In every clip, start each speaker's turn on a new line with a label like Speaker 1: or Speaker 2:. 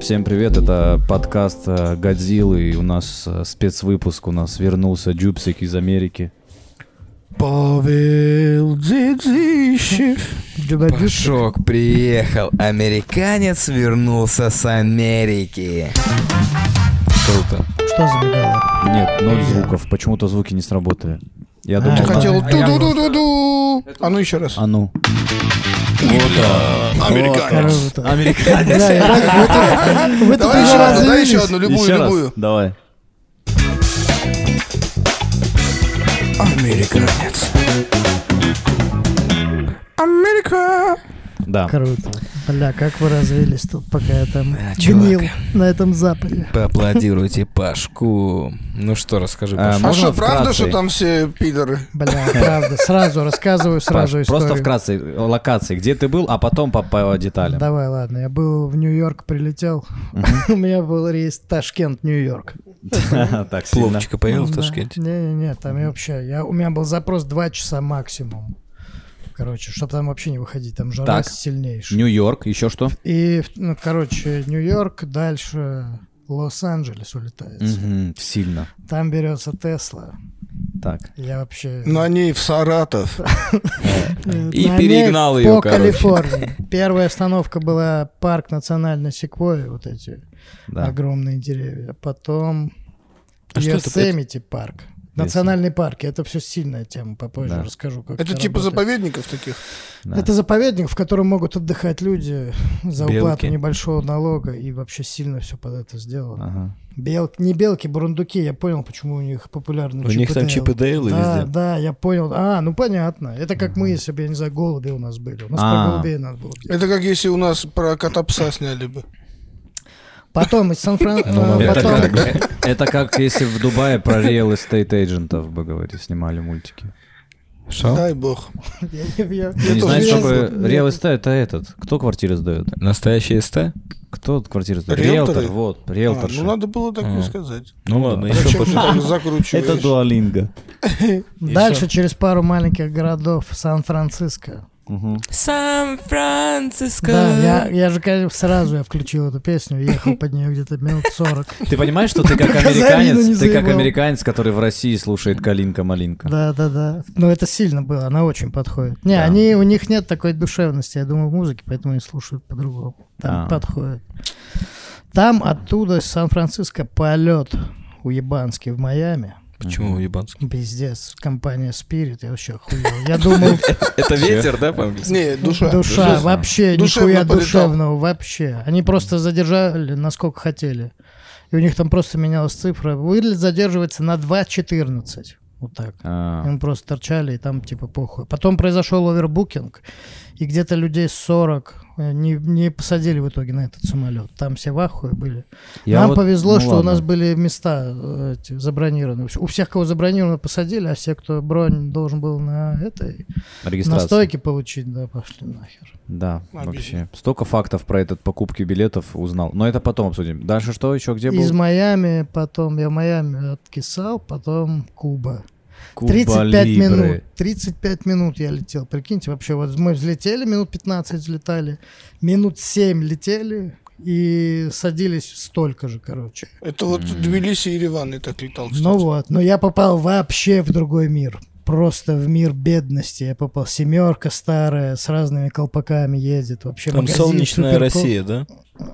Speaker 1: Всем привет, это подкаст э, Годзиллы, и у нас э, спецвыпуск, у нас вернулся Джупсик из Америки.
Speaker 2: Павел Дзидзищев.
Speaker 3: Пашок приехал, американец вернулся с Америки.
Speaker 1: Круто.
Speaker 2: Что забегало?
Speaker 1: Нет, ноль звуков, почему-то звуки не сработали. Я думал,
Speaker 2: Ты
Speaker 1: да.
Speaker 2: хотел ту-ду-ду-ду-ду. А ну еще раз.
Speaker 1: А ну.
Speaker 2: Американец.
Speaker 1: Американец.
Speaker 4: Да, я так- в это- в это
Speaker 2: Давай
Speaker 3: А
Speaker 4: даже
Speaker 2: еще раз, давай
Speaker 4: развелись.
Speaker 2: еще одну, любую,
Speaker 1: Еще раз.
Speaker 2: любую.
Speaker 1: Давай.
Speaker 2: Американец. Америка.
Speaker 1: Да.
Speaker 4: Круто. Бля, как вы развелись тут, пока я там
Speaker 1: А,
Speaker 3: Да,
Speaker 4: гнил
Speaker 3: чувак.
Speaker 4: на этом западе.
Speaker 3: Поаплодируйте Пашку. Ну что, расскажи,
Speaker 1: А,
Speaker 3: Пашка.
Speaker 2: А
Speaker 1: Можно
Speaker 2: что, правда,
Speaker 1: вкратце?
Speaker 2: что там все пидоры?
Speaker 4: Бля, правда, сразу рассказываю,
Speaker 1: Паш,
Speaker 4: сразу историю.
Speaker 1: просто вкратце, э, локации, где ты был, а потом по, по деталям.
Speaker 4: Давай, ладно, я был в Нью-Йорк, прилетел. У меня был рейс Ташкент-Нью-Йорк.
Speaker 1: Так, сильно.
Speaker 3: Пловчика поел в Ташкенте?
Speaker 4: Не-не-не, там я вообще... я- У меня был запрос 2 часа максимум. Короче, чтобы там вообще не выходить, там жара
Speaker 1: Так.
Speaker 4: сильнейшая.
Speaker 1: Нью-Йорк, еще что?
Speaker 4: И, ну, короче, Нью-Йорк, дальше Лос-Анджелес улетается.
Speaker 1: Мгм, Сильно.
Speaker 4: Там берется Тесла.
Speaker 1: Так.
Speaker 4: Я вообще...
Speaker 3: Ну,
Speaker 2: На ней в Саратов.
Speaker 3: И
Speaker 4: На
Speaker 3: перегнал
Speaker 4: ней
Speaker 3: её,
Speaker 4: Э, по
Speaker 3: короче.
Speaker 4: Калифорнии. Первая остановка была парк национальной секвойи, вот эти
Speaker 1: Да.
Speaker 4: огромные деревья. Потом
Speaker 3: А что это?
Speaker 4: Йосемити парк. Национальные парки. Это все сильная тема, попозже
Speaker 1: Да.
Speaker 4: расскажу. Как
Speaker 2: Это типа
Speaker 4: работает.
Speaker 2: заповедников таких.
Speaker 1: Да.
Speaker 4: Это заповедник, в котором могут отдыхать люди за
Speaker 3: Белки.
Speaker 4: уплату небольшого налога. И вообще сильно все под это сделано.
Speaker 1: Ага.
Speaker 4: Белки, не белки, бурундуки. Я понял, почему у них популярны
Speaker 3: У них там Чип и Дейлы
Speaker 4: да,
Speaker 3: везде.
Speaker 4: да, я понял. А, ну понятно. Это как мы, если бы, я не знаю, голуби у нас были. У нас
Speaker 1: А.
Speaker 4: про голубей надо было. делать.
Speaker 2: Это как если у нас про кота-пса сняли бы.
Speaker 4: Потом из Сан-Фран...
Speaker 3: ладно.
Speaker 4: э,
Speaker 1: Ну, Это
Speaker 4: потом-
Speaker 1: как, это как если в Дубае про real estate agentов бы говорили, снимали мультики.
Speaker 3: Шо?
Speaker 2: Дай бог.
Speaker 4: Я не- я-
Speaker 1: Ты не
Speaker 4: я
Speaker 1: знаешь,
Speaker 4: тоже
Speaker 1: что
Speaker 4: не
Speaker 1: такое
Speaker 4: знал.
Speaker 1: real estate? Это этот. Кто квартиры сдает?
Speaker 3: Настоящий СТ?
Speaker 1: Кто квартиры сдает?
Speaker 2: Риэлторы?
Speaker 1: Риэлтор, вот,
Speaker 2: А,
Speaker 1: риэлтор.
Speaker 2: Ну надо было так и
Speaker 3: М.
Speaker 2: сказать.
Speaker 3: Ну ладно, еще
Speaker 2: Зачем ты
Speaker 3: Пашка.
Speaker 2: так закручиваешь?
Speaker 1: Это дуалинга.
Speaker 4: Дальше через пару маленьких городов Сан-Франциско.
Speaker 3: Сан-Франциско.
Speaker 4: Да, я, я же конечно, сразу я включил эту песню, ехал под нее где-то минут 40.
Speaker 1: Ты понимаешь, что ты как
Speaker 4: Казарину не
Speaker 1: американец, ты как
Speaker 4: заебал.
Speaker 1: американец, который в России слушает Калинка-малинка.
Speaker 4: Да, да, да. Но это сильно было, она очень подходит. Не,
Speaker 1: Да.
Speaker 4: они, у них нет такой душевности, я думаю, в музыке, поэтому они слушают по-другому. Там
Speaker 1: А.
Speaker 4: подходит. Там оттуда, с Сан-Франциско, полет уебанский в Майами.
Speaker 3: Почему уебанский?
Speaker 4: Пиздец, компания Spirit, я вообще охуел. Я думал,
Speaker 3: Это ветер, да, по-английски?
Speaker 2: Не, душа.
Speaker 4: душа, вообще,
Speaker 2: Душевно
Speaker 4: нихуя
Speaker 2: полетал.
Speaker 4: душевного, вообще. Они просто задержали, насколько хотели. И у них там просто менялась цифра. Вылет задерживается на 2.14. Вот так. И
Speaker 1: А,
Speaker 4: Мы просто торчали, и там типа похуй. Потом произошел овербукинг, и где-то людей 40 э, не, не посадили в итоге на этот самолет. Там все в ахуе были.
Speaker 1: я
Speaker 4: Нам
Speaker 1: вот-
Speaker 4: повезло,
Speaker 1: ну
Speaker 4: что у
Speaker 1: ладно.
Speaker 4: нас были места э, эти, забронированы. У всех, кого забронировано, посадили, а все, кто бронь должен был на этой на
Speaker 1: Регистрация.
Speaker 4: стойке получить, да, пошли нахер.
Speaker 1: Да,
Speaker 2: Обидно.
Speaker 1: вообще. Столько фактов про этот покупки билетов узнал. Но это потом обсудим. Дальше что еще? Где был?
Speaker 4: Из Майами, потом я в Майами откисал, потом Куба.
Speaker 1: Куба
Speaker 4: 35
Speaker 1: Либре.
Speaker 4: минут. 35 минут я летел. Прикиньте, вообще, вот мы взлетели, минут 15 взлетали, минут 7 летели и садились столько же, короче.
Speaker 2: Это вот Тбилиси и Ереван и так летал, кстати.
Speaker 4: Ну вот, но я попал вообще в другой мир. Просто в мир бедности. Я попал. Семерка старая, с разными колпаками едет. Вообще
Speaker 3: Там
Speaker 4: магазин
Speaker 3: солнечная
Speaker 4: суперкоп.
Speaker 3: Россия, да?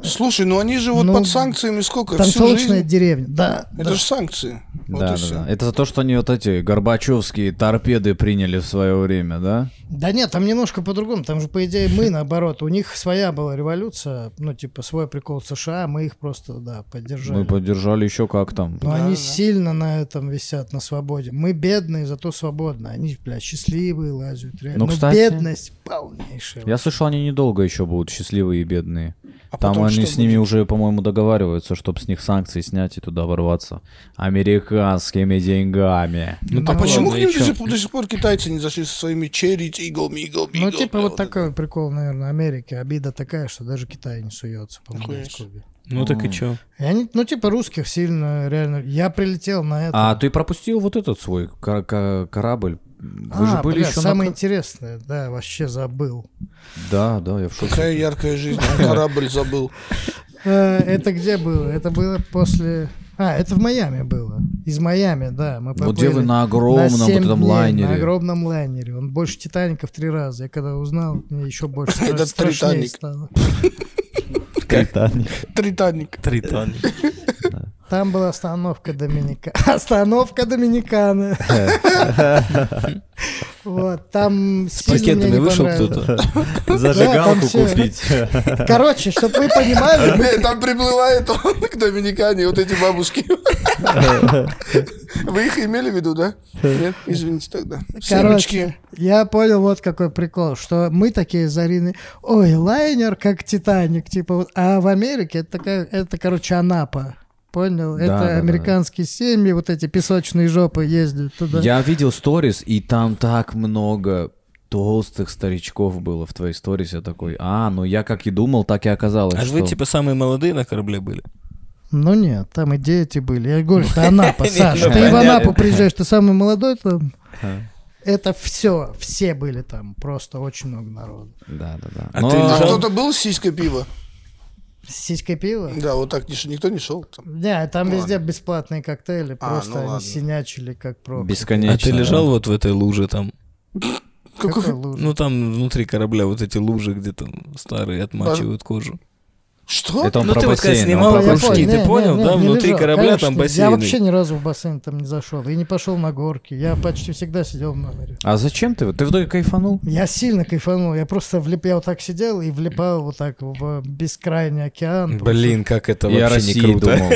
Speaker 2: Слушай, ну они же вот
Speaker 4: Ну,
Speaker 2: под санкциями сколько?
Speaker 4: Там
Speaker 2: Всю
Speaker 4: солнечная
Speaker 2: жизнь?
Speaker 4: деревня. Да.
Speaker 2: Это
Speaker 4: да.
Speaker 2: же санкции. Вот
Speaker 1: Да,
Speaker 2: и
Speaker 1: да,
Speaker 2: всё.
Speaker 1: да. Это за то, что они вот эти горбачевские торпеды приняли в свое время, да?
Speaker 4: Да нет, там немножко по-другому. Там же, по идее, мы наоборот. У них своя была революция, ну, типа, свой прикол США, мы их просто, да, поддержали.
Speaker 1: Мы поддержали еще как там.
Speaker 4: Но
Speaker 2: Да,
Speaker 4: они
Speaker 2: да.
Speaker 4: сильно на этом висят, на свободе. Мы бедные, зато свободны. Они, бля, счастливые лазят. Реально.
Speaker 1: Ну,
Speaker 4: Но
Speaker 1: кстати.
Speaker 4: бедность полнейшая.
Speaker 1: Я слышал, они недолго еще будут счастливые и бедные.
Speaker 2: А
Speaker 1: Там
Speaker 2: потом
Speaker 1: они
Speaker 2: что
Speaker 1: с ними
Speaker 2: будет?
Speaker 1: уже, по-моему, договариваются, чтобы с них санкции снять и туда ворваться. Американскими деньгами.
Speaker 3: Ну,
Speaker 2: А
Speaker 3: так
Speaker 2: почему к
Speaker 3: ладно, и
Speaker 2: ним до
Speaker 3: чё?
Speaker 2: сих, пор- до сих пор китайцы не зашли со своими черри, игл, игл,
Speaker 4: Ну, типа, вот такой прикол, наверное, Америки. Обида такая, что даже Китай не суется помогать
Speaker 2: Конечно.
Speaker 4: Кубе.
Speaker 3: Ну так и чё?
Speaker 4: И они, ну, типа, русских сильно, реально. Я прилетел на это.
Speaker 1: А ты пропустил вот этот свой кара- ка- корабль? Вы же
Speaker 4: А,
Speaker 1: были
Speaker 4: бля,
Speaker 1: еще
Speaker 4: самое
Speaker 1: на... ка-
Speaker 4: интересное, да, вообще забыл.
Speaker 1: Да, да, я в шоке.
Speaker 2: Какая яркая жизнь, а корабль забыл.
Speaker 4: Э, Это где было? Это было после... А, это в Майами было. Из Майами, да. Мы
Speaker 1: Вот где вы
Speaker 4: поплыли
Speaker 1: на огромном вот
Speaker 4: семь
Speaker 1: этом
Speaker 4: дней На
Speaker 1: лайнере.
Speaker 4: огромном лайнере. Он больше Титаника в три раза. Я когда узнал, мне еще больше стра-
Speaker 2: Этот Тританик.
Speaker 4: страшнее стало.
Speaker 1: Титаник.
Speaker 2: Тританик.
Speaker 3: Тритон.
Speaker 4: Там была остановка Доминика. Остановка Доминикана. Вот, там
Speaker 3: С
Speaker 4: сильно мне
Speaker 3: пакетами
Speaker 4: не
Speaker 3: вышел
Speaker 4: понравилось.
Speaker 3: кто-то.
Speaker 1: Зажигалку
Speaker 4: Да, там всё.
Speaker 1: купить.
Speaker 4: Короче, чтобы вы понимали,
Speaker 2: Э, Там приплывает он к Доминикане, вот эти бабушки. Вы их имели в виду, да? Нет? Извините тогда. Семечки.
Speaker 4: Короче, я понял вот какой прикол, что мы такие зарины, ой, лайнер как Титаник, типа, вот. а в Америке это такая, это, короче, Анапа, понял?
Speaker 1: Да,
Speaker 4: это
Speaker 1: да, да, да.
Speaker 4: американские семьи, вот эти песочные жопы ездят туда.
Speaker 1: Я видел сторис, и там так много толстых старичков было в твоей сторис. Я такой, а, ну я как и думал, так и оказалось.
Speaker 5: А ж вы
Speaker 1: что-
Speaker 5: типа самые молодые на корабле были?
Speaker 4: Ну нет, там и дети были. Я говорю, это Анапа, Саша, ты в
Speaker 5: понятно.
Speaker 4: Анапу приезжаешь, ты самый молодой там.
Speaker 1: Ага.
Speaker 4: Это все, все были там, просто очень много народу.
Speaker 1: Да, да, да.
Speaker 5: А
Speaker 1: Но-
Speaker 5: ты
Speaker 2: А
Speaker 5: Жан-
Speaker 2: кто-то был с сиськой пива?
Speaker 4: С сиськой пива?
Speaker 2: Да, вот так ни- никто не шел. там.
Speaker 4: Не, там
Speaker 2: Ладно.
Speaker 4: везде бесплатные коктейли,
Speaker 2: А,
Speaker 4: просто
Speaker 2: ну
Speaker 4: они
Speaker 2: ладно.
Speaker 4: синячили как про.
Speaker 1: Бесконечно.
Speaker 5: А ты лежал вот в этой луже там?
Speaker 2: Какой-
Speaker 5: Ну там внутри корабля вот эти лужи, где там старые отмачивают кожу.
Speaker 1: да.
Speaker 2: Что?
Speaker 1: Это он
Speaker 5: ну
Speaker 1: про
Speaker 5: ты вот когда
Speaker 1: бассейн, он
Speaker 5: снимал
Speaker 1: про
Speaker 5: я
Speaker 1: бассейн.
Speaker 5: понял. ты понял, да? Внутри корабля там
Speaker 4: Я
Speaker 5: бассейны.
Speaker 4: вообще ни разу в бассейн там не зашел. И не пошел на горки. Я почти всегда сидел в номере.
Speaker 1: А зачем ты? Ты вдруг кайфанул?
Speaker 4: Я сильно кайфанул. Я просто влип... я вот так сидел и влипал вот так в бескрайний океан.
Speaker 3: Блин, как это
Speaker 1: Я
Speaker 3: вообще
Speaker 1: России
Speaker 3: не круто.
Speaker 1: думал.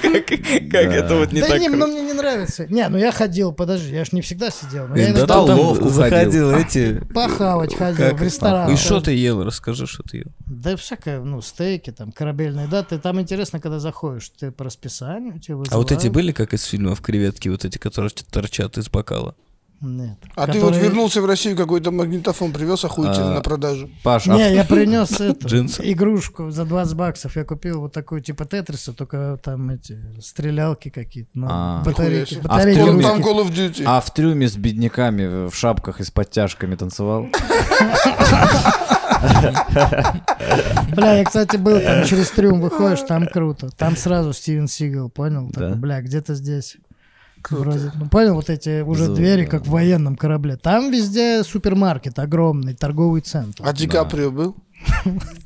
Speaker 5: Как это вот не
Speaker 4: Да
Speaker 5: так
Speaker 4: не,
Speaker 5: круто?
Speaker 4: ну мне не нравится. Не, ну я ходил, подожди, я ж не всегда сидел. Но я
Speaker 5: Да
Speaker 4: иногда
Speaker 1: там
Speaker 5: там
Speaker 1: ловко
Speaker 5: заходил эти...
Speaker 4: похавать ходил
Speaker 5: Как
Speaker 4: в ресторан.
Speaker 5: И что ты ел? Расскажи, что ты ел.
Speaker 4: Да всякое, ну, стейки, там, корабельные, да, ты там интересно, когда заходишь, ты по расписанию, тебя
Speaker 5: А вот
Speaker 4: вызывают.
Speaker 5: эти были, как из фильмов, креветки, вот эти, которые торчат из бокала?
Speaker 4: Нет.
Speaker 2: А ты вот
Speaker 4: Которые-
Speaker 2: вернулся в Россию, какой-то магнитофон привез охуительно
Speaker 1: А.
Speaker 2: на продажу.
Speaker 1: Паш, а
Speaker 4: Не, я принес эту
Speaker 5: Джинсы.
Speaker 4: игрушку за 20 баксов. Я купил вот такую типа Тетриса, только там эти стрелялки какие-то. ну,
Speaker 1: А.
Speaker 4: батарейки.
Speaker 2: Нихуя себе.
Speaker 4: батарейки
Speaker 1: А в
Speaker 2: Он
Speaker 1: Трюмики.
Speaker 2: там
Speaker 4: русские.
Speaker 2: Call of Duty.
Speaker 1: А в трюме с бедняками в шапках и с подтяжками танцевал?
Speaker 4: Бля, я, кстати, был там через трюм выходишь, там круто. Там сразу Стивен Сигал, понял? Такой,
Speaker 1: Да.
Speaker 4: Бля, где-то здесь. Вроде. Ну, понял, вот эти уже
Speaker 1: Зу-
Speaker 4: двери,
Speaker 1: да.
Speaker 4: как в военном корабле. Там везде супермаркет огромный, торговый центр.
Speaker 2: А Ди Каприо был?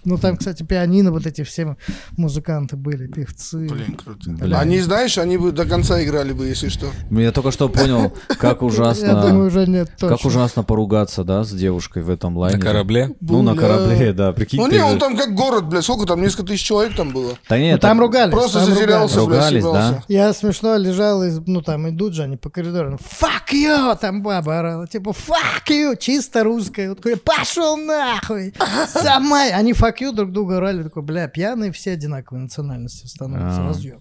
Speaker 4: Ну, там, кстати, пианино, вот эти все музыканты были, певцы.
Speaker 2: Блин, круто.
Speaker 1: Блин.
Speaker 2: Они, знаешь, они бы до конца играли бы, если что.
Speaker 1: Я только что понял, как
Speaker 4: Я думаю,
Speaker 1: ужасно...
Speaker 4: уже нет точно.
Speaker 1: Как ужасно поругаться, да, с девушкой в этом
Speaker 3: На
Speaker 1: лайнере.
Speaker 3: корабле?
Speaker 1: Ну, на
Speaker 2: Бля.
Speaker 1: корабле, да, прикинь.
Speaker 2: Ну
Speaker 1: ты
Speaker 2: не,
Speaker 1: же-
Speaker 2: он там как город, блядь, сколько там, несколько тысяч человек там было.
Speaker 1: Да
Speaker 4: Ну,
Speaker 1: нет,
Speaker 4: там ругались.
Speaker 2: Просто
Speaker 4: там
Speaker 2: затерялся,
Speaker 4: ругались.
Speaker 1: Ругались,
Speaker 2: блядь,
Speaker 1: да?
Speaker 2: съебался.
Speaker 4: Я смешно лежал, из, ну там идут же они по коридору. ну, Fuck you! Там баба орала. Типа, fuck you! Чисто русская. Вот такой, пошел нахуй! Сама! Они fuck you друг друга орали. Такой, бля, пьяные все одинаковые национальности становятся.
Speaker 1: А.
Speaker 4: Разъем.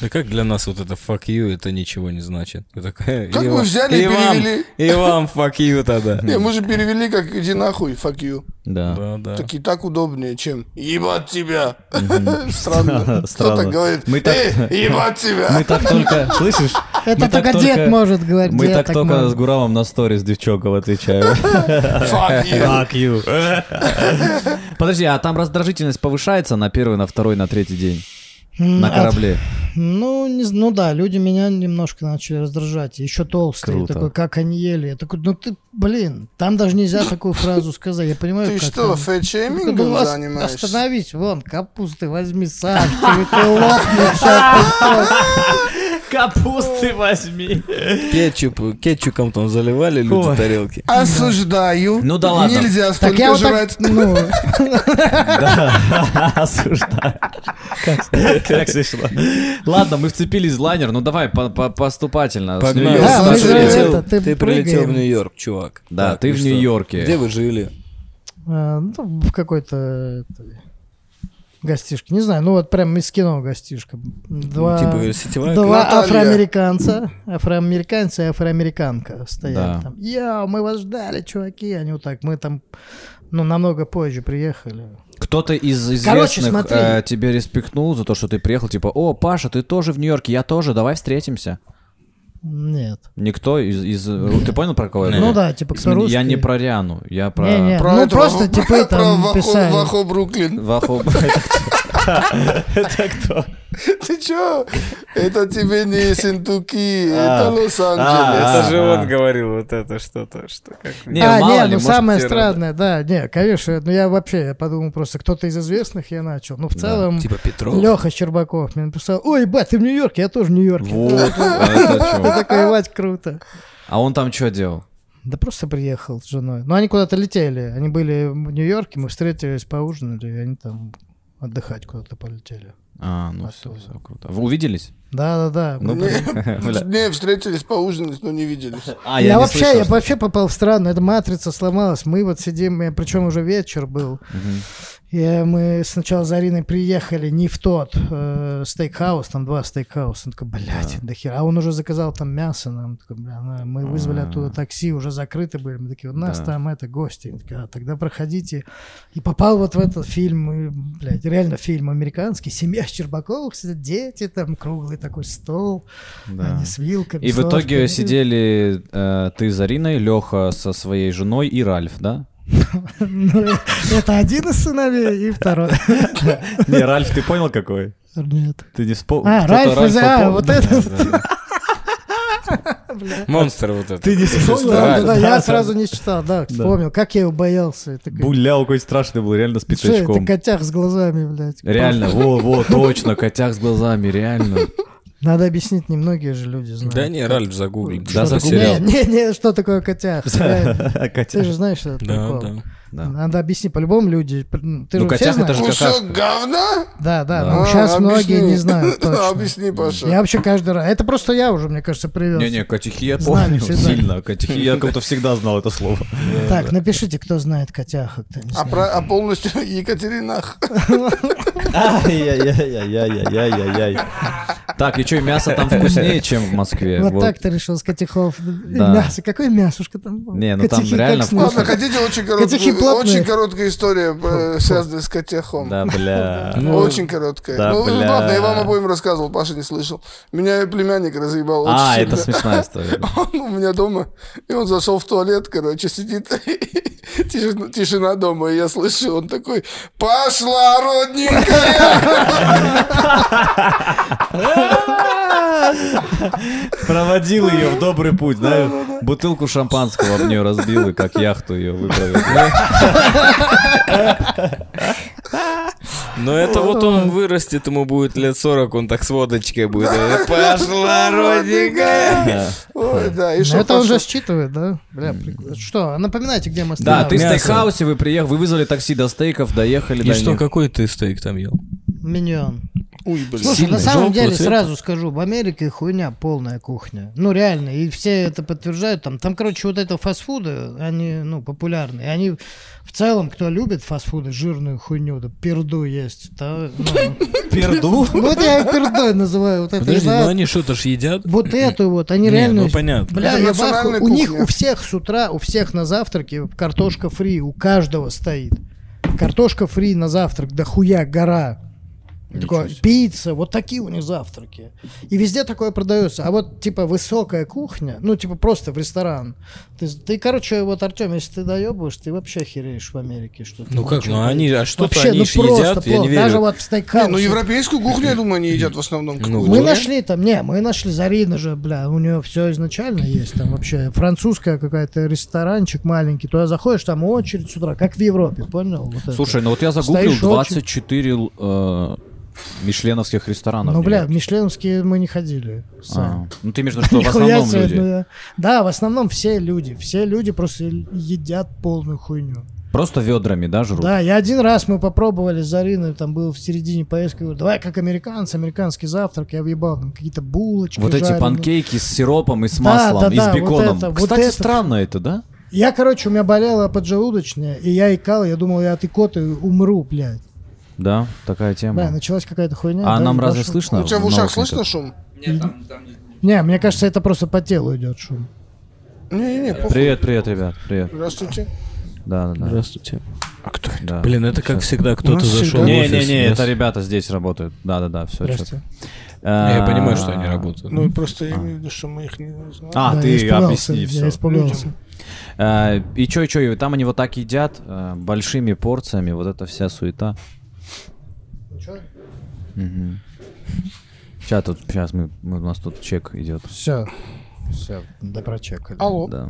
Speaker 3: Да как для нас вот это fuck you, это ничего не значит. Вы такая,
Speaker 2: Как
Speaker 3: «И
Speaker 2: мы
Speaker 3: вам-
Speaker 2: взяли и
Speaker 3: и вам-
Speaker 2: перевели?»
Speaker 3: И вам fuck you тогда.
Speaker 2: Не, мы же перевели как «иди нахуй, fuck you».
Speaker 1: Да.
Speaker 3: Да, да.
Speaker 2: Так и так удобнее, чем «ебать тебя». Странно. Кто
Speaker 1: Странно.
Speaker 2: так говорит?
Speaker 1: Мы так-
Speaker 2: «Эй, ебать тебя».
Speaker 1: Мы так только, слышишь?
Speaker 4: Это
Speaker 1: Мы так
Speaker 4: только дед
Speaker 1: только-
Speaker 4: может говорить.
Speaker 1: Мы
Speaker 4: дед
Speaker 1: так только
Speaker 4: может.
Speaker 1: с Гурамом на сторис девчонков отвечаем.
Speaker 2: «Fuck you».
Speaker 1: Fuck you. Подожди, а там раздражительность повышается на первый, на второй, на третий день?
Speaker 4: М,
Speaker 1: На
Speaker 4: а-
Speaker 1: корабле?
Speaker 4: Ну, не, з- ну да, люди меня немножко начали раздражать. Еще толстые.
Speaker 1: Круто.
Speaker 4: Такой, как они ели. Я такой, ну ты, блин, там даже нельзя такую фразу сказать. Я понимаю,
Speaker 2: Ты
Speaker 4: как
Speaker 2: что,
Speaker 4: там. Ну,
Speaker 2: фэтшеймингом
Speaker 4: вас-
Speaker 2: занимаешься?
Speaker 4: Остановись, вон, капусты возьми, Саш, ты, ты лопнешь сейчас. а
Speaker 1: Капусты возьми.
Speaker 5: Кетчуп, кетчуком там заливали
Speaker 1: Ой.
Speaker 5: люди тарелки.
Speaker 2: Осуждаю.
Speaker 1: Ну да ладно.
Speaker 2: Нельзя
Speaker 4: Так я
Speaker 2: столько жрать.
Speaker 4: вот так, ну,
Speaker 1: Осуждаю. Как смешно. Ладно, мы вцепились в лайнер, ну давай по- по- поступательно. С
Speaker 5: Погнали.
Speaker 1: Нью-Йорка.
Speaker 4: Да, мы
Speaker 5: Ты
Speaker 4: же
Speaker 5: прилетел-
Speaker 4: это, ты
Speaker 5: ты прилетел в
Speaker 4: прыгаем.
Speaker 5: Нью-Йорк, чувак.
Speaker 1: Да,
Speaker 5: Так,
Speaker 1: ты
Speaker 5: и
Speaker 1: в
Speaker 5: что?
Speaker 1: Нью-Йорке.
Speaker 5: Где вы жили?
Speaker 4: э, ну, в какой-то этой, гостишке, не знаю, ну вот прям из кино гостишка. Два,
Speaker 5: Ну, типа сетевая
Speaker 4: два
Speaker 2: Наталья.
Speaker 4: афроамериканца, афроамериканцы и афроамериканка стоят
Speaker 1: Да.
Speaker 4: там. Йоу, мы вас ждали, чуваки, они вот так, мы там, ну, намного позже приехали.
Speaker 1: Кто-то из
Speaker 4: Короче,
Speaker 1: известных
Speaker 4: смотри.
Speaker 1: э, тебе респектнул за то, что ты приехал, типа, о, Паша, ты тоже в Нью-Йорке, я тоже, давай встретимся.
Speaker 4: Нет.
Speaker 1: Никто из... из- Ты понял, про кого я?
Speaker 4: Ну
Speaker 1: говорю?
Speaker 4: да, типа, кто
Speaker 1: Я
Speaker 4: русский.
Speaker 1: не про Риану, я про...
Speaker 4: Не-не.
Speaker 2: Про
Speaker 4: Ну,
Speaker 2: этого,
Speaker 4: просто типы
Speaker 2: про
Speaker 4: там
Speaker 2: Вахо-
Speaker 4: писали.
Speaker 1: Ну.
Speaker 2: Вахо Бруклин.
Speaker 4: А,
Speaker 1: Вахо- Это кто?
Speaker 2: Ты чё? Это тебе не Сентуки,
Speaker 1: А.
Speaker 2: это Лос-Анджелес.
Speaker 1: А,
Speaker 5: Это же
Speaker 1: а.
Speaker 5: он говорил вот это что-то, что как...
Speaker 1: Не,
Speaker 4: а,
Speaker 1: мало
Speaker 4: не,
Speaker 1: ли,
Speaker 4: ну
Speaker 1: может,
Speaker 4: самое
Speaker 1: ты рада.
Speaker 4: странное, да, не, конечно, ну я вообще, я подумал просто, кто-то из известных я начал, ну в целом...
Speaker 5: Типа Петров.
Speaker 4: Леха Щербаков мне написал, ой, бать, ты в Нью-Йорке, я тоже в Нью-Йорке.
Speaker 1: Вот, это
Speaker 4: Я
Speaker 1: чё.
Speaker 4: такой, «Ебать, круто.
Speaker 1: А он там что делал?
Speaker 4: Да просто приехал с женой. Ну, они куда-то летели. Они были в Нью-Йорке, мы встретились, поужинали, и они там отдыхать куда-то полетели.
Speaker 1: А, ну
Speaker 4: А
Speaker 1: все,
Speaker 4: то.
Speaker 1: все круто. Вы увиделись?
Speaker 4: Да-да-да.
Speaker 1: Ну,
Speaker 4: Мы-
Speaker 1: Бля.
Speaker 2: Не, встретились, поужинать, но не виделись.
Speaker 1: А,
Speaker 4: я
Speaker 1: не
Speaker 4: вообще,
Speaker 1: слышал,
Speaker 4: я
Speaker 1: что-
Speaker 4: вообще попал в странную, эта матрица сломалась. Мы вот сидим, причем уже вечер был.
Speaker 1: Мгм.
Speaker 4: И мы сначала за Ариной приехали не в тот э, стейкхаус, там два стейкхауса. Он такой, блядь, да хера. А он уже заказал там мясо нам. Такой, «Бля, ну, мы вызвали
Speaker 1: А.
Speaker 4: оттуда такси, уже закрыты были. Мы такие, у нас
Speaker 1: Да.
Speaker 4: там это гости. Они такие, «А, тогда проходите. И попал вот в этот фильм, и, блядь, реально фильм американский. Семья Щербаковых, сидят дети, там круглый такой стол.
Speaker 1: Да.
Speaker 4: Они с вилками.
Speaker 1: И
Speaker 4: с
Speaker 1: в итоге
Speaker 4: ложками.
Speaker 1: сидели э, ты с Ариной, Леха со своей женой и Ральф, да?
Speaker 4: Ну, Это один из сыновей и второй.
Speaker 1: Не, Ральф, ты понял какой?
Speaker 4: Нет.
Speaker 1: Ты не вспомнил?
Speaker 4: А, Ральф из... А, вот это...
Speaker 3: Монстр вот этот.
Speaker 1: Ты не
Speaker 4: Вспомнил,
Speaker 3: Да,
Speaker 4: да, да, я сразу не читал, да, вспомнил, как я его боялся. Я такой,
Speaker 1: Буля, какой страшный был, реально с
Speaker 4: Что это,
Speaker 1: пятачком.
Speaker 4: котях с глазами, блядь?
Speaker 1: Реально, во, во, точно, котях с глазами, реально.
Speaker 4: Надо объяснить, немногие же люди знают.
Speaker 3: Да не, Ральф загуглил.
Speaker 1: Да,
Speaker 4: Что
Speaker 1: за
Speaker 4: такое-
Speaker 1: сериал.
Speaker 4: Не, не, не, что такое котях? реально. Ты
Speaker 1: Котя.
Speaker 4: же знаешь, что это
Speaker 3: Да,
Speaker 4: такое.
Speaker 3: да.
Speaker 1: Да.
Speaker 4: Надо объяснить, по-любому люди... ну, Ты
Speaker 1: Ну,
Speaker 4: же все
Speaker 1: котях это
Speaker 4: знаешь?
Speaker 1: же-
Speaker 2: Кусок говна?
Speaker 4: Да, да,
Speaker 1: Да.
Speaker 4: но сейчас
Speaker 2: А,
Speaker 4: многие
Speaker 2: объясни.
Speaker 4: не знают точно.
Speaker 2: Объясни, Паша.
Speaker 4: Я вообще каждый раз... Это просто я уже, мне кажется, привез.
Speaker 1: Не-не, котихи я
Speaker 4: Знали
Speaker 1: помню
Speaker 4: всегда.
Speaker 1: сильно. Котихи, я как-то всегда знал это слово.
Speaker 4: Так, напишите, кто знает котях, а кто не
Speaker 2: А,
Speaker 4: знает.
Speaker 2: про- а полностью Екатеринах.
Speaker 1: Ай-яй-яй-яй-яй-яй-яй. Так, и что, мясо там вкуснее, чем в Москве?
Speaker 4: Вот так ты решил с котихов. И
Speaker 1: Да.
Speaker 4: Мясо, какое мясушка там?
Speaker 1: Не, ну там
Speaker 4: Котихи
Speaker 1: реально
Speaker 4: как
Speaker 1: вкусно.
Speaker 2: Ладно,
Speaker 4: сладко.
Speaker 2: хотите очень
Speaker 4: Котихи
Speaker 2: короткую,
Speaker 4: плотные.
Speaker 2: очень короткая история, э, связанная с котяхом.
Speaker 1: Да, бля.
Speaker 2: Очень короткая.
Speaker 1: Ну, да,
Speaker 2: ну,
Speaker 1: бля.
Speaker 2: ладно, я вам обоим рассказывал, Паша не слышал. Меня племянник разъебал очень
Speaker 1: А,
Speaker 2: сильно.
Speaker 1: это смешная история.
Speaker 2: Он у меня дома, и он зашел в туалет, короче, сидит, тишина, тишина дома, и я слышу, он такой, пошла, родненькая!
Speaker 1: Проводил ее в добрый путь, знаешь, бутылку шампанского об нее разбил и как яхту ее выправил.
Speaker 3: Но это вот он вырастет, ему будет лет 40, он так с водочкой будет. Пошла, родненькая!
Speaker 1: Да.
Speaker 2: Ой, да, и
Speaker 4: Ну,
Speaker 2: шо,
Speaker 4: Это
Speaker 2: Паша?
Speaker 4: уже считывает, да? Бля, прикольно. Что, а напоминайте, где мы
Speaker 1: Да, ты в
Speaker 4: остановились.
Speaker 1: стейкхаусе, вы приехали, вы вызвали такси до стейков, доехали
Speaker 3: И
Speaker 1: до
Speaker 3: что,
Speaker 1: них.
Speaker 3: какой ты стейк там ел?
Speaker 4: Миньон.
Speaker 2: Ой, блин.
Speaker 4: Слушай,
Speaker 3: Сильный,
Speaker 4: на самом
Speaker 3: желтого
Speaker 4: деле,
Speaker 3: цвета?
Speaker 4: сразу скажу, в Америке хуйня полная кухня. Ну, реально, и все это подтверждают. Там, там короче, вот это фастфуды, они, ну, популярны. И они в целом, кто любит фастфуды, жирную хуйню, да перду есть. то, ну,
Speaker 1: Перду?
Speaker 4: ну, вот я их пердой называю. Вот это, не
Speaker 3: Подожди, ну
Speaker 4: знаю,
Speaker 3: они что-то ж едят?
Speaker 4: Вот эту вот, они
Speaker 3: Не,
Speaker 4: реально...
Speaker 3: ну понятно.
Speaker 4: Бля,
Speaker 2: Это
Speaker 4: я в
Speaker 2: национальная
Speaker 4: ахуе. у
Speaker 2: кухня.
Speaker 4: них у всех с утра, у всех на завтраке картошка фри, у каждого стоит. Картошка фри на завтрак, да хуя гора. И такое, пицца, вот такие у них завтраки. И везде такое продается. А вот, типа, высокая кухня, ну, типа, просто в ресторан. Ты, ты, короче, вот, Артем, если ты доебываешь, ты вообще хереешь в Америке. Что ты
Speaker 3: Ну как,
Speaker 4: ничего
Speaker 3: ну
Speaker 4: не-
Speaker 3: они, а что-то
Speaker 4: Вообще,
Speaker 3: они
Speaker 4: ну
Speaker 3: ж
Speaker 4: просто
Speaker 3: едят, я
Speaker 4: плохо.
Speaker 3: не верю.
Speaker 4: Даже вот в
Speaker 2: Не,
Speaker 4: стейкхаусе.
Speaker 2: ну европейскую кухню, я думаю, они едят в основном. какую-то.
Speaker 4: Мы
Speaker 3: Ну,
Speaker 4: нашли там, не, мы нашли Зарина же, бля, у нее все изначально есть там вообще французская какая-то ресторанчик маленький, туда заходишь, там очередь с утра, как в Европе, понял? Вот это.
Speaker 1: Слушай, ну вот я загуглил
Speaker 4: Стоишь
Speaker 1: 24 э, мишленовских ресторанов.
Speaker 4: ну
Speaker 1: в
Speaker 4: бля, в
Speaker 1: Нью-Йорке.
Speaker 4: Мишленовские мы не ходили. сами.
Speaker 1: А, Ну ты между что, в
Speaker 4: Нихуя
Speaker 1: основном
Speaker 4: себе, ну
Speaker 1: люди.
Speaker 4: я- Да, в основном все люди, все люди просто едят полную хуйню.
Speaker 1: Просто ведрами, да, жрут?
Speaker 4: Да, я один раз мы попробовали с Зариной, там был в середине поездки, говорю, давай как американцы, американский завтрак, я въебал там какие-то булочки
Speaker 1: Вот эти
Speaker 4: жареные.
Speaker 1: панкейки с сиропом и с
Speaker 4: Да,
Speaker 1: маслом,
Speaker 4: да,
Speaker 1: и
Speaker 4: да,
Speaker 1: с
Speaker 4: вот
Speaker 1: беконом.
Speaker 4: это, вот
Speaker 1: Кстати,
Speaker 4: это.
Speaker 1: странно это, да?
Speaker 4: Я, короче, у меня болела поджелудочная, и я икал, я думал, я от икоты умру, блядь.
Speaker 1: Да, такая тема.
Speaker 4: Бля, началась какая-то хуйня.
Speaker 1: А
Speaker 4: ну, да,
Speaker 1: нам
Speaker 4: и
Speaker 1: разве
Speaker 4: пошел.
Speaker 1: слышно?
Speaker 2: Ну, У тебя в
Speaker 1: в
Speaker 2: ушах
Speaker 1: наушниках?
Speaker 2: слышно шум?
Speaker 4: Не, мне кажется, это просто по телу идет шум.
Speaker 2: Не-не-не, похуй.
Speaker 1: Привет, привет, ребят, привет.
Speaker 2: Здравствуйте.
Speaker 1: Да, да, да.
Speaker 5: Здравствуйте.
Speaker 1: да.
Speaker 3: Блин, это как всегда кто-то
Speaker 4: нас
Speaker 3: зашел в
Speaker 4: всегда-
Speaker 1: Не,
Speaker 3: офис.
Speaker 1: не, не,
Speaker 3: yes.
Speaker 1: это ребята здесь работают. Да, да, Э, да, все.
Speaker 4: Здрасте.
Speaker 3: Я понимаю, что они работают.
Speaker 2: Ну, просто я имею в виду, что мы их не знаем.
Speaker 1: А,
Speaker 4: Да, я
Speaker 1: ты
Speaker 4: испугался,
Speaker 1: объясни
Speaker 4: я
Speaker 1: все.
Speaker 4: испугался.
Speaker 1: И чё, и чё, и там они вот так едят э, большими порциями, вот эта вся суета.
Speaker 4: Ну чё,
Speaker 1: Сейчас тут, сейчас мы, мы- у нас тут чек идет.
Speaker 4: Все. Все, допрочекали.
Speaker 2: Алло.
Speaker 1: Да.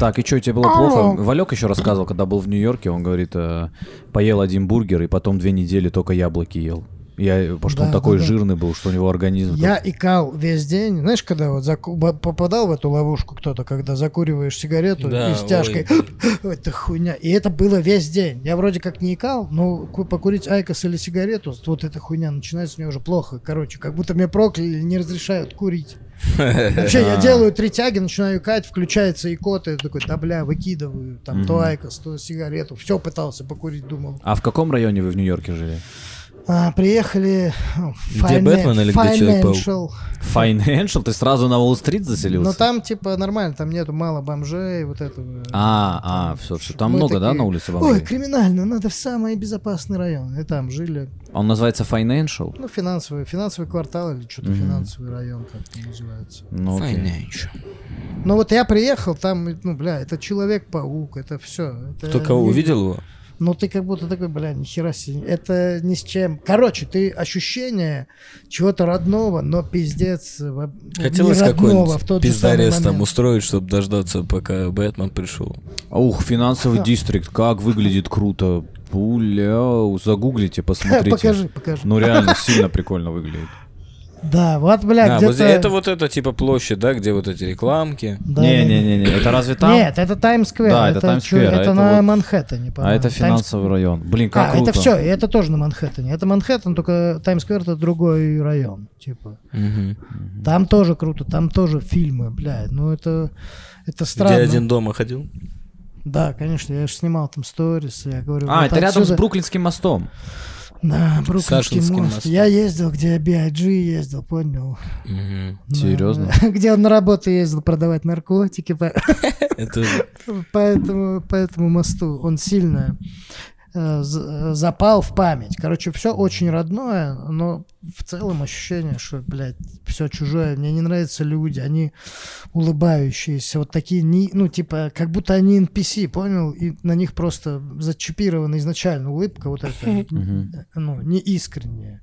Speaker 1: Так, и что, тебе было
Speaker 2: Алло.
Speaker 1: плохо? Валек еще рассказывал, когда был в Нью-Йорке, он говорит, э, поел один бургер, и потом две недели только яблоки ел. Я, э, потому что он
Speaker 4: Да,
Speaker 1: такой
Speaker 4: да, да.
Speaker 1: жирный был, что у него организм... там-
Speaker 4: Я икал весь день. Знаешь, когда вот заку- ба- попадал в эту ловушку кто-то, когда закуриваешь сигарету
Speaker 5: Да,
Speaker 4: и с тяжкой. «Ой, Это хуйня. И это было весь день. Я вроде как не икал, но ку- покурить айкос или сигарету, вот эта хуйня начинается мне уже плохо. Короче, как будто меня прокляли, не разрешают курить. Вообще,
Speaker 5: А.
Speaker 4: я делаю три тяги, начинаю икать, включается икота, я такой, да бля, выкидываю, там, то айкос, то сигарету. Все пытался покурить, думал.
Speaker 1: А в каком районе вы в Нью-Йорке жили?
Speaker 4: А, приехали... ну,
Speaker 5: Где Бэтмен или где Человек-паук?
Speaker 4: Financial.
Speaker 1: Financial? Ты сразу на Уолл-стрит заселился?
Speaker 4: Но там, типа, нормально, там нету мало бомжей, вот этого.
Speaker 1: А, а, все, все. Там
Speaker 4: Мы
Speaker 1: много, да,
Speaker 4: такие,
Speaker 1: на улице
Speaker 4: Ой,
Speaker 1: бомжей?
Speaker 4: криминально, надо в самый безопасный район. И там жили,
Speaker 1: Он называется Financial?
Speaker 4: ну, финансовый, финансовый квартал или что-то финансовый район, как это называется.
Speaker 1: Ну, окей.
Speaker 4: Но вот я приехал, там, и, ну, бля, это Человек-паук, это все.
Speaker 5: Кто кого увидел его?
Speaker 4: Ну, ты как будто такой, бля, нихера себе, это ни с чем. Короче, ты ощущение чего-то родного, но пиздец. во-
Speaker 5: Хотелось
Speaker 4: не родного в
Speaker 5: какой-нибудь
Speaker 4: тот же самый
Speaker 5: пиздарец там
Speaker 4: момент.
Speaker 5: устроить, чтобы дождаться, пока Бэтмен пришел.
Speaker 1: Ух, финансовый дистрикт, как выглядит круто. Бля, загуглите, посмотрите.
Speaker 4: Покажи, покажи.
Speaker 1: Ну реально сильно прикольно выглядит.
Speaker 4: Да, вот, бля,
Speaker 5: А,
Speaker 4: где-то...
Speaker 5: вот здесь- это вот эта типа площадь, да, где вот эти рекламки.
Speaker 4: Да, да, да.
Speaker 1: Не-не-не, это разве там?
Speaker 4: Нет, это Таймс-сквер.
Speaker 1: Да, это Таймс-сквер,
Speaker 4: чё-
Speaker 1: а
Speaker 4: Это,
Speaker 1: это
Speaker 4: на
Speaker 1: вот-
Speaker 4: Манхэттене,
Speaker 1: А
Speaker 4: по-моему.
Speaker 1: это финансовый район. Блин,
Speaker 4: Таймс-
Speaker 1: как
Speaker 4: а,
Speaker 1: круто.
Speaker 4: это все, это тоже на Манхэттене. Это Манхэттен, только Таймс-сквер это другой район. Типа. Там тоже круто, там тоже фильмы, блядь. Ну это, это странно.
Speaker 5: Где один дома ходил?
Speaker 4: Да, конечно, я же снимал там сторис, я говорю.
Speaker 1: А,
Speaker 4: вот
Speaker 1: это рядом с
Speaker 4: отсюда-
Speaker 1: Бруклинским мостом.
Speaker 4: Да, Бруклинский
Speaker 5: Сашинским
Speaker 4: мост.
Speaker 5: мостом.
Speaker 4: Я ездил, где BIG ездил, понял. Да.
Speaker 1: Серьезно?
Speaker 4: Где он на работу ездил продавать наркотики. по-
Speaker 5: Это
Speaker 4: по этому, по этому мосту. Он сильно э, з- э, запал в память. Короче, все очень родное, но в целом ощущение, что, блядь, все чужое. Мне не нравятся люди, они улыбающиеся, вот такие, ни- ну, типа, как будто они NPC, понял? И на них просто зачипирована изначально улыбка вот эта, ну, неискренняя.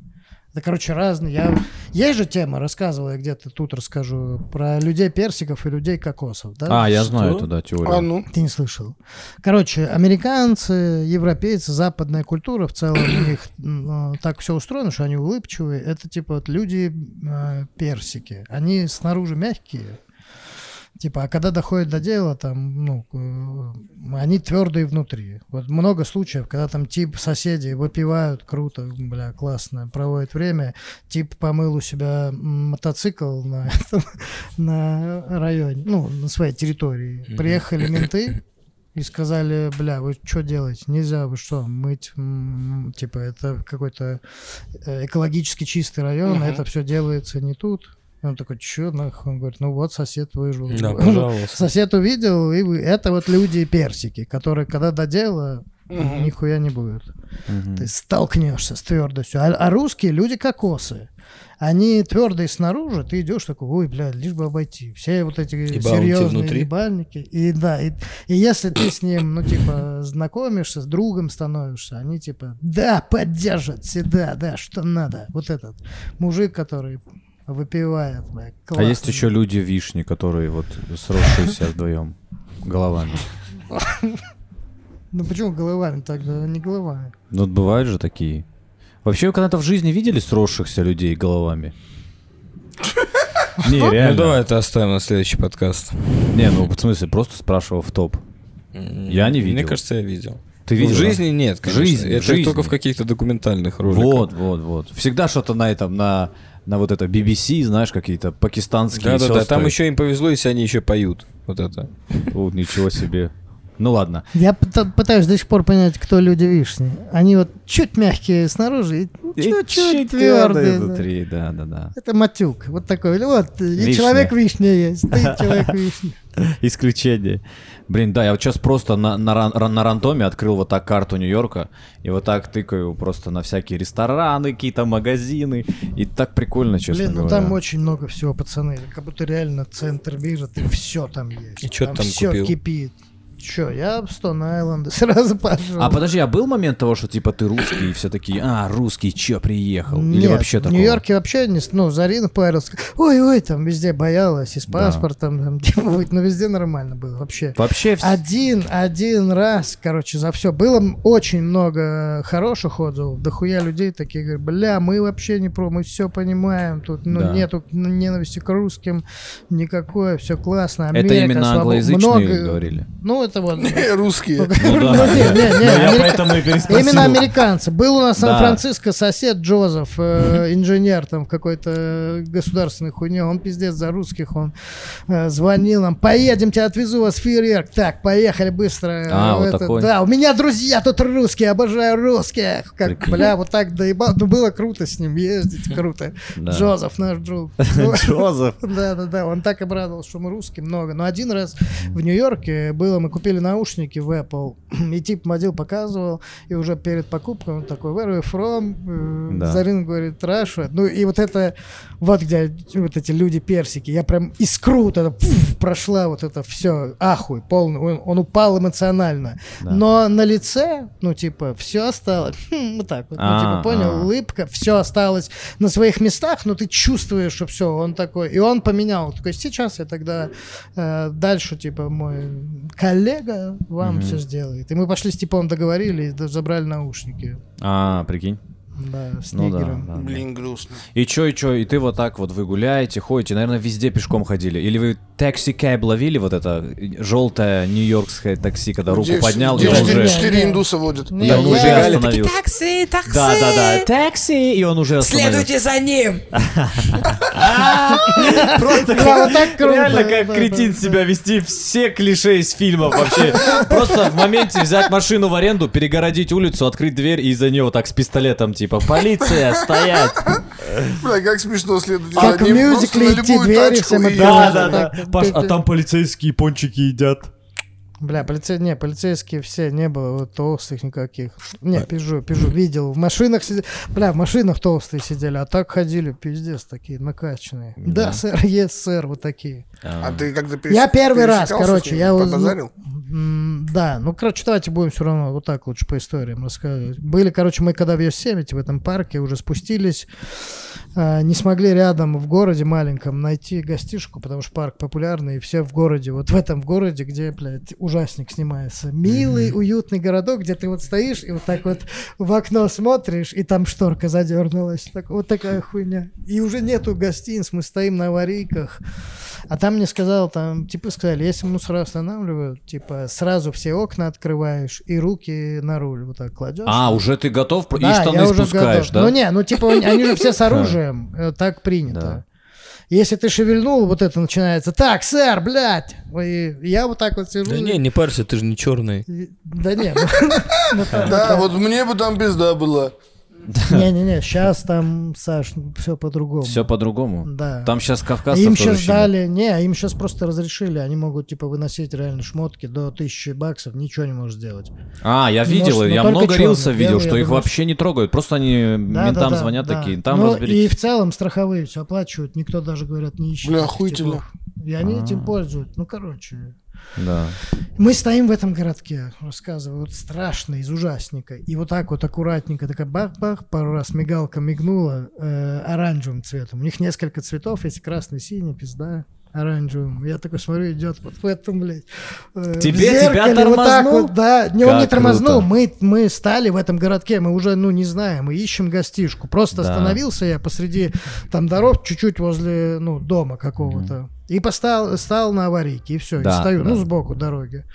Speaker 4: Да, короче, разные. Я... Есть же тема, рассказывала я где-то тут расскажу, про людей персиков и людей кокосов, да?
Speaker 1: А, я знаю это, да,
Speaker 2: А
Speaker 1: теория.
Speaker 2: ну,
Speaker 4: Ты не слышал. Короче, американцы, европейцы, западная культура в целом у них м, э, так все устроено, что они улыбчивые. Это типа вот люди э, персики. Они снаружи мягкие. Типа, а когда доходит до дела, там, ну, э, они твердые внутри. Вот много случаев, когда там тип соседи выпивают, круто, бля, классно, проводят время. Тип помыл у себя м, мотоцикл на, этом, на районе, ну, на своей территории. Приехали менты и сказали, бля, вы что делаете? Нельзя, вы что, мыть, м, типа, это какой-то э, экологически чистый район, это все делается не тут. И Он такой, че нахуй? Он говорит, ну вот сосед выжил.
Speaker 5: Да,
Speaker 4: Типа,
Speaker 5: пожалуйста.
Speaker 4: Сосед увидел, и вы- это вот люди персики, которые, когда до дела, нихуя не будет.
Speaker 1: А
Speaker 4: Ты столкнешься с твердостью. А, а русские люди кокосы. Они твердые снаружи, ты идешь такой, ой, блядь, лишь бы обойти. Все вот эти серьезные
Speaker 5: внутри.
Speaker 4: ебальники. И да, и, и если ты с ним, ну, типа, знакомишься, с другом становишься, они типа, да, поддержат всегда, да, что надо. Вот этот мужик, который выпивает, бля,
Speaker 1: А есть
Speaker 4: классно.
Speaker 1: еще люди вишни, которые вот сросшиеся вдвоем головами.
Speaker 4: Ну почему головами тогда? Не головами.
Speaker 1: Ну, вот бывают же такие. Вообще, вы когда-то в жизни видели сросшихся людей головами? Не,
Speaker 5: Ну
Speaker 1: реально.
Speaker 5: давай это оставим на следующий подкаст.
Speaker 1: Не, ну, в смысле, просто спрашивал в топ. Я не видел.
Speaker 5: Мне кажется, я видел.
Speaker 1: Ты
Speaker 5: в
Speaker 1: видел? да?
Speaker 5: жизни нет, конечно.
Speaker 1: Жизнь,
Speaker 5: это
Speaker 1: жизнь.
Speaker 5: только в каких-то документальных роликах.
Speaker 1: Вот, вот, вот. Всегда что-то на этом, на, на вот это BBC, знаешь, какие-то пакистанские
Speaker 5: Да, да, да.
Speaker 1: сёстры.
Speaker 5: Там еще им повезло, если они еще поют. Вот это.
Speaker 1: О, ничего себе. Ну ладно.
Speaker 4: Я пыта- пытаюсь до сих пор понять, кто люди вишни. Они вот чуть мягкие снаружи и чуть, чуть твердые. да.
Speaker 1: внутри, да, да, да.
Speaker 4: Это матюк. Вот такой. Или Вот, и
Speaker 1: Вишня.
Speaker 4: человек вишня есть. Ты человек вишня.
Speaker 1: Исключение. Блин, да, я вот сейчас просто на, на, ран- ран- на рандоме открыл вот так карту Нью-Йорка, и вот так тыкаю просто на всякие рестораны, какие-то магазины, и так прикольно, честно
Speaker 4: Блин, ну
Speaker 1: говоря.
Speaker 4: там очень много всего, пацаны. Как будто реально центр мира, и все там есть.
Speaker 5: И чё ты там
Speaker 4: все
Speaker 5: купил?
Speaker 4: кипит. Че, я в Стон Айленда сразу пошел.
Speaker 1: А подожди, а был момент того, что типа ты русский, и все такие, а, русский, че, приехал? Или
Speaker 4: Нет,
Speaker 1: вообще
Speaker 4: в
Speaker 1: такого?
Speaker 4: Нью-Йорке вообще не... с- Ну, Зарина парилась. Ой-ой, там везде боялась, и с
Speaker 1: Да.
Speaker 4: паспортом, там, типа, вот, ну, везде нормально было вообще.
Speaker 1: Вообще вс-
Speaker 4: Один, один раз, короче, за все. Было м- очень много хороших отзывов. Дохуя людей такие говорят, бля, мы вообще не про, мы все понимаем. Тут ну,
Speaker 1: Да.
Speaker 4: нету к- ненависти к русским никакой, все классно.
Speaker 1: Это
Speaker 4: Америка,
Speaker 1: именно
Speaker 4: свобо-
Speaker 1: англоязычные
Speaker 4: много-
Speaker 1: говорили?
Speaker 4: Ну, это вот.
Speaker 2: Русские.
Speaker 1: Ну да.
Speaker 4: Ну, не, не, не,
Speaker 1: Я
Speaker 4: Америка-
Speaker 1: поэтому и переспросил.
Speaker 4: А Именно американцы. Был у нас в
Speaker 1: Да.
Speaker 4: Сан-Франциско сосед Джозеф, э, инженер там в какой-то государственной хуйне. Он пиздец за русских. Он э, звонил нам. Поедем, тебя отвезу, у вас фейерверк. Так, поехали быстро.
Speaker 1: А, вот такой.
Speaker 4: Да, у меня друзья тут русские, обожаю русских. Как,
Speaker 1: Прикинь.
Speaker 4: бля, вот так доебал. Ну, было круто с ним ездить, круто.
Speaker 1: Да.
Speaker 4: Джозеф, наш друг. Ну,
Speaker 1: Джозеф.
Speaker 4: Да, да, да. Он так обрадовал, что мы русские много. Но один раз в Нью-Йорке было, мы купили наушники в Apple. И тип модил показывал, и уже перед покупкой он такой, where are you from? Э,
Speaker 1: Да.
Speaker 4: Зарин говорит, Russia. Ну и вот это, вот где вот эти люди-персики. Я прям искру вот это, пф, прошла вот это все, ахуй, полный. Он, он упал эмоционально.
Speaker 1: Да.
Speaker 4: Но на лице, ну типа, все осталось. Хм, вот так вот. Ну,
Speaker 1: А,
Speaker 4: типа,
Speaker 1: а.
Speaker 4: понял, улыбка, все осталось на своих местах, но ты чувствуешь, что все, он такой. И он поменял. Такой, сейчас я тогда э, дальше, типа, мой коллега вам
Speaker 1: Мгм.
Speaker 4: все сделает. И мы пошли с типом договорились, да- забрали наушники.
Speaker 1: А, прикинь.
Speaker 4: Да, с
Speaker 1: Ну да,
Speaker 4: нигером.
Speaker 1: да, да.
Speaker 2: Блин, грустно.
Speaker 1: И чё, и чё, и ты вот так вот вы гуляете, ходите, наверное, везде пешком ходили. Или вы такси кэб ловили, вот это желтое нью-йоркское такси, когда руку
Speaker 2: Девч-
Speaker 1: поднял, и
Speaker 2: девч-
Speaker 1: он
Speaker 4: девочки-
Speaker 1: уже...
Speaker 2: четыре-
Speaker 4: девч-
Speaker 2: Четыре
Speaker 4: Не.
Speaker 2: индуса водят.
Speaker 4: Не,
Speaker 1: и он
Speaker 4: я-
Speaker 1: уже
Speaker 4: я-
Speaker 1: остановился.
Speaker 3: Такси, такси!
Speaker 1: Да, да, да, такси, и он уже остановился.
Speaker 3: за ним!
Speaker 1: Просто
Speaker 4: Да, вот так круто.
Speaker 1: Реально как
Speaker 4: Да,
Speaker 1: кретин
Speaker 4: да,
Speaker 1: себя вести все клише из фильмов вообще. Просто в моменте взять машину в аренду, перегородить улицу, открыть дверь и за нее вот так с пистолетом типа «Полиция, стоять!»
Speaker 2: Бля, как смешно следовать. за
Speaker 4: Как в
Speaker 2: ним,
Speaker 4: мюзикле
Speaker 2: просто на
Speaker 4: идти,
Speaker 2: любую
Speaker 4: двери
Speaker 2: тачку
Speaker 4: всем
Speaker 2: и-
Speaker 1: Да,
Speaker 4: открывать.
Speaker 1: да, да.
Speaker 4: Так,
Speaker 1: Паш, а
Speaker 4: ты-
Speaker 1: там полицейские пончики едят.
Speaker 4: Бля, полице... не, полицейские все, не было вот толстых никаких. Не, пижу, пижу, видел. В машинах сидели, бля, в машинах толстые сидели, а так ходили, пиздец, такие накачанные. Да,
Speaker 1: Да.
Speaker 4: сэр, есть, сэр, вот такие.
Speaker 2: А ты как-то перес-
Speaker 4: Я первый раз,
Speaker 2: пересекался с
Speaker 4: короче,
Speaker 2: ним,
Speaker 4: я уз-
Speaker 2: побазарил?
Speaker 4: М, Да, ну, короче, давайте будем все равно вот так лучше по историям рассказывать. Были, короче, мы когда в Йосемите, в этом парке, уже спустились, э, не смогли рядом в городе маленьком найти гостишку, потому что парк популярный, и все в городе, вот в этом в городе, где, блядь, ужасник снимается. Милый, уютный городок, где ты вот стоишь и вот так вот в окно смотришь, и там шторка задернулась. Так- вот такая хуйня. И уже нету гостиниц, мы стоим на аварийках. А там мне сказал, там, типа, сказали, если мусора останавливают, типа, сразу все окна открываешь и руки на руль вот так кладешь.
Speaker 1: А, уже ты готов? про- И
Speaker 4: Да, я
Speaker 1: штаны
Speaker 4: уже
Speaker 1: спускаешь,
Speaker 4: готов.
Speaker 1: да?
Speaker 4: Ну не, ну типа они они же все с оружием, э, так
Speaker 1: Да.
Speaker 4: принято. Если ты шевельнул, вот это начинается. Так, сэр, блядь! Ой, Я вот так вот сижу.
Speaker 5: Да не, не парься, ты же не черный.
Speaker 4: и- Да не, ну,
Speaker 2: Да, вот мне бы там пизда была.
Speaker 4: не-не-не, сейчас там, Саш, все по-другому.
Speaker 1: Все по-другому.
Speaker 4: Да.
Speaker 1: Там сейчас
Speaker 4: А
Speaker 1: кавказцев
Speaker 4: Им
Speaker 1: тоже
Speaker 4: сейчас
Speaker 1: щемит.
Speaker 4: дали, не, а им сейчас просто разрешили, они могут типа выносить реально шмотки до 1000 баксов, ничего не можешь сделать.
Speaker 1: А, я
Speaker 4: Ну,
Speaker 1: видел,
Speaker 4: может,
Speaker 1: я
Speaker 4: но
Speaker 1: много
Speaker 4: только
Speaker 1: рилсов
Speaker 4: черных,
Speaker 1: видел,
Speaker 4: белые,
Speaker 1: что
Speaker 4: я
Speaker 1: их
Speaker 4: думаю,
Speaker 1: вообще не трогают. Просто они
Speaker 4: Да,
Speaker 1: ментам
Speaker 4: да, да,
Speaker 1: звонят
Speaker 4: да.
Speaker 1: такие, там
Speaker 4: Ну,
Speaker 1: разберитесь.
Speaker 4: И в целом страховые все оплачивают, никто даже, говорят, не ищет.
Speaker 2: Бля,
Speaker 4: этих
Speaker 2: охуительно.
Speaker 4: типов. И они
Speaker 1: А.
Speaker 4: этим пользуют. Ну, короче.
Speaker 1: Да.
Speaker 4: Мы стоим в этом городке, рассказываю, вот страшно, из ужасника. И вот так вот аккуратненько, такая бах-бах, пару раз мигалка мигнула э, оранжевым цветом. У них несколько цветов есть, красный, синий, пизда оранжевым. Я такой смотрю, идет вот в этом, блядь. э, в
Speaker 1: Тебе- тебя
Speaker 4: зеркале вот так
Speaker 1: тормознул?
Speaker 4: вот, да, не, он не
Speaker 1: Как
Speaker 4: тормознул,
Speaker 1: круто.
Speaker 4: мы, мы стали в этом городке, мы уже, ну, не знаем, мы ищем гостишку. Просто
Speaker 1: Да.
Speaker 4: остановился я посреди там дорог, чуть-чуть возле, ну, дома какого-то. И постал, стал на аварийке, и все,
Speaker 1: Да,
Speaker 4: и стою, ну,
Speaker 1: да.
Speaker 4: сбоку дороги.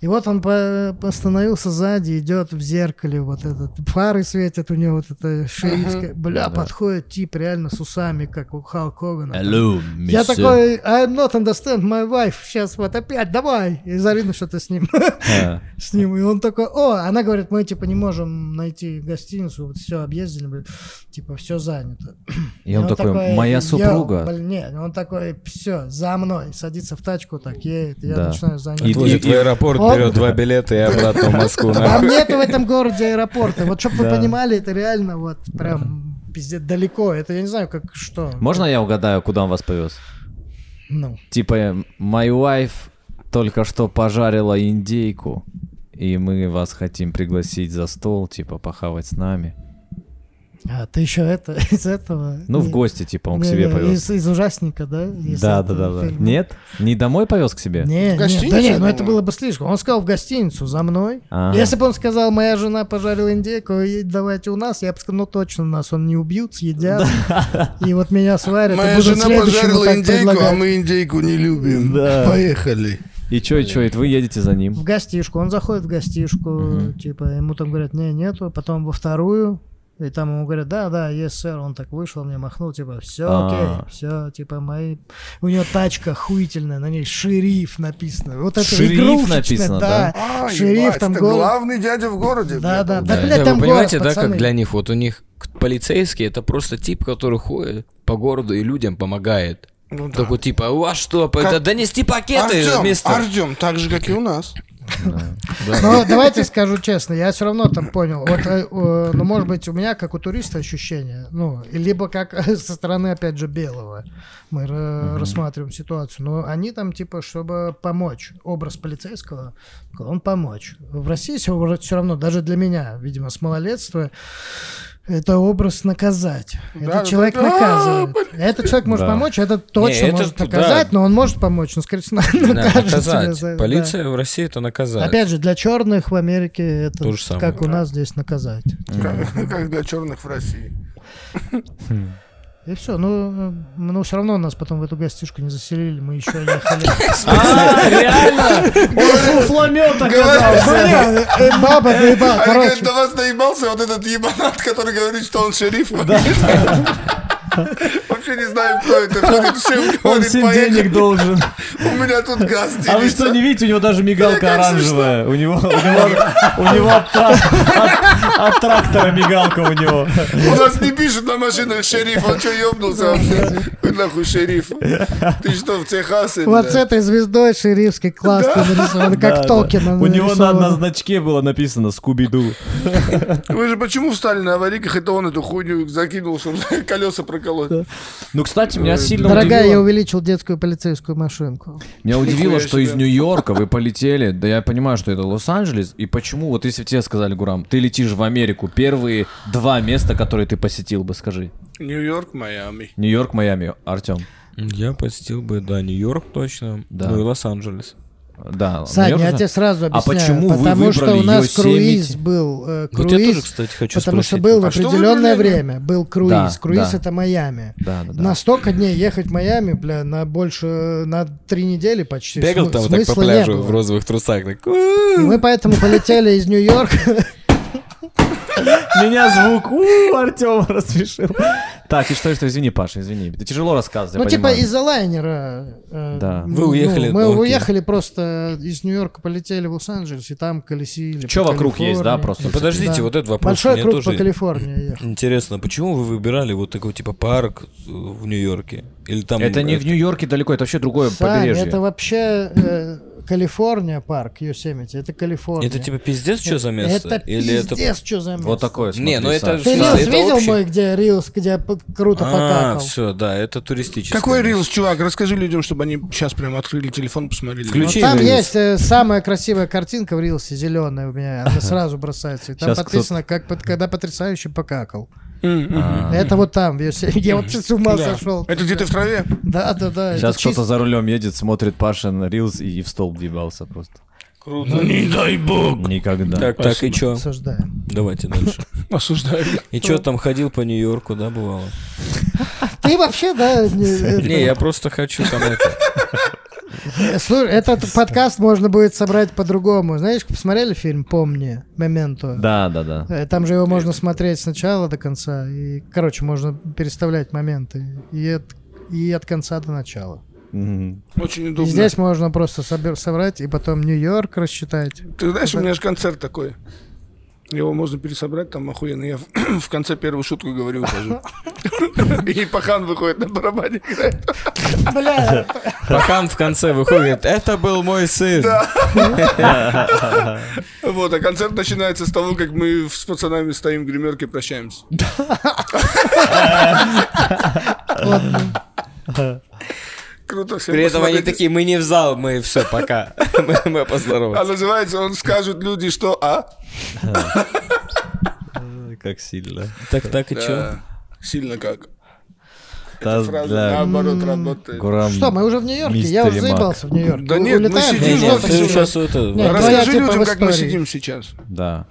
Speaker 4: И вот он по- остановился сзади, идет в зеркале, вот этот, фары светят у него, вот это шиитское. Бля,
Speaker 1: Да.
Speaker 4: подходит тип реально с усами, как у Халк Хогана.
Speaker 1: Hello,
Speaker 4: Я
Speaker 1: mister.
Speaker 4: такой, I'm not understand my wife, сейчас вот опять, давай. И Зарина что-то с ним,
Speaker 1: Э,
Speaker 4: с ним. И он такой, о, она говорит, мы типа не можем найти гостиницу, вот все объездили, бля, типа все занято.
Speaker 1: И он такой, моя
Speaker 4: «Я-
Speaker 1: супруга.
Speaker 4: блин, нет, он такой, все, за мной, садится в тачку, так едет, я
Speaker 1: Да.
Speaker 4: начинаю за ним.
Speaker 1: И-
Speaker 3: Отвозит
Speaker 1: и-
Speaker 3: в аэропорт,
Speaker 4: Он-
Speaker 3: берет два билета и обратно в Москву. нахуй.
Speaker 4: Там А нету в этом городе аэропорта. Вот чтобы вы
Speaker 1: Да.
Speaker 4: понимали, это реально вот прям пиздец далеко. Это я не знаю, как что.
Speaker 1: Можно я угадаю, куда он вас повез?
Speaker 4: Ну.
Speaker 1: Типа, my э, wife только что пожарила индейку, и мы вас хотим пригласить за стол, типа, похавать с нами.
Speaker 4: А ты еще это из этого?
Speaker 1: Ну, в
Speaker 4: не-
Speaker 1: гости, типа, он к
Speaker 4: не-
Speaker 1: себе
Speaker 4: не,
Speaker 1: повез.
Speaker 4: Из, из ужасника, да? Из
Speaker 1: Да, да,
Speaker 4: этого
Speaker 1: да, да.
Speaker 4: фильма.
Speaker 1: Нет? Не домой повез к себе?
Speaker 4: Не,
Speaker 2: В
Speaker 4: нет,
Speaker 2: гостиницу,
Speaker 4: да
Speaker 2: я
Speaker 4: нет, ну это
Speaker 2: думаю.
Speaker 4: было бы слишком. Он сказал в гостиницу за мной.
Speaker 1: А.
Speaker 4: Если бы он сказал, моя жена пожарила индейку, и давайте у нас, я бы сказал, ну точно нас он не убьют, съедят. И вот меня сварят. и
Speaker 2: Моя
Speaker 4: будут
Speaker 2: жена
Speaker 4: следующему
Speaker 2: пожарила
Speaker 4: так
Speaker 2: индейку, а
Speaker 4: предлагать.
Speaker 2: мы индейку не любим.
Speaker 1: Да.
Speaker 2: Поехали.
Speaker 1: И чё, и чё, и вы едете за ним?
Speaker 4: В гостишку. Он заходит в гостишку, типа, ему там говорят, не, нету. Потом во вторую, и там ему говорят, да, да, есть, сэр. Он так вышел, мне махнул, типа, все,
Speaker 1: А.
Speaker 4: окей, все, типа, мои... У него тачка хуительная, на ней шериф написано. Вот это
Speaker 1: Шериф
Speaker 4: игрушечная,
Speaker 1: написано, да?
Speaker 2: А,
Speaker 4: Шериф
Speaker 2: ебать,
Speaker 4: там
Speaker 2: это
Speaker 4: город.
Speaker 2: главный дядя в городе.
Speaker 4: Да,
Speaker 2: блядь.
Speaker 4: да, да,
Speaker 3: Да,
Speaker 4: блядь,
Speaker 3: да,
Speaker 4: там
Speaker 3: вы
Speaker 4: город,
Speaker 3: понимаете, да, как
Speaker 4: пацаны.
Speaker 3: для них, вот у них к- полицейский это просто тип, который ходит по городу и людям помогает.
Speaker 2: Ну да.
Speaker 3: Такой типа, «А у вас что, это донести пакеты,
Speaker 2: Артем,
Speaker 3: мистер?»
Speaker 2: Артем, так же, как и у нас.
Speaker 4: Но давайте скажу честно, я все равно там понял. Вот, э, э, ну, может быть, у меня как у туриста ощущение, ну, либо как со стороны, опять же, белого. Мы ра- рассматриваем ситуацию. Но они там, типа, чтобы помочь. Образ полицейского, он помочь. В России все равно, даже для меня, видимо, с малолетства, это образ наказать.
Speaker 2: Да, А,
Speaker 4: Этот человек
Speaker 2: да, да.
Speaker 4: наказывает. Этот человек может
Speaker 1: Да.
Speaker 4: помочь, этот точно
Speaker 3: этот,
Speaker 4: может
Speaker 3: да.
Speaker 4: наказать, но он может помочь, но, скорее всего,
Speaker 3: Да,
Speaker 4: накажет тебя
Speaker 3: наказать.
Speaker 4: за это, да.
Speaker 3: Полиция в России это наказать.
Speaker 4: Опять же, для черных в Америке это
Speaker 3: То же самое.
Speaker 4: как у нас здесь наказать.
Speaker 2: Как как для черных в России.
Speaker 4: И все, ну, э, ну все равно нас потом в эту гостишку не заселили, мы еще ехали.
Speaker 2: Говорит,
Speaker 4: Бля, э, Баба, ты ба,
Speaker 2: а я, говорит,
Speaker 4: короче.
Speaker 2: до вас доебался вот этот ебанат, который говорит, что он шериф. Вообще не знаю, кто это. Ходит всем,
Speaker 1: Он
Speaker 2: говорит,
Speaker 1: всем
Speaker 2: «Поехали,
Speaker 1: денег должен.
Speaker 2: У меня тут газ
Speaker 1: А вы
Speaker 2: делится».
Speaker 1: что, не видите, у него даже мигалка
Speaker 2: Да, конечно.
Speaker 1: оранжевая. У него, у него, у него от, трак- от- от трактора мигалка у него.
Speaker 2: У нас не пишут на машинах шериф, он что, ебнулся вообще? Какой нахуй шериф? Ты что, в Техасе?
Speaker 4: Вот с
Speaker 2: блядь?
Speaker 4: этой звездой шерифский класс нарисован,
Speaker 1: Да, да.
Speaker 4: как токен. он
Speaker 1: У него на, на
Speaker 4: нарисован.
Speaker 1: значке было написано «Скуби-Ду».
Speaker 2: Вы же почему встали на аварийках? Это он эту хуйню закинул, чтобы колеса проколоть.
Speaker 1: Ну, кстати, меня сильно
Speaker 4: Э, Дорогая, я
Speaker 1: удивило.
Speaker 4: увеличил детскую полицейскую машинку.
Speaker 1: Меня удивило,
Speaker 2: Нихуя
Speaker 1: что
Speaker 2: себе.
Speaker 1: из Нью-Йорка вы полетели. Да я понимаю, что это Лос-Анджелес. И почему, вот если бы тебе сказали, Гурам, ты летишь в Америку, первые два места, которые ты посетил бы, скажи.
Speaker 2: Нью-Йорк, Майами.
Speaker 1: Нью-Йорк, Майами, Артем.
Speaker 5: Я посетил бы, да, Нью-Йорк точно,
Speaker 1: Да.
Speaker 5: ну и Лос-Анджелес.
Speaker 1: Да.
Speaker 4: Сань,
Speaker 1: Нью-Йорк
Speaker 4: я
Speaker 1: же-
Speaker 4: тебе сразу
Speaker 1: А
Speaker 4: объясняю.
Speaker 1: почему вы
Speaker 4: потому что у
Speaker 1: выбрали
Speaker 4: нас круиз
Speaker 1: Йосемити?
Speaker 4: был. э,
Speaker 5: Вот
Speaker 4: круиз,
Speaker 5: я тоже, кстати, хочу
Speaker 4: потому что
Speaker 5: спросить.
Speaker 4: был в
Speaker 2: А что вы
Speaker 4: определенное
Speaker 2: выбрали?
Speaker 4: время. Был круиз.
Speaker 1: Да,
Speaker 4: круиз
Speaker 1: да.
Speaker 4: это Майами.
Speaker 1: Да, Ну да, да.
Speaker 4: На столько дней ехать в Майами, бля, на больше, э, на три недели почти.
Speaker 5: Бегал
Speaker 4: Смы-
Speaker 5: там так по
Speaker 4: смысла не
Speaker 5: пляжу
Speaker 4: было.
Speaker 5: в розовых трусах, так, «У,
Speaker 4: И Мы поэтому полетели из Нью-Йорка.
Speaker 1: Меня звук у Артема рассмешил. Так, и что, и что, извини, Паша, извини. Это тяжело рассказывать, я
Speaker 4: Ну, типа
Speaker 1: понимаю.
Speaker 4: из-за лайнера. э,
Speaker 1: Да.
Speaker 4: ну,
Speaker 5: Вы уехали,
Speaker 4: Мы
Speaker 5: ну, окей.
Speaker 4: уехали просто из Нью-Йорка, полетели в Лос-Анджелес, и там колесили.
Speaker 1: Чё
Speaker 4: по
Speaker 1: вокруг есть, да,
Speaker 4: Калифорнии.
Speaker 1: просто?
Speaker 5: Ну, подождите,
Speaker 4: Да.
Speaker 5: вот этот вопрос
Speaker 4: Большой
Speaker 5: мне
Speaker 4: круг
Speaker 5: тоже
Speaker 4: по Калифорнии ехал.
Speaker 5: интересно. Почему вы выбирали вот такой типа парк э, в Нью-Йорке? Или там...
Speaker 1: Это не в Нью-Йорке далеко, это вообще другое
Speaker 4: Сань,
Speaker 1: побережье.
Speaker 4: это вообще э, Калифорния парк, Йосемити, это Калифорния.
Speaker 5: Это типа пиздец, что за место?
Speaker 4: Это
Speaker 5: Или это...
Speaker 4: пиздец, что за место.
Speaker 1: Вот такое, смотри,
Speaker 5: ну это
Speaker 1: Саш.
Speaker 4: Ты
Speaker 5: Да,
Speaker 4: Рилс
Speaker 5: это
Speaker 4: видел
Speaker 5: общий.
Speaker 4: мой, где Рилс, где я п- круто
Speaker 5: А,
Speaker 4: покакал?
Speaker 5: все, да, это туристическое.
Speaker 2: Какой
Speaker 5: место.
Speaker 2: рилс, чувак? Расскажи людям, чтобы они сейчас прям открыли телефон, посмотрели.
Speaker 4: Но
Speaker 5: Включи
Speaker 4: там
Speaker 5: Рилс.
Speaker 4: есть э, самая красивая картинка в Рилсе, зеленая у меня, она сразу бросается. И там
Speaker 1: Щас
Speaker 4: подписано, как под- когда потрясающе покакал.
Speaker 2: М, м.
Speaker 1: А.
Speaker 4: Это вот там, в Йосемите. Я вот с ума
Speaker 2: Да.
Speaker 4: сошел.
Speaker 2: Это где-то в траве?
Speaker 4: Да, да, да.
Speaker 1: Сейчас
Speaker 4: А это чисто-
Speaker 1: кто-то за рулем едет, смотрит Паша на Рилс и, и в столб въебался просто.
Speaker 2: Круто. Ну, Не дай бог.
Speaker 1: Никогда.
Speaker 5: Так, так, и чё?
Speaker 4: Осуждаем.
Speaker 5: Давайте дальше.
Speaker 2: Осуждаю.
Speaker 5: И чё там ходил по Нью-Йорку, да, бывало?
Speaker 4: Ты вообще, да, не- это-
Speaker 5: Не, я просто хочу там это...
Speaker 4: Слушай, этот подкаст можно будет собрать по-другому. Знаешь, посмотрели фильм «Помни», «Моменто»?
Speaker 1: Да, да, да.
Speaker 4: Э, Там же его можно смотреть сначала до конца. И, короче, можно переставлять моменты. И от, и от конца до начала.
Speaker 1: Мгм.
Speaker 2: Очень
Speaker 4: И
Speaker 2: удобно.
Speaker 4: здесь можно просто собер- собрать и потом Нью-Йорк рассчитать.
Speaker 2: Ты знаешь, у меня же концерт такой. Его можно пересобрать там охуенно. Я в, в конце первую шутку говорю, ухожу. И Пахан выходит на барабане. играет.
Speaker 4: Бля,
Speaker 5: Пахан в конце выходит, это был мой сын.
Speaker 2: Вот, а концерт начинается с того, как мы с пацанами стоим в гримерке и прощаемся. круто всем
Speaker 3: При этом они
Speaker 2: посмотреть.
Speaker 3: такие, мы не в зал, мы все, пока. Мы- Мы
Speaker 2: А
Speaker 3: поздоровались.
Speaker 2: называется он «Скажут люди, что а?»
Speaker 1: Как сильно.
Speaker 5: Так, так и чё?
Speaker 2: А, Да. Э, Сильно как.
Speaker 1: Та
Speaker 2: Фраза
Speaker 1: для
Speaker 2: наоборот работает.
Speaker 1: Гурам-
Speaker 4: Что, мы уже в Нью-Йорке? Я уже
Speaker 1: Мистер Мак.
Speaker 4: заебался в Нью-Йорке.
Speaker 2: Да нет, мы
Speaker 4: Улетаем?
Speaker 2: сидим
Speaker 4: Не,
Speaker 2: в
Speaker 4: не,
Speaker 2: офисе.
Speaker 4: ты
Speaker 5: ну,
Speaker 2: Спасибо.
Speaker 5: Ты сейчас это...
Speaker 4: Нет,
Speaker 2: Расскажи
Speaker 4: давайте по
Speaker 2: людям, как мы
Speaker 4: истории.
Speaker 2: сидим сейчас.
Speaker 1: Да.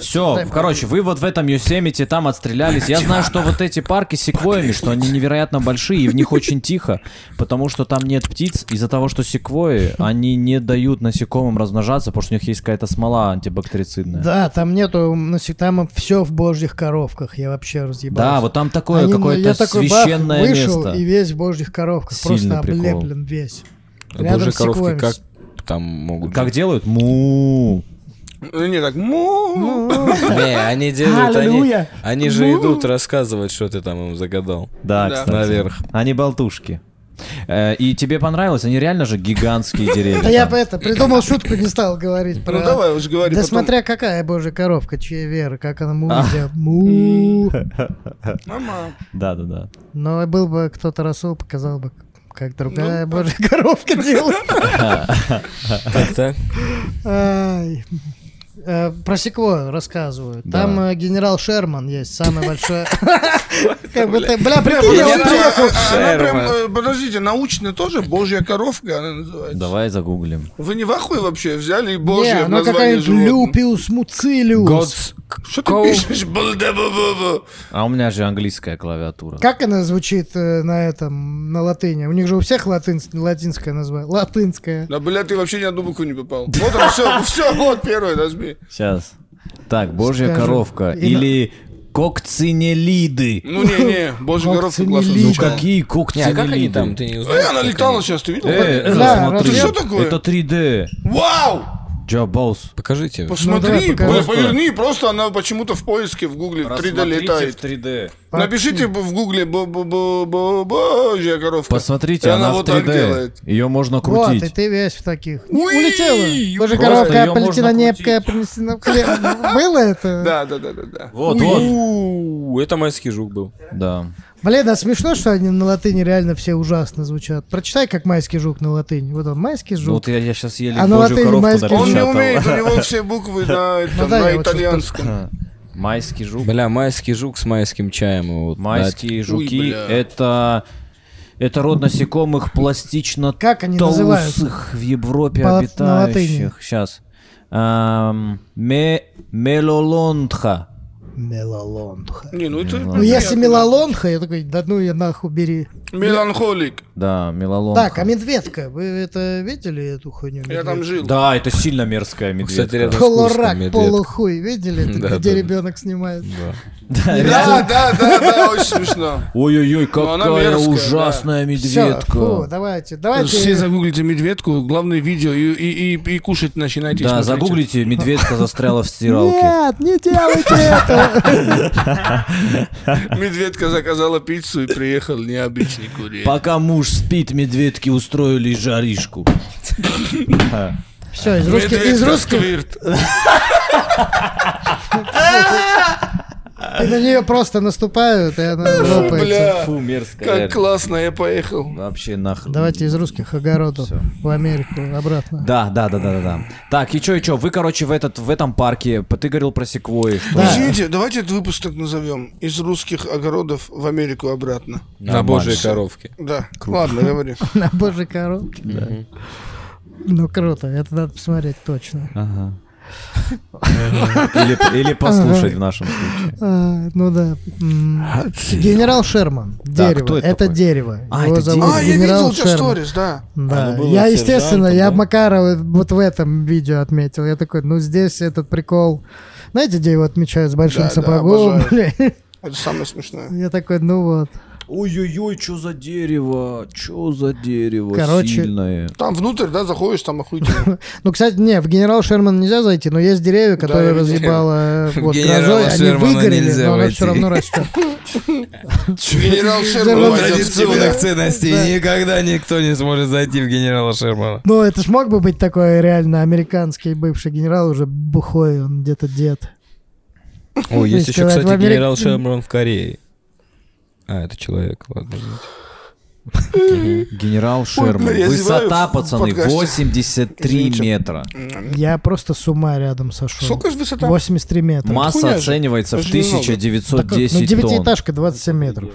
Speaker 1: Все, короче, вы вот в этом Йосемите там отстрелялись. Я знаю, что вот эти парки с секвоями, что они невероятно большие и в них очень тихо, потому что там нет птиц. Из-за того, что секвои, они не дают насекомым размножаться, потому что у них есть какая-то смола антибактерицидная. Да,
Speaker 4: Да, там нету, насе- там все в божьих коровках, я вообще разъебался.
Speaker 1: вот там такое
Speaker 4: Они- ну,
Speaker 1: какое-то
Speaker 4: я такой, бах,
Speaker 1: священное
Speaker 4: вышел,
Speaker 1: место.
Speaker 4: и весь в божьих коровках,
Speaker 1: Сильный
Speaker 4: просто
Speaker 1: прикол.
Speaker 4: облеплен весь.
Speaker 5: А
Speaker 4: Рядом
Speaker 5: божьи
Speaker 4: с
Speaker 5: коровки
Speaker 4: секвоями.
Speaker 5: как там могут...
Speaker 1: Как делают? Му.
Speaker 2: Ну, не так. «Му».
Speaker 3: Не, они делают, они,
Speaker 4: Ну, Аллилуйя.
Speaker 3: они же идут рассказывать, что ты там им загадал.
Speaker 1: Да,
Speaker 2: Да.
Speaker 1: кстати.
Speaker 5: Наверх.
Speaker 1: Они а болтушки. Э, И тебе понравилось? Они реально же гигантские деревья.
Speaker 4: Да я
Speaker 1: там.
Speaker 4: бы это придумал шутку, не стал говорить про...
Speaker 2: Ну давай уж говори
Speaker 4: Да
Speaker 2: потом.
Speaker 4: смотря какая божья коровка, чья вера, как она му,
Speaker 1: А.
Speaker 4: где му.
Speaker 2: Мама.
Speaker 1: Да, да, да.
Speaker 4: Но был бы кто-то Расул, показал бы, как другая божья коровка делает.
Speaker 3: Так, так.
Speaker 4: Ай. Э, Про секвою рассказываю. Там э, генерал Шерман есть, самое большое. Как бы ты- Бля, прикинь, я вот
Speaker 2: Она-
Speaker 4: приехал.
Speaker 2: она прям,
Speaker 3: Шерман.
Speaker 2: э, Подождите, научно тоже «Божья коровка» она называется.
Speaker 1: Давай загуглим.
Speaker 2: Вы не в ахуе вообще взяли
Speaker 4: Не,
Speaker 2: «Божье»
Speaker 4: она
Speaker 2: название
Speaker 4: какая-нибудь
Speaker 2: животного?
Speaker 4: Люпиус Муцилиус.
Speaker 2: Что ты пишешь? Бл-да-бл-бл-бл.
Speaker 1: А у меня же английская клавиатура.
Speaker 4: Как она звучит э, на этом, на латыни? У них же у всех латынс- латинское название. Латынское.
Speaker 2: Да, бля, ты вообще ни одну букву не попал. Вот он, все, все, вот первый нажми.
Speaker 1: Сейчас. Так, божья
Speaker 4: Скажем,
Speaker 1: коровка
Speaker 4: и на-
Speaker 1: или кокцинелиды.
Speaker 2: Ну не-не, божья коровка классно
Speaker 4: Кокцинелида.
Speaker 1: Ну
Speaker 2: звучала.
Speaker 1: какие
Speaker 3: Не, а как они там?
Speaker 1: кокцинелиды?
Speaker 2: Эй,
Speaker 3: Ты не узнаешь?
Speaker 2: она летала сейчас, ты видел?
Speaker 1: Э, это
Speaker 4: Да,
Speaker 1: смотри,
Speaker 4: ты
Speaker 2: что такое?
Speaker 1: это 3D.
Speaker 2: Вау!
Speaker 1: Джабаус.
Speaker 5: Покажите.
Speaker 2: Посмотри,
Speaker 4: Ну да,
Speaker 2: по-
Speaker 4: покажи.
Speaker 2: поверни, просто она почему-то в поиске в гугле 3D летает.
Speaker 1: 3D.
Speaker 2: Напишите б- в гугле бо- бо- бо- бо- божья коровка.
Speaker 1: Посмотрите,
Speaker 2: И
Speaker 1: она, в
Speaker 2: вот так
Speaker 1: 3D.
Speaker 2: делает.
Speaker 1: Ее можно
Speaker 4: Вот, и
Speaker 1: крутить.
Speaker 4: ты весь в таких.
Speaker 2: Уи!
Speaker 4: Улетела. Боже,
Speaker 1: Просто её
Speaker 4: коровка,
Speaker 1: можно
Speaker 4: полетела небка,
Speaker 1: крутить.
Speaker 4: принесена в хлеб. Было это?
Speaker 2: Да, да, да, да, да.
Speaker 1: Вот, вот.
Speaker 3: У, Это майский жук был.
Speaker 1: Да.
Speaker 4: Блин, а смешно, что они на латыни реально все ужасно звучат. Прочитай, как майский жук на латыни. Вот он, майский
Speaker 1: Ну
Speaker 4: жук.
Speaker 1: вот я, сейчас еле
Speaker 4: А на
Speaker 1: божью
Speaker 4: латыни
Speaker 1: коровку
Speaker 4: майский
Speaker 2: Он не
Speaker 4: Печатал.
Speaker 2: умеет, у
Speaker 1: напечатал.
Speaker 2: него все буквы на этом,
Speaker 4: Ну да,
Speaker 2: на
Speaker 4: я вот сейчас
Speaker 2: итальянском.
Speaker 1: Майский жук.
Speaker 3: Бля, майский жук с майским чаем. его вот
Speaker 1: Майские
Speaker 2: Ой,
Speaker 1: жуки
Speaker 2: бля.
Speaker 1: это это род насекомых пластично
Speaker 4: Как они
Speaker 1: толстых
Speaker 4: называются?
Speaker 1: в Европе
Speaker 4: По- на латыни.
Speaker 1: обитающих. Сейчас. Мелолонтха.
Speaker 4: Мелалонха.
Speaker 2: Не, ну это...
Speaker 4: Ну, если мелалонха, я такой, да ну я нахуй бери.
Speaker 2: Меланхолик.
Speaker 1: Да, мелолонтха.
Speaker 4: Так, а медведка, вы это видели, эту хуйню?
Speaker 2: Я там жил.
Speaker 1: Да, это сильно мерзкая
Speaker 2: Ну,
Speaker 1: медведка.
Speaker 3: Кстати, рядом с кустом
Speaker 4: Колорак,
Speaker 3: медведка.
Speaker 4: полухуй, видели? это,
Speaker 3: Да,
Speaker 4: где
Speaker 3: да,
Speaker 4: ребенок снимает.
Speaker 2: Да, да, да, да, очень смешно.
Speaker 1: Ой-ой-ой,
Speaker 2: Ну, она
Speaker 1: какая
Speaker 2: мерзкая,
Speaker 1: ужасная
Speaker 4: Все,
Speaker 1: медведка.
Speaker 4: давайте,
Speaker 2: Все
Speaker 4: давайте.
Speaker 2: загуглите медведку, главное видео, и, и, и, и кушать начинайте. и
Speaker 1: Да,
Speaker 2: смотрите.
Speaker 1: загуглите, медведка застряла в стиралке.
Speaker 4: Нет, не делайте этого.
Speaker 2: Медведка заказала пиццу и приехал необычный курьер.
Speaker 1: Пока муж спит, медведки устроили жаришку.
Speaker 4: Все, из русских, из
Speaker 2: Медведка
Speaker 4: русских,
Speaker 2: сквирт.
Speaker 4: и на нее просто наступают, и она лопается.
Speaker 2: Бля,
Speaker 1: Фу, мерзкая.
Speaker 2: как классно, я поехал.
Speaker 1: Вообще нахрен.
Speaker 4: Давайте из русских огородов в Америку обратно.
Speaker 1: Да, да, да, да, да, да. Так, и чё, и чё, вы, короче, в, этот, в этом парке, п- ты говорил про секвои, что...
Speaker 4: Да.
Speaker 2: Извините, давайте этот выпуск так назовем. Из русских огородов в Америку обратно.
Speaker 3: На божьей коровке.
Speaker 2: Да, ладно, говори.
Speaker 4: На божьей коробке. Ну круто, это надо посмотреть точно.
Speaker 1: Ага. Или, или послушать в нашем случае.
Speaker 4: А, ну да. М, Генерал Шерман.
Speaker 1: Да,
Speaker 4: Дерево.
Speaker 1: кто это
Speaker 4: это
Speaker 1: такой?
Speaker 4: дерево.
Speaker 1: А,
Speaker 4: Его
Speaker 1: это
Speaker 4: зовут
Speaker 1: дерево.
Speaker 2: А, я видел
Speaker 4: генерал
Speaker 2: у тебя
Speaker 4: Шерман.
Speaker 2: сторис, да.
Speaker 4: Да.
Speaker 5: было
Speaker 4: Я,
Speaker 5: сержантом,
Speaker 4: естественно, я
Speaker 5: да?
Speaker 4: Макарова вот в этом видео отметил. Я такой, ну здесь этот прикол. Знаете, где его отмечают с большим
Speaker 2: Да, да,
Speaker 4: сапогом?
Speaker 2: обожаю.
Speaker 4: бля?
Speaker 2: Это самое смешное.
Speaker 4: Я такой, ну вот.
Speaker 1: Ой-ой-ой, чё за дерево, чё за дерево
Speaker 4: Короче.
Speaker 1: сильное.
Speaker 2: Там внутрь, да, заходишь, там охуительно.
Speaker 4: Ну, кстати, не, в генерал Шерман нельзя зайти, но есть деревья, которые
Speaker 2: я видел.
Speaker 4: разъебало э, вот,
Speaker 3: генерала
Speaker 4: грозой, они
Speaker 3: Шермана
Speaker 4: выгорели,
Speaker 3: нельзя
Speaker 4: но она
Speaker 3: войти.
Speaker 4: все равно растет.
Speaker 2: Генерал
Speaker 4: Ну,
Speaker 2: Шерман. войдет в тебя.
Speaker 3: ценностей никогда никто не сможет зайти в генерала Шермана.
Speaker 4: Ну, это ж мог бы быть такой реально американский бывший генерал, уже бухой, он где-то дед.
Speaker 5: О, есть еще,
Speaker 4: Сказать,
Speaker 5: кстати,
Speaker 4: в Америке-
Speaker 5: генерал Шерман в Корее. А, это человек, ладно. извините.
Speaker 1: Генерал Шерман.
Speaker 2: бля, ну, я
Speaker 1: Высота,
Speaker 2: зеваю в
Speaker 1: пацаны,
Speaker 2: подкасте.
Speaker 1: 83
Speaker 4: Извините.
Speaker 1: метра.
Speaker 4: Я просто с ума рядом сошел.
Speaker 2: Сколько же высота?
Speaker 4: 83 метра.
Speaker 1: Масса
Speaker 2: хуйня же. ну,
Speaker 1: оценивается в
Speaker 2: Это же немного.
Speaker 4: Да как?
Speaker 1: 1910
Speaker 4: ну,
Speaker 1: тонн.
Speaker 4: девятиэтажка 27 метров.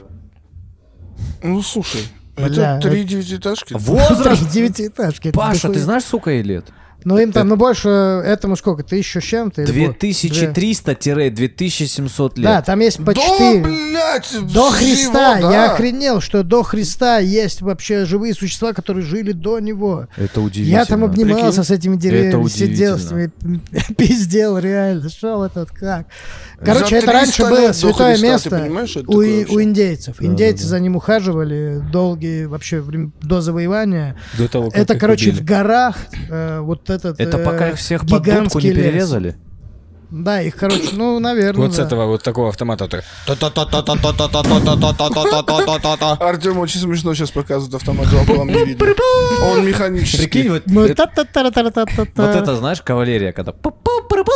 Speaker 2: Ну, слушай,
Speaker 4: Бля,
Speaker 2: это три девятиэтажки.
Speaker 1: Возраст!
Speaker 4: Девятиэтажки. это
Speaker 1: Паша,
Speaker 4: дохуя.
Speaker 1: ты знаешь, сколько ей лет?
Speaker 4: Ну им там, ну больше этому сколько? Тысячу с чем-то? или больше? Две.
Speaker 1: 2300-2700
Speaker 4: Да,
Speaker 1: лет.
Speaker 4: там есть
Speaker 2: До,
Speaker 4: почти...
Speaker 2: блядь,
Speaker 4: До
Speaker 2: всего,
Speaker 4: Христа! Я
Speaker 2: да.
Speaker 4: охренел, что до Христа есть вообще живые существа, которые жили до него.
Speaker 1: Это удивительно.
Speaker 4: Я там обнимался с этими деревьями, сидел с
Speaker 1: удивительно.
Speaker 4: ними, пиздел реально, шел этот как.
Speaker 1: Э,
Speaker 4: Короче, это
Speaker 2: 300
Speaker 4: раньше
Speaker 2: лет
Speaker 4: было
Speaker 2: до
Speaker 4: святое
Speaker 2: Христа,
Speaker 4: место
Speaker 2: ты понимаешь, что это
Speaker 4: у,
Speaker 2: такое
Speaker 4: и-
Speaker 2: вообще?
Speaker 4: у индейцев. Индейцы за ним ухаживали долгие вообще время- до завоевания.
Speaker 5: До того, как
Speaker 4: Это,
Speaker 5: их
Speaker 4: короче,
Speaker 5: убили.
Speaker 4: в горах э, вот этот
Speaker 1: Это
Speaker 4: э,
Speaker 1: пока их всех под дудку
Speaker 4: гигантский
Speaker 1: не
Speaker 4: лес.
Speaker 1: перерезали?
Speaker 4: Да, их, короче, ну, наверное,
Speaker 3: Вот с
Speaker 4: да.
Speaker 3: этого вот такого автомата. так.
Speaker 2: Артем очень смешно сейчас показывает автомат, жалко вам не видно. Он механический.
Speaker 1: Прикинь, вот
Speaker 4: Ну,
Speaker 1: это-
Speaker 4: та-та-та-та-та-та-та.
Speaker 1: вот это, знаешь, кавалерия, когда... пу-пу-пу-пу.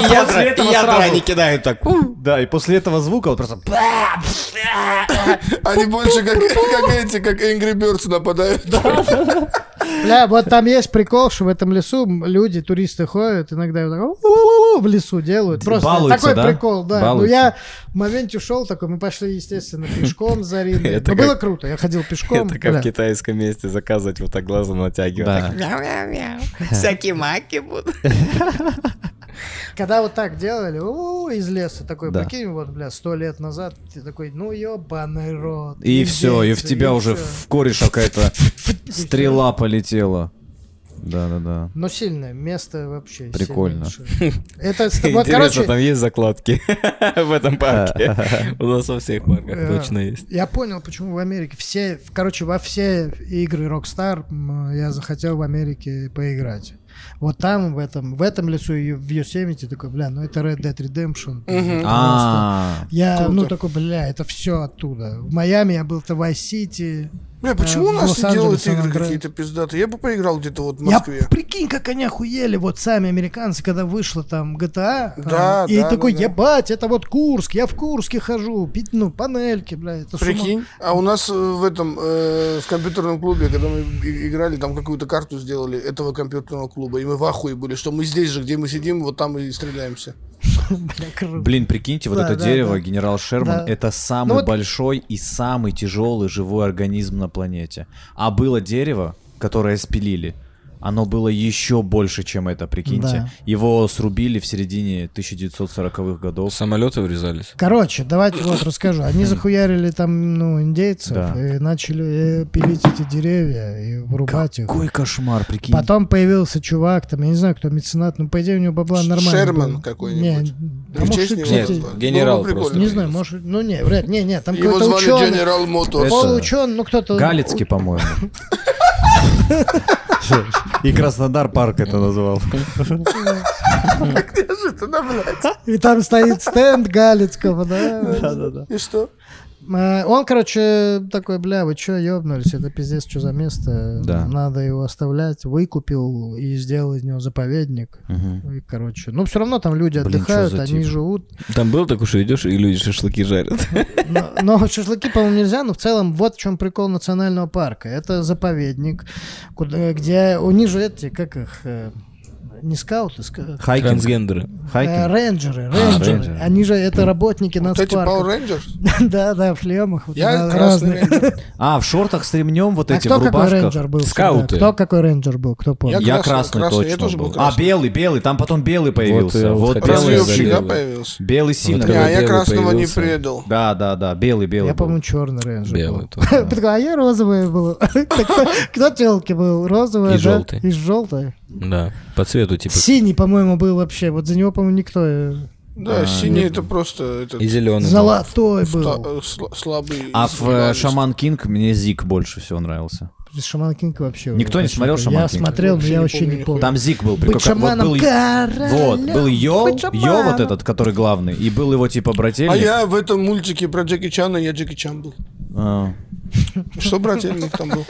Speaker 1: после
Speaker 3: ядра-
Speaker 1: этого
Speaker 3: и ядра
Speaker 1: сразу.
Speaker 3: они кидают так.
Speaker 1: Да, и после этого звука вот просто...
Speaker 2: Они больше как, как эти, как Angry Birds нападают.
Speaker 4: Бля, вот там есть прикол, что в этом лесу м, люди, туристы ходят, иногда вот так, «У-у-у-у» в лесу делают. Просто
Speaker 1: Балуются,
Speaker 4: такой
Speaker 1: да?
Speaker 4: прикол, да.
Speaker 1: Балуются.
Speaker 4: Ну я в моменте ушел такой, мы пошли, естественно, пешком за Риной.
Speaker 3: Это
Speaker 4: Ну,
Speaker 3: как-
Speaker 4: было круто, я ходил пешком.
Speaker 3: Это как в
Speaker 4: бля.
Speaker 3: китайском месте заказывать, вот так глаза натягивать.
Speaker 1: Да.
Speaker 6: Мяу-мяу-мяу. Всякие маки будут.
Speaker 4: Когда вот так делали, «У-у-у» из леса такой,
Speaker 1: Да.
Speaker 4: прикинь, вот, бля, сто лет назад, ты такой, ну ебаный рот.
Speaker 1: И все, и в
Speaker 4: индейцы,
Speaker 1: тебя уже
Speaker 4: всё».
Speaker 1: в кореша какая-то стрела полетела. Да-да-да.
Speaker 4: Но сильное место вообще.
Speaker 1: Прикольно.
Speaker 4: сильнейшее. Это, с- вот,
Speaker 3: Интересно,
Speaker 4: короче,
Speaker 3: там есть закладки в этом парке? У нас во всех парках
Speaker 4: Э,
Speaker 5: Точно есть.
Speaker 4: Я понял, почему в Америке все, в- короче, во все игры Rockstar м, я захотел в Америке поиграть. Вот там, в этом, в этом лесу, и в Yosemite, такой, бля, ну это Red Dead Redemption.
Speaker 2: Мгм.
Speaker 1: А,
Speaker 4: Я,
Speaker 2: Круто.
Speaker 4: ну такой, бля, это все оттуда. В Майами я был-то в Вай-Сити.
Speaker 2: Бля, почему
Speaker 4: Э,
Speaker 2: у нас
Speaker 4: в
Speaker 2: не делают
Speaker 4: Лос-Анджелесе она
Speaker 2: игры
Speaker 4: играет.
Speaker 2: какие-то пиздатые? Я бы поиграл где-то вот в
Speaker 4: Я
Speaker 2: Москве.
Speaker 4: прикинь, как они охуели, вот сами американцы, когда вышла там GTA, э,
Speaker 2: Да,
Speaker 4: и
Speaker 2: да,
Speaker 4: такой,
Speaker 2: да, да.
Speaker 4: ебать, это вот Курск, я в Курске хожу, пи- ну, панельки, бля, это с ума-
Speaker 2: Прикинь. А у нас э, в этом, э, в компьютерном клубе, когда мы и- играли, там какую-то карту сделали этого компьютерного клуба, и мы в ахуе были, что мы здесь же, где мы сидим, вот там и стреляемся.
Speaker 4: Бля, круто.
Speaker 1: блин, прикиньте, вот
Speaker 4: Да,
Speaker 1: это
Speaker 4: да,
Speaker 1: дерево,
Speaker 4: да.
Speaker 1: генерал Шерман,
Speaker 4: Да.
Speaker 1: это самый
Speaker 4: Ну вот-
Speaker 1: большой и самый тяжелый живой организм на планете. А было дерево, которое спилили. Оно было еще больше, чем это, прикиньте.
Speaker 4: Да.
Speaker 1: Его срубили в середине 1940-х годов.
Speaker 5: Самолеты врезались.
Speaker 4: Короче, давайте вот расскажу. Они захуярили там, ну, индейцев
Speaker 1: Да.
Speaker 4: и начали э, пилить эти деревья и вырубать их.
Speaker 1: Какой кошмар, прикинь.
Speaker 4: Потом появился чувак, там, я не знаю, кто меценат, ну, по идее, у него бабла
Speaker 2: Ш-
Speaker 4: нормально.
Speaker 2: Шерман
Speaker 4: было.
Speaker 2: какой-нибудь.
Speaker 4: Не,
Speaker 2: Да
Speaker 4: а
Speaker 2: в
Speaker 4: может,
Speaker 2: честь него
Speaker 4: кстати,
Speaker 2: назвали.
Speaker 5: генерал
Speaker 2: Ну, прикольно.
Speaker 5: просто.
Speaker 4: не знаю, может, ну, не, вряд не, не, там
Speaker 2: Его
Speaker 4: какой-то
Speaker 2: звали
Speaker 4: ученый,
Speaker 2: General Motors.
Speaker 1: Это-
Speaker 4: полуученый, ну, кто-то...
Speaker 1: Галицкий, по-моему. И Краснодар парк это назвал.
Speaker 2: Неожиданно, блядь.
Speaker 4: И там стоит стенд Галицкого, да.
Speaker 2: И что?
Speaker 4: А, Он, короче, такой, бля, вы чё, ёбнулись, это пиздец, что за место,
Speaker 1: Да.
Speaker 4: надо его оставлять, выкупил и сделал из него заповедник. И, короче, ну все равно там люди
Speaker 1: Блин, чё
Speaker 4: отдыхают,
Speaker 1: за
Speaker 4: они
Speaker 1: тип?
Speaker 4: живут.
Speaker 5: Там был такой, что идешь, и люди шашлыки жарят.
Speaker 4: Но, но шашлыки, по-моему, нельзя, но в целом вот в чем прикол национального парка. Это заповедник, куда, где у них же эти, как их, э, не скауты, ска-
Speaker 1: Хайкинг.
Speaker 5: Трансгендеры.
Speaker 4: э,
Speaker 1: Хайкинг. А,
Speaker 4: рейнджеры, рейнджеры.
Speaker 1: рейнджеры.
Speaker 4: Они же это работники
Speaker 2: Вот эти Power
Speaker 4: нацпарка.
Speaker 2: Rangers?
Speaker 4: Да, да, в шлемах. вот
Speaker 2: Я
Speaker 4: раз-
Speaker 2: красный
Speaker 4: разные.
Speaker 2: рейнджер.
Speaker 1: А, в шортах с ремнем вот
Speaker 4: А
Speaker 1: эти
Speaker 4: кто
Speaker 1: в
Speaker 4: какой
Speaker 1: рубашках.
Speaker 4: рейнджер был? всегда?
Speaker 5: Скауты.
Speaker 4: Кто какой рейнджер был? Кто помнит?
Speaker 2: Я
Speaker 1: Я красный,
Speaker 2: красный, красный, я
Speaker 1: точно
Speaker 2: тоже был
Speaker 1: был. А,
Speaker 2: красный.
Speaker 1: белый, белый, там потом белый
Speaker 5: э,
Speaker 1: появился.
Speaker 5: вот
Speaker 1: Вот, белый
Speaker 5: хотел
Speaker 2: Разве
Speaker 5: я
Speaker 1: сильно.
Speaker 2: всегда
Speaker 5: залил.
Speaker 2: появился?
Speaker 1: Белый сильно.
Speaker 5: Белый,
Speaker 2: Не, а я
Speaker 5: белый
Speaker 2: красного не
Speaker 5: появился.
Speaker 2: предал.
Speaker 1: Да, да, да, белый, белый.
Speaker 4: Я,
Speaker 1: был.
Speaker 4: по-моему, черный рейнджер
Speaker 5: Белый
Speaker 4: был.
Speaker 5: тоже, да.
Speaker 4: Такой, А я розовый был. Так Кто кто телки был? Розовый,
Speaker 5: И
Speaker 4: да?
Speaker 5: желтый.
Speaker 4: И желтый.
Speaker 5: Да. По цвету, типа.
Speaker 4: Синий, по-моему, был вообще. Вот за него, по-моему, никто. э,
Speaker 2: Да, синий это просто этот,
Speaker 5: И зеленый.
Speaker 4: Золотой был.
Speaker 2: та- э, сла- слабый.
Speaker 1: А в э, Шаман Кинг мне Зик больше всего нравился.
Speaker 4: Шаман Кинг вообще.
Speaker 1: Никто
Speaker 4: уже
Speaker 1: не смотрел
Speaker 4: почему-то.
Speaker 1: Шаман
Speaker 4: Я
Speaker 1: Кинг?
Speaker 4: смотрел, но
Speaker 2: Вообще
Speaker 4: я
Speaker 2: не
Speaker 4: вообще
Speaker 2: помню
Speaker 4: не помню.
Speaker 1: Ну, Там Зик был прикол.
Speaker 4: Быть
Speaker 1: как- Вот
Speaker 4: шаманом,
Speaker 1: был,
Speaker 4: королем,
Speaker 1: вот, был Йо,
Speaker 4: быть
Speaker 1: Йо вот
Speaker 4: шаманом.
Speaker 1: этот, который главный, и был его типа брательник.
Speaker 2: А я в этом мультике про Джеки Чана, я Джеки Чан был.
Speaker 1: А.
Speaker 2: Что, брательник там был?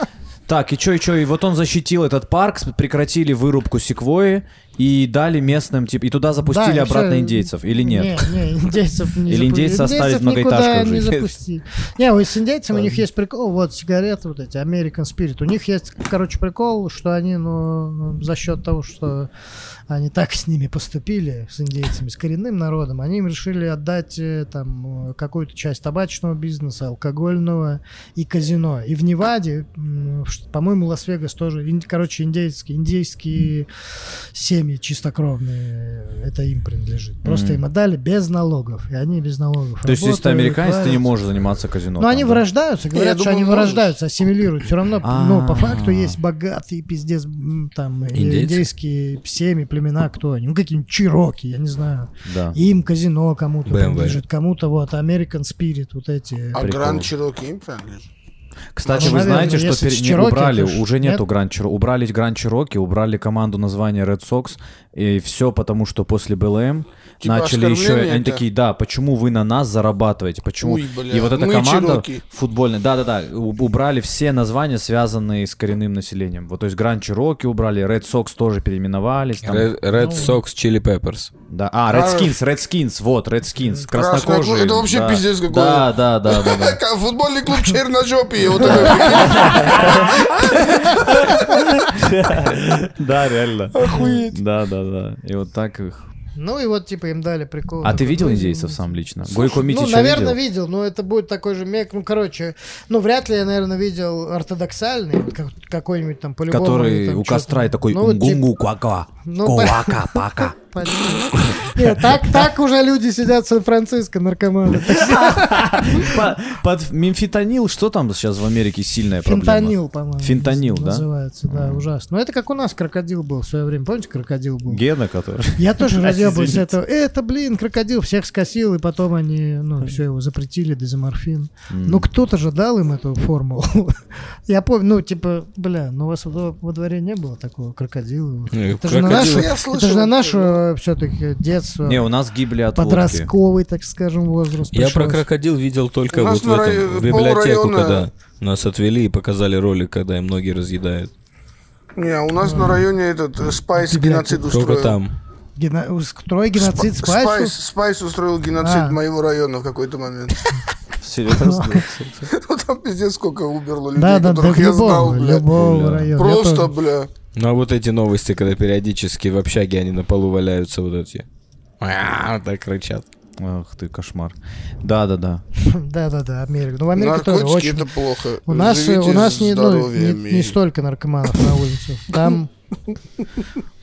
Speaker 1: Так, и чё, и чё, и вот он защитил этот парк, с- прекратили вырубку секвои, и дали местным, типа, и туда запустили
Speaker 4: Да, и всё.
Speaker 1: обратно индейцев, или нет?
Speaker 4: Не, не, индейцев не
Speaker 1: Или
Speaker 4: запу-
Speaker 1: индейцы остались в
Speaker 4: индейцев никуда
Speaker 1: многоэтажках
Speaker 4: не
Speaker 1: жить.
Speaker 4: запустили. Не, вот с индейцами у них есть прикол, вот сигареты вот эти, American Spirit. У них есть, короче, прикол, что они, ну, за счет того, что они так с ними поступили, с индейцами, с коренным народом, они им решили отдать э, там э, какую-то часть табачного бизнеса, алкогольного и казино. И в Неваде, м, ш- по-моему, Лас-Вегас тоже, ин- короче, индейские, индейские семьи чистокровные, э, это им принадлежит. Просто им отдали без налогов, и они без налогов.
Speaker 1: То есть, если ты
Speaker 4: работают,
Speaker 1: американец, ты не
Speaker 4: варятся.
Speaker 1: можешь заниматься казино.
Speaker 4: Но
Speaker 1: там,
Speaker 4: Ну, они
Speaker 1: да? А.
Speaker 4: вырождаются, говорят, что
Speaker 2: думаю,
Speaker 4: они
Speaker 2: можешь.
Speaker 4: вырождаются, ассимилируют. Все равно, ну, по
Speaker 1: А-а-а.
Speaker 4: факту есть богатые пиздец м, там э,
Speaker 1: Индейцы?
Speaker 4: индейские семьи, племена, кто они? Ну, какие-нибудь чироки, я не знаю.
Speaker 1: Да.
Speaker 4: Им казино кому-то
Speaker 5: BMW.
Speaker 4: принадлежит, кому-то вот American Spirit, вот эти. э,
Speaker 2: А
Speaker 1: Прикол.
Speaker 2: Гранд Чироки им принадлежит?
Speaker 1: Кстати,
Speaker 4: Ну,
Speaker 1: вы
Speaker 4: наверное,
Speaker 1: знаете, что
Speaker 4: если
Speaker 1: пере-
Speaker 4: с
Speaker 1: не
Speaker 4: Чироки,
Speaker 1: убрали,
Speaker 4: то ж-
Speaker 1: уже нету
Speaker 4: нет?
Speaker 1: Гранд Чиро- убрали Гранд Чироки, убрали команду названия Red Sox, и все потому, что после БЛМ
Speaker 2: Типа
Speaker 1: начали еще,
Speaker 2: оскорбление
Speaker 1: они
Speaker 2: это?
Speaker 1: такие, да, почему вы на нас зарабатываете, почему,
Speaker 2: Уй, бля,
Speaker 1: и вот эта
Speaker 2: мы
Speaker 1: команда
Speaker 2: Чироки.
Speaker 1: футбольная, да-да-да, у- убрали все названия, связанные с коренным населением, вот, то есть Гранд Чироки убрали, Red Sox тоже переименовались, там,
Speaker 5: Red
Speaker 2: Ну.
Speaker 5: Red Sox Chili Peppers.
Speaker 1: да, а,
Speaker 2: Да.
Speaker 1: Redskins, Redskins, вот, Redskins,
Speaker 2: Красная
Speaker 1: краснокожие,
Speaker 2: кожа, это вообще
Speaker 1: да.
Speaker 2: пиздец какой.
Speaker 1: да, да, да, да, да.
Speaker 2: Как а, Футбольный клуб Черножопий. Вот такой.
Speaker 1: Да, реально. Да, да, да. И вот так их.
Speaker 4: Ну и вот типа им дали прикол.
Speaker 1: А ты
Speaker 4: такой,
Speaker 1: видел
Speaker 4: ну,
Speaker 1: индейцев сам лично? Гойко
Speaker 4: Ну,
Speaker 1: Митича
Speaker 4: наверное,
Speaker 1: видел?
Speaker 4: видел, но это будет такой же мек. Ну, короче, ну, вряд ли я, наверное, видел ортодоксальный, вот как- какой-нибудь там по-любому. они
Speaker 1: Который
Speaker 4: там
Speaker 1: у
Speaker 4: чё-то-
Speaker 1: костра и такой
Speaker 4: Ну, вот тип-
Speaker 1: «Унгунгу куака,
Speaker 4: Ну,
Speaker 1: куака, пака».
Speaker 4: Понятно. Нет, так, так уже люди сидят в Сан-Франциско, наркоманы.
Speaker 1: По- Под мемфитанил, что там сейчас в Америке сильная проблема?
Speaker 4: Фентанил, по-моему.
Speaker 1: Фентанил, да?
Speaker 4: Называется, да, ужасно. Но это как у нас крокодил был в свое время. Помните, крокодил был?
Speaker 1: Гена, который...
Speaker 5: Ну,
Speaker 4: Я тоже разъебываюсь этого. Это, блин, крокодил всех скосил, и потом они, ну, все его запретили, дезоморфин. Ну, кто-то же дал им эту формулу. Я помню, ну, типа, бля, ну у вас во во дворе не было такого крокодила?
Speaker 5: Не,
Speaker 4: Это же на
Speaker 5: Э, крокодила-
Speaker 4: наше,
Speaker 2: Я
Speaker 4: это же
Speaker 2: слышал.
Speaker 4: на наше все-таки детство.
Speaker 1: Не, у нас гибли от лодки.
Speaker 4: подростковый, так скажем, возраст.
Speaker 5: Я про
Speaker 4: пришлось.
Speaker 5: крокодил видел только
Speaker 2: У нас
Speaker 5: вот в, этом,
Speaker 2: на рай-
Speaker 5: в библиотеку,
Speaker 2: полрайона-
Speaker 5: когда нас отвели и показали ролик, когда им ноги разъедают.
Speaker 2: Не, у нас на районе этот э, Спайс геноцид
Speaker 5: Только
Speaker 2: устроил.
Speaker 5: там.
Speaker 4: Гено- Устрой геноцид Спайсу.
Speaker 2: Спайс, Спайс устроил геноцид
Speaker 4: А.
Speaker 2: моего района в какой-то момент.
Speaker 1: Серьезно?
Speaker 2: Ну там пиздец сколько умерло
Speaker 4: Да,
Speaker 2: людей,
Speaker 4: да, да,
Speaker 2: которых я знал,
Speaker 4: любого,
Speaker 2: бля.
Speaker 4: любого
Speaker 5: Бля.
Speaker 4: района. Я
Speaker 2: Просто,
Speaker 4: тоже-
Speaker 2: бля.
Speaker 5: Ну а вот эти новости, когда периодически в общаге они на полу валяются, вот эти. «Мяу», Так рычат.
Speaker 1: Ах ты, кошмар. Да-да-да.
Speaker 4: Да, да, да, Америка. Ну, в Америке тоже
Speaker 2: Наркотики
Speaker 4: очень.
Speaker 2: это плохо.
Speaker 4: У нас, э,
Speaker 2: Живите
Speaker 4: у нас не, ну, не,
Speaker 2: здоровьем
Speaker 4: не
Speaker 2: и-
Speaker 4: столько наркоманов на улице. Там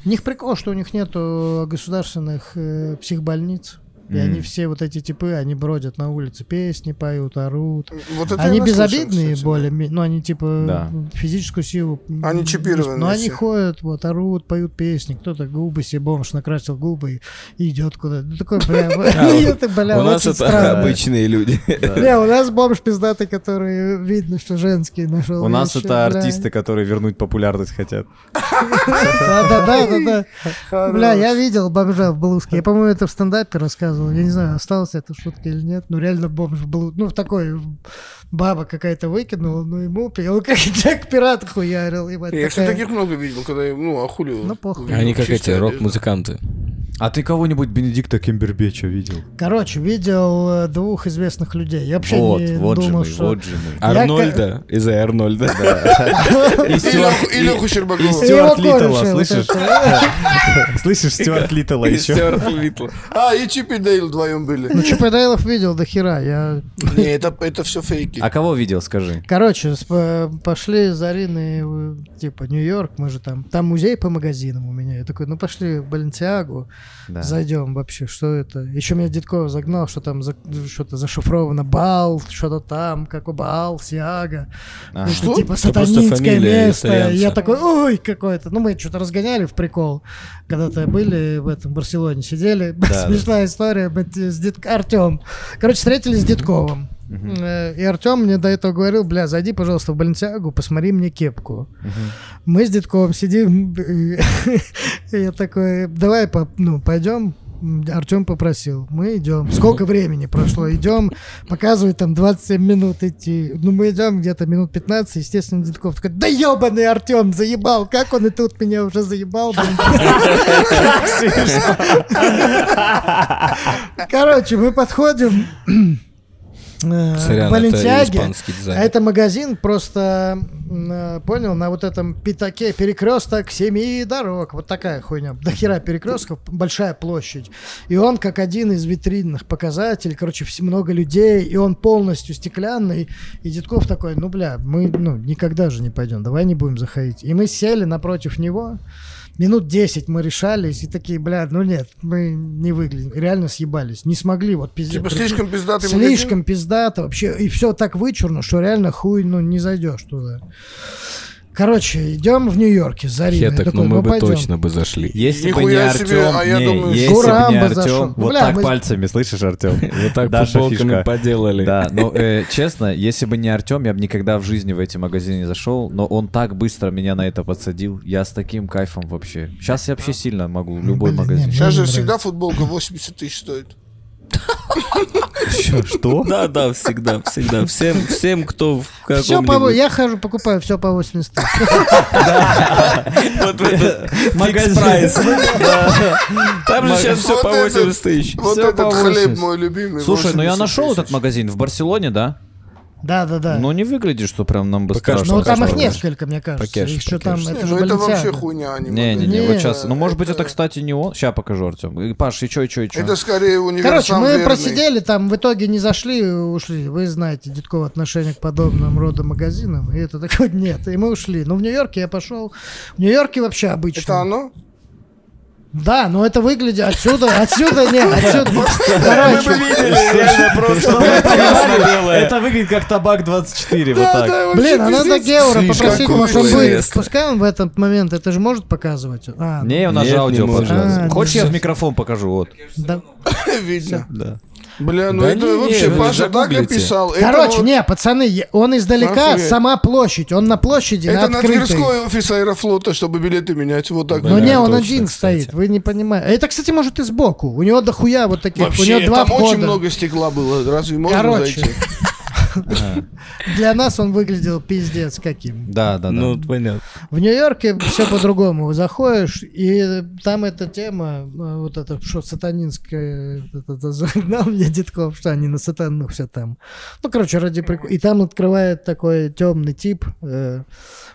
Speaker 4: у них прикол, что у них нету государственных э, психбольниц. И
Speaker 1: Мгм.
Speaker 4: они все вот эти типы, они бродят на улице, песни поют, орут.
Speaker 2: Вот это
Speaker 4: они
Speaker 2: я наслышан,
Speaker 4: безобидные
Speaker 2: кстати,
Speaker 4: более, ми- ну они типа
Speaker 1: Да.
Speaker 4: физическую силу. м,
Speaker 2: Они
Speaker 4: не-
Speaker 2: чипированные
Speaker 4: Но они
Speaker 2: все.
Speaker 4: ходят, вот орут, поют песни. Кто-то губы себе бомж накрасил губы и идет куда-то. Ну, такой, бля, это, бля,
Speaker 5: А, У нас
Speaker 4: очень
Speaker 5: это
Speaker 4: странно.
Speaker 5: обычные люди.
Speaker 4: Не, у нас бомж пиздатый, который видно, что женский нашел.
Speaker 1: У нас
Speaker 4: вещи,
Speaker 1: это
Speaker 4: бля.
Speaker 1: артисты, которые вернуть популярность хотят.
Speaker 4: Да, да, да, да, да.
Speaker 2: Хорош.
Speaker 4: Бля, я видел бомжа в блузке. Я, по-моему, это в стендапе рассказывал. Я не знаю, осталась эта шутка или нет. Ну, реально бомж в блузке. Ну, в такой в- баба какая-то выкинула, ну, ему пи- он как Джек Пират хуярил. ебать,
Speaker 2: Я, кстати,
Speaker 4: такая.
Speaker 2: таких много видел, когда я, ну, охуливал.
Speaker 4: Ну, похуй.
Speaker 5: Они как эти рок-музыканты.
Speaker 1: А ты кого-нибудь Бенедикта Кембербеча видел?
Speaker 4: Короче, видел э, двух известных людей. Я вообще
Speaker 1: Вот,
Speaker 4: не
Speaker 1: вот же
Speaker 4: думал,
Speaker 1: мы,
Speaker 4: что...
Speaker 1: вот же мы.
Speaker 5: Арнольда из Арнольда.
Speaker 2: И Леху
Speaker 1: И
Speaker 2: Щербакова.
Speaker 4: И его
Speaker 1: Стюарт Литтла,
Speaker 4: корыша, вот
Speaker 1: слышишь? Слышишь, Стюарт Литтла еще?
Speaker 5: Стюарт Литл.
Speaker 2: А, и Чип и Дейл вдвоем
Speaker 4: Ну,
Speaker 2: были.
Speaker 4: Чападайлов видел до хера. Я
Speaker 2: Не, это, это все фейки.
Speaker 1: А кого видел, скажи?
Speaker 4: Короче, сп- пошли с Ариной, э, типа, Нью-Йорк, мы же там, там музей по магазинам у меня. Я такой, ну пошли в Баленсиагу,
Speaker 1: Да.
Speaker 4: зайдем вообще, что это? Еще меня Дедкова загнал, что там за- что-то зашифровано, бал, что-то там, какой бал, Сиага.
Speaker 1: А.
Speaker 4: Это,
Speaker 2: Что?
Speaker 4: Типа
Speaker 5: Это просто
Speaker 4: сатанинское
Speaker 5: фамилия
Speaker 4: место. И Я
Speaker 5: итальянца.
Speaker 4: такой, ой, какой-то. Ну мы что-то разгоняли в прикол. Когда-то были в этом Барселоне, сидели.
Speaker 1: да.
Speaker 4: Смешная история мы т- с Дед... Артем. Короче, встретились с Дедковым. Э, И Артем мне до этого говорил, бля, зайди, пожалуйста, в Баленсиагу, посмотри мне кепку. э, Мы с Дедковым сидим, и я такой, давай по- ну, пойдем, Артем попросил, мы идем. Сколько времени прошло? Идем, показывает там 27 минут идти. Ну, мы идем где-то минут 15, естественно, Дедков такой, да ебаный Артем, заебал, как он и тут меня уже заебал. блин». Короче, мы подходим э, к
Speaker 5: Сорян, это
Speaker 4: Баленсиаге.
Speaker 5: испанский
Speaker 4: А
Speaker 5: дизайн.
Speaker 4: это магазин просто, м, э, понял, на вот этом пятаке перекресток семи дорог. Вот такая хуйня. До хера перекрестков, большая площадь. И он как один из витринных показателей. Короче, вс- много людей, и он полностью стеклянный. И Дедков такой, ну, бля, мы ну, никогда же не пойдем, давай не будем заходить. И мы сели напротив него. Минут 10 мы решались и такие, бля, ну нет, мы не выглядим. Реально съебались. Не смогли, вот пиздец.
Speaker 2: Типа
Speaker 4: Прикинь.
Speaker 2: слишком пиздатый
Speaker 4: Слишком пиздато вообще. И все так вычурно, что реально хуй, ну, не зайдешь туда. Короче, идем в Нью-Йорке за
Speaker 5: Я
Speaker 4: Риной.
Speaker 5: так,
Speaker 4: Такой,
Speaker 5: ну мы бы
Speaker 4: пойдём.
Speaker 5: точно бы зашли.
Speaker 1: Если бы не
Speaker 2: Нихуя себе,
Speaker 1: Артем,
Speaker 2: а я
Speaker 1: не,
Speaker 2: думаю,
Speaker 1: если бы не
Speaker 4: Гурам бы зашел.
Speaker 1: Артем,
Speaker 4: Ну,
Speaker 1: вот
Speaker 4: бля,
Speaker 1: так
Speaker 4: мы-
Speaker 1: пальцами, слышишь, Артем?
Speaker 5: Вот так
Speaker 1: Даша
Speaker 5: футболками
Speaker 1: фишка.
Speaker 5: поделали.
Speaker 1: Да, ну, э, честно, если бы не Артем, я бы никогда в жизни в эти магазины не зашел, но он так быстро меня на это подсадил. Я с таким кайфом вообще. Сейчас я вообще сильно могу в любой
Speaker 4: Блин,
Speaker 1: магазин.
Speaker 4: не,
Speaker 2: Сейчас же
Speaker 4: Мне
Speaker 2: всегда футболка 80 тысяч стоит.
Speaker 1: Что?
Speaker 3: Да, да, всегда, всегда. Всем, всем, кто в
Speaker 4: Все по...
Speaker 3: каком-нибудь...
Speaker 4: Я хожу, покупаю все по 80 тысяч.
Speaker 3: Вот в этот
Speaker 1: Магазин.
Speaker 3: фикс-прайс. Да. Там же
Speaker 1: Маг-
Speaker 3: сейчас все
Speaker 2: Вот
Speaker 3: по
Speaker 2: этот-
Speaker 3: 80 тысяч.
Speaker 2: Вот
Speaker 1: Всё
Speaker 2: этот
Speaker 1: по
Speaker 2: хлеб
Speaker 1: 80.
Speaker 2: мой любимый.
Speaker 1: Слушай, ну я
Speaker 2: 80
Speaker 1: нашел
Speaker 2: тысяч.
Speaker 1: этот магазин в Барселоне, да?
Speaker 4: Да, да, да.
Speaker 5: Ну,
Speaker 1: Но не выглядит, что прям нам бы
Speaker 5: Покажешь,
Speaker 1: страшно.
Speaker 4: Ну, там их
Speaker 5: покажешь.
Speaker 4: несколько, мне кажется.
Speaker 5: Покажешь,
Speaker 4: Их что там,
Speaker 5: покажешь.
Speaker 4: это
Speaker 2: Не,
Speaker 4: же
Speaker 2: ну это вообще
Speaker 4: Balenciaga.
Speaker 2: хуйня, а не магазин.
Speaker 1: Не-не-не,
Speaker 4: Не,
Speaker 1: вот сейчас. Ну, может быть,
Speaker 2: это-
Speaker 1: это, кстати, не он. Сейчас покажу, Артем. Паш, и чё, и чё, и чё.
Speaker 2: Это скорее универсал
Speaker 4: Короче, мы
Speaker 2: верный.
Speaker 4: просидели там, в итоге не зашли, ушли. Вы знаете Дедкова отношение к подобным рода магазинам. И это такой, нет, и мы ушли. Ну, в Нью-Йорке я пошел. В Нью-Йорке вообще обычно.
Speaker 2: Это оно?
Speaker 4: Да, но это выглядит отсюда, отсюда, нет, отсюда.
Speaker 3: Вы
Speaker 4: Короче,
Speaker 3: видели, реально просто красно-белое.
Speaker 1: Это выглядит как табак 24, вот так.
Speaker 4: блин, а надо Геора
Speaker 5: Слишком
Speaker 4: попросить, может он
Speaker 5: интересно.
Speaker 4: будет. Пускай он в этот момент, это же может показывать. А,
Speaker 1: Не, у нас
Speaker 5: Нет,
Speaker 1: же
Speaker 5: не
Speaker 1: аудио,
Speaker 5: может.
Speaker 1: пожалуйста.
Speaker 4: А,
Speaker 1: Хочешь,
Speaker 4: ну
Speaker 1: я в
Speaker 4: всё.
Speaker 1: микрофон покажу, вот.
Speaker 4: да.
Speaker 2: Видно.
Speaker 1: Да.
Speaker 2: Бля, ну
Speaker 5: Да
Speaker 2: это
Speaker 5: не,
Speaker 2: вообще
Speaker 5: вы
Speaker 2: Паша так
Speaker 5: загуглите.
Speaker 2: описал. Это
Speaker 4: Короче,
Speaker 2: вот-
Speaker 4: не, пацаны, е- он издалека,
Speaker 2: Охуеть.
Speaker 4: сама площадь, он на площади,
Speaker 2: Это
Speaker 4: на
Speaker 2: на
Speaker 4: открытой.
Speaker 2: Тверской офис Аэрофлота, чтобы билеты менять. Вот так.
Speaker 4: Но
Speaker 5: Бля,
Speaker 4: не, он
Speaker 5: точно,
Speaker 4: один
Speaker 5: кстати.
Speaker 4: стоит, вы не понимаете. Это, кстати, может и сбоку. У него дохуя вот таких, у него
Speaker 2: Вообще,
Speaker 4: два
Speaker 2: там очень
Speaker 4: входа.
Speaker 2: много стекла было. Разве можно
Speaker 4: Короче.
Speaker 2: зайти?
Speaker 4: Для нас он выглядел пиздец каким.
Speaker 1: Да, да, да.
Speaker 3: Ну, понятно.
Speaker 4: В Нью-Йорке все по-другому. Заходишь, и там эта тема, ну, вот это, что сатанинская, вот это, это загнал мне детков, что они на сатану все там. Ну, короче, ради прикола. И там открывает такой темный тип, э,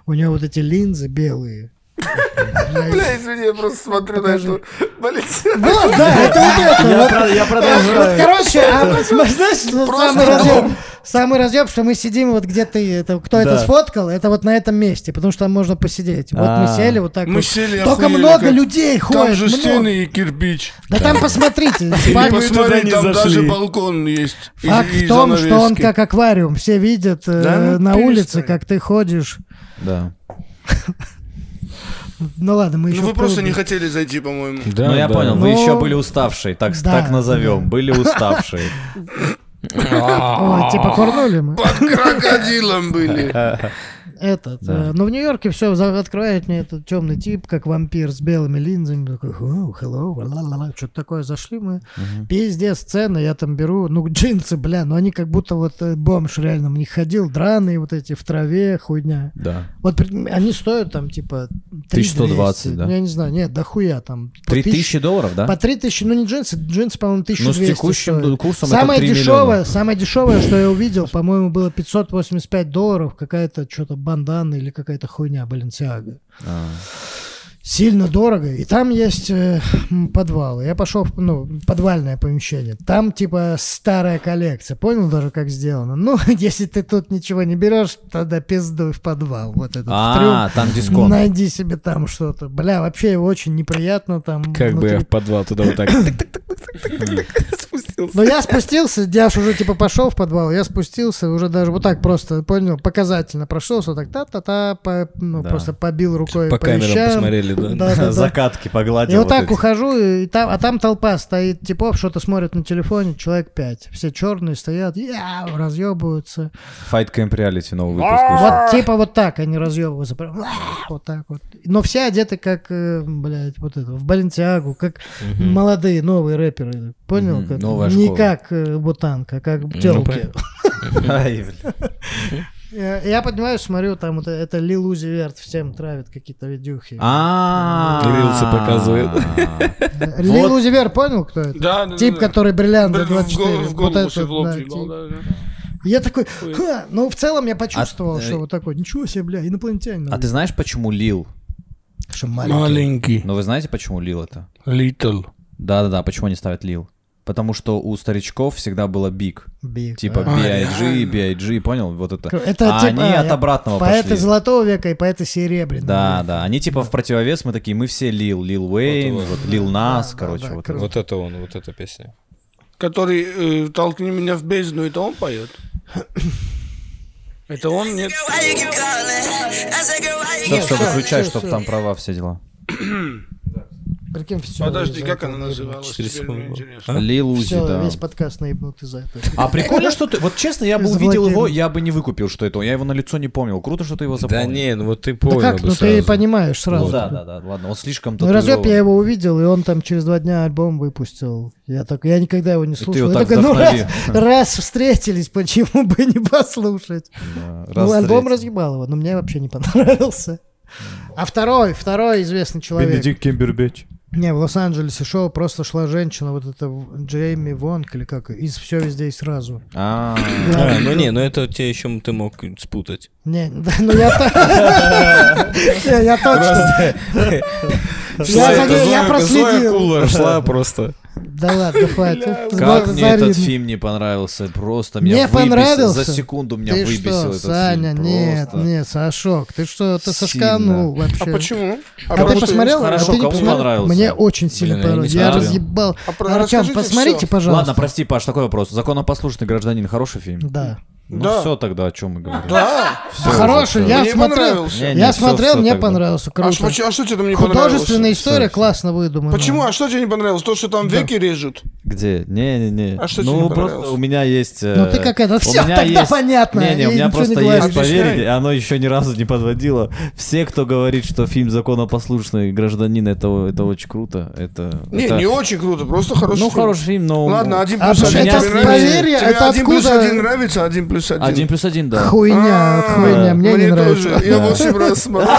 Speaker 4: у него вот эти линзы белые. Бля, и-
Speaker 2: Бля, извини, я просто смотрю на
Speaker 4: Покажи.
Speaker 2: эту. Блять.
Speaker 4: Вот, да, это вот это. вот.
Speaker 1: Я
Speaker 4: Вот,
Speaker 1: продолжаю.
Speaker 4: короче, а, см- знаешь, что
Speaker 2: Просто
Speaker 4: самый
Speaker 2: дом.
Speaker 4: разъеб, самый разъеб, что мы сидим вот где ты, это, кто это
Speaker 1: Да.
Speaker 4: сфоткал, это вот на этом месте, потому что там можно посидеть. Вот мы
Speaker 1: А.
Speaker 4: сели вот так
Speaker 2: Мы
Speaker 4: вот.
Speaker 2: сели,
Speaker 4: Только
Speaker 2: охуели,
Speaker 4: много
Speaker 2: как-
Speaker 4: людей ходит.
Speaker 2: Там же
Speaker 4: много.
Speaker 2: стены и кирпич.
Speaker 4: Да там посмотрите.
Speaker 2: И
Speaker 4: факт-
Speaker 3: туда не
Speaker 2: посмотри, там
Speaker 3: зашли.
Speaker 2: даже балкон есть. и-
Speaker 4: Факт
Speaker 2: и
Speaker 4: в том, что он
Speaker 2: занавески.
Speaker 4: как аквариум. Все видят э,
Speaker 2: Да ну
Speaker 4: на
Speaker 2: перестань.
Speaker 4: улице, как ты ходишь.
Speaker 1: Да.
Speaker 4: Ну ладно, мы еще...
Speaker 2: Ну вы
Speaker 4: в
Speaker 2: просто
Speaker 4: клубе.
Speaker 2: не хотели зайти, по-моему.
Speaker 5: Да,
Speaker 1: Ну, я
Speaker 5: да.
Speaker 1: понял, вы
Speaker 4: Ну,
Speaker 1: еще были уставшие, так
Speaker 4: да.
Speaker 1: так назовем. Были уставшие.
Speaker 4: О, типа
Speaker 2: А.
Speaker 4: курнули мы.
Speaker 2: Под крокодилом были.
Speaker 4: Этот. э, но в Нью-Йорке все открывает мне этот темный тип, как вампир с белыми линзами. Такой, «О, hello, ла-ла-ла-ла». Что-то такое зашли мы. Пиздец, цены я там беру. Ну, джинсы, бля, но они как будто вот э, бомж реально в них ходил. Драные вот эти в траве, хуйня.
Speaker 1: Да.
Speaker 4: Вот при- они стоят там типа
Speaker 1: 1220,
Speaker 4: 3200,
Speaker 1: да.
Speaker 4: ну, Я не знаю, нет, да хуя там. по
Speaker 1: 3000 долларов, да? Ну,
Speaker 4: по 3000, ну не джинсы, джинсы, по-моему, 1200
Speaker 1: текущим
Speaker 4: стоят.
Speaker 1: курсом это
Speaker 4: самое
Speaker 1: 3
Speaker 4: дешевое,
Speaker 1: миллиона.
Speaker 4: Самое дешевое, что я увидел, по-моему, было 585 долларов, какая-то что-то бандана или какая-то хуйня Баленсиага.
Speaker 1: А.
Speaker 4: Сильно дорого. И там есть э, м, подвалы. Я пошел в ну, подвальное помещение. Там типа старая коллекция. Понял даже, как сделано? Ну, если ты тут ничего не берешь, тогда пиздуй в подвал. Вот этот в трюм.
Speaker 1: А, там дисконт.
Speaker 4: Найди себе там что-то. Бля, вообще его очень неприятно там.
Speaker 5: Как бы
Speaker 4: внутри
Speaker 5: я в подвал туда вот так.
Speaker 4: Но
Speaker 1: Ну,
Speaker 4: я спустился, Дяш уже типа пошел в подвал, я спустился, уже даже вот так просто, понял, показательно прошелся, вот так та-та-та, по- ну,
Speaker 1: Да.
Speaker 4: просто побил рукой
Speaker 5: По камерам
Speaker 4: вещам,
Speaker 5: посмотрели,
Speaker 3: да?
Speaker 4: Да, да, да.
Speaker 7: Закатки погладил.
Speaker 4: Я вот так
Speaker 7: эти.
Speaker 4: ухожу, и там, а там толпа стоит, типов что-то смотрят на телефоне, человек пять. Все черные стоят, яу, разъебываются.
Speaker 1: Fight Camp Reality новый выпуск. вышел.
Speaker 4: Вот типа вот так они разъебываются. прям, «Ах!» Вот так вот. Но все одеты как, э, блядь, вот это, в Балентягу, как молодые новые рэперы. Понял?
Speaker 1: Мгм,
Speaker 4: Как?
Speaker 1: новая
Speaker 4: Не
Speaker 1: школа. Ну,
Speaker 4: как э, Бутанка, как телки.
Speaker 7: Ай, бля.
Speaker 4: Я я поднимаюсь, смотрю, там вот это Лил Узи Верт всем травит какие-то видюхи.
Speaker 1: А.
Speaker 3: Рилсы показывают.
Speaker 4: Э, Лил Узи Верт, понял, кто это?
Speaker 2: Да, да,
Speaker 4: Тип,
Speaker 2: да.
Speaker 4: который бриллиант за
Speaker 2: Блин, в го-
Speaker 4: 24.
Speaker 2: В
Speaker 4: Вот
Speaker 2: голову
Speaker 4: этот,
Speaker 2: себе в лоб
Speaker 4: да,
Speaker 2: ебал,
Speaker 4: тип.
Speaker 2: да, да.
Speaker 4: Я такой, «Ха!» ну в целом я почувствовал,
Speaker 1: А,
Speaker 4: что
Speaker 1: э,
Speaker 4: вот такой, ничего себе, бля, инопланетянин.
Speaker 1: А ты знаешь, почему Лил?
Speaker 4: Что, маленький.
Speaker 2: Маленький.
Speaker 1: Но вы знаете, почему Лил это?
Speaker 2: Литл.
Speaker 1: Да-да-да, почему они ставят Лил? Потому что у старичков всегда было биг.
Speaker 4: Биг,
Speaker 1: Типа
Speaker 4: да.
Speaker 1: B.I.G., B.I.G., понял? Вот это.
Speaker 4: А. Это
Speaker 1: а
Speaker 4: типа,
Speaker 1: они
Speaker 4: а,
Speaker 1: от обратного
Speaker 4: Поэты
Speaker 1: пошли.
Speaker 4: золотого века и поэты серебряного.
Speaker 1: Да,
Speaker 4: века.
Speaker 1: да. Они типа в противовес, мы такие, мы все Лил, Лил Уэйн, вот, Лил Нас, короче,
Speaker 4: да,
Speaker 1: вот.
Speaker 4: круто.
Speaker 5: Вот это он, вот эта песня.
Speaker 2: Который э, «Толкни меня в бездну», это он поет? Это он? Нет.
Speaker 1: Чтоб-
Speaker 4: Нет,
Speaker 1: Чтобы
Speaker 4: всё,
Speaker 1: выключать,
Speaker 4: всё,
Speaker 1: чтобы
Speaker 4: всё.
Speaker 1: там права, все дела.
Speaker 4: Прикинь, все.
Speaker 2: Подожди, как она называлась? Теперь мне интересно.
Speaker 3: А?
Speaker 1: Лил Узи,
Speaker 4: Все,
Speaker 1: да.
Speaker 4: А? весь подкаст наебнутый за это.
Speaker 1: А прикольно, что ты... Вот честно, я бы увидел
Speaker 4: Заблокировал.
Speaker 1: его, я бы не выкупил, что это. он. Я его на лицо не помнил. Круто, что ты его запомнил.
Speaker 5: Да не, ну вот ты
Speaker 4: Да
Speaker 5: понял
Speaker 4: как,
Speaker 5: бы
Speaker 4: ну ты
Speaker 5: сразу.
Speaker 4: понимаешь сразу.
Speaker 1: Ну да, да, да, ладно, он слишком
Speaker 4: Ну, разъеб я
Speaker 1: татуированный.
Speaker 4: его увидел, и он там через два дня альбом выпустил. Я так, я никогда его не
Speaker 1: ты
Speaker 4: слушал.
Speaker 1: его
Speaker 4: Я
Speaker 1: так
Speaker 4: такой, ну раз,
Speaker 1: вдохновил.
Speaker 4: раз встретились, почему бы не послушать?
Speaker 1: Да,
Speaker 4: ну,
Speaker 1: раз
Speaker 4: альбом
Speaker 1: третий.
Speaker 4: разъебал его, но мне вообще не понравился. А второй, второй известный человек.
Speaker 7: Кембербэтч.
Speaker 4: Не, в Лос-Анджелесе шоу просто шла женщина, вот эта в- Джейми Вонг или как, из все везде и сразу.
Speaker 1: А,
Speaker 5: А, ну не, ну это тебе еще ты мог спутать.
Speaker 4: Не, да, ну я та- Не, я точно.
Speaker 5: Шла
Speaker 4: Я за
Speaker 5: эта
Speaker 4: ней,
Speaker 5: Зоя-
Speaker 4: я
Speaker 5: Зоя
Speaker 4: проследил.
Speaker 5: Кулар шла просто.
Speaker 4: Да ладно, хватит.
Speaker 1: Как мне этот
Speaker 4: Зарин.
Speaker 1: фильм не понравился, просто
Speaker 4: Мне
Speaker 1: меня выбесил.
Speaker 4: понравился?
Speaker 1: За секунду меня
Speaker 4: Ты
Speaker 1: выбесил
Speaker 4: что,
Speaker 1: этот
Speaker 4: Саня,
Speaker 1: фильм.
Speaker 4: нет,
Speaker 1: просто.
Speaker 4: нет, Сашок, ты что, ты
Speaker 1: Сильно.
Speaker 4: сошканул вообще.
Speaker 2: А почему?
Speaker 4: А
Speaker 2: потому
Speaker 4: ты
Speaker 2: что-
Speaker 4: посмотрел?
Speaker 1: Хорошо,
Speaker 4: а ты не
Speaker 1: кому
Speaker 4: посмотрел?
Speaker 1: понравился?
Speaker 4: Мне очень сильно
Speaker 5: Блин, я не
Speaker 4: понравилось. Я
Speaker 1: смотрел.
Speaker 4: разъебал.
Speaker 2: А про-
Speaker 4: Артем,
Speaker 2: расскажите
Speaker 4: посмотрите,
Speaker 2: всё.
Speaker 4: пожалуйста.
Speaker 1: Ладно, прости, Паш, такой вопрос. Законопослушный гражданин хороший фильм?
Speaker 4: Да.
Speaker 1: Ну
Speaker 2: Да.
Speaker 1: все тогда, о чем мы говорим.
Speaker 2: Да.
Speaker 1: Всё,
Speaker 4: Хороший,
Speaker 1: всё.
Speaker 4: я
Speaker 2: Мне
Speaker 4: смотрел.
Speaker 2: понравился.
Speaker 1: Не, не,
Speaker 4: Я
Speaker 1: всё,
Speaker 4: смотрел,
Speaker 1: всё
Speaker 4: мне
Speaker 1: тогда.
Speaker 4: понравился.
Speaker 2: А
Speaker 4: Круто.
Speaker 2: что, а что тебе там не понравилось?
Speaker 4: Художественная история классно выдумана.
Speaker 2: Почему? А что тебе не понравилось? То, что там веки режут?
Speaker 1: Где? Не-не-не.
Speaker 2: А что тебе
Speaker 1: ну,
Speaker 2: не
Speaker 1: просто
Speaker 2: понравилось?
Speaker 1: у меня есть... э,
Speaker 4: Ну ты как это,
Speaker 1: у
Speaker 4: всё,
Speaker 1: меня
Speaker 4: тогда
Speaker 1: есть-
Speaker 4: понятно,
Speaker 1: Не-не, у
Speaker 4: я
Speaker 1: меня
Speaker 4: ничего не
Speaker 1: просто
Speaker 4: говорю.
Speaker 1: есть, поверить,
Speaker 2: Объясняй.
Speaker 1: оно еще ни разу не подводило. Все, кто говорит, что фильм «Законопослушный гражданин» — это, это очень круто. Это,
Speaker 2: Не,
Speaker 1: это-
Speaker 2: не очень круто, просто хороший
Speaker 1: Ну,
Speaker 2: фильм.
Speaker 1: хороший фильм, но... он-
Speaker 2: Ладно, один
Speaker 4: А
Speaker 2: плюс
Speaker 4: это-
Speaker 2: один. тебе нравится?
Speaker 4: поверь,
Speaker 2: Тебе
Speaker 4: это
Speaker 2: один плюс
Speaker 4: откуда-
Speaker 2: один нравится, а один плюс один.
Speaker 1: Один плюс один, да.
Speaker 4: Хуйня,
Speaker 2: А,
Speaker 4: хуйня, мне не нравится.
Speaker 2: тоже. Я восемь раз смотрел.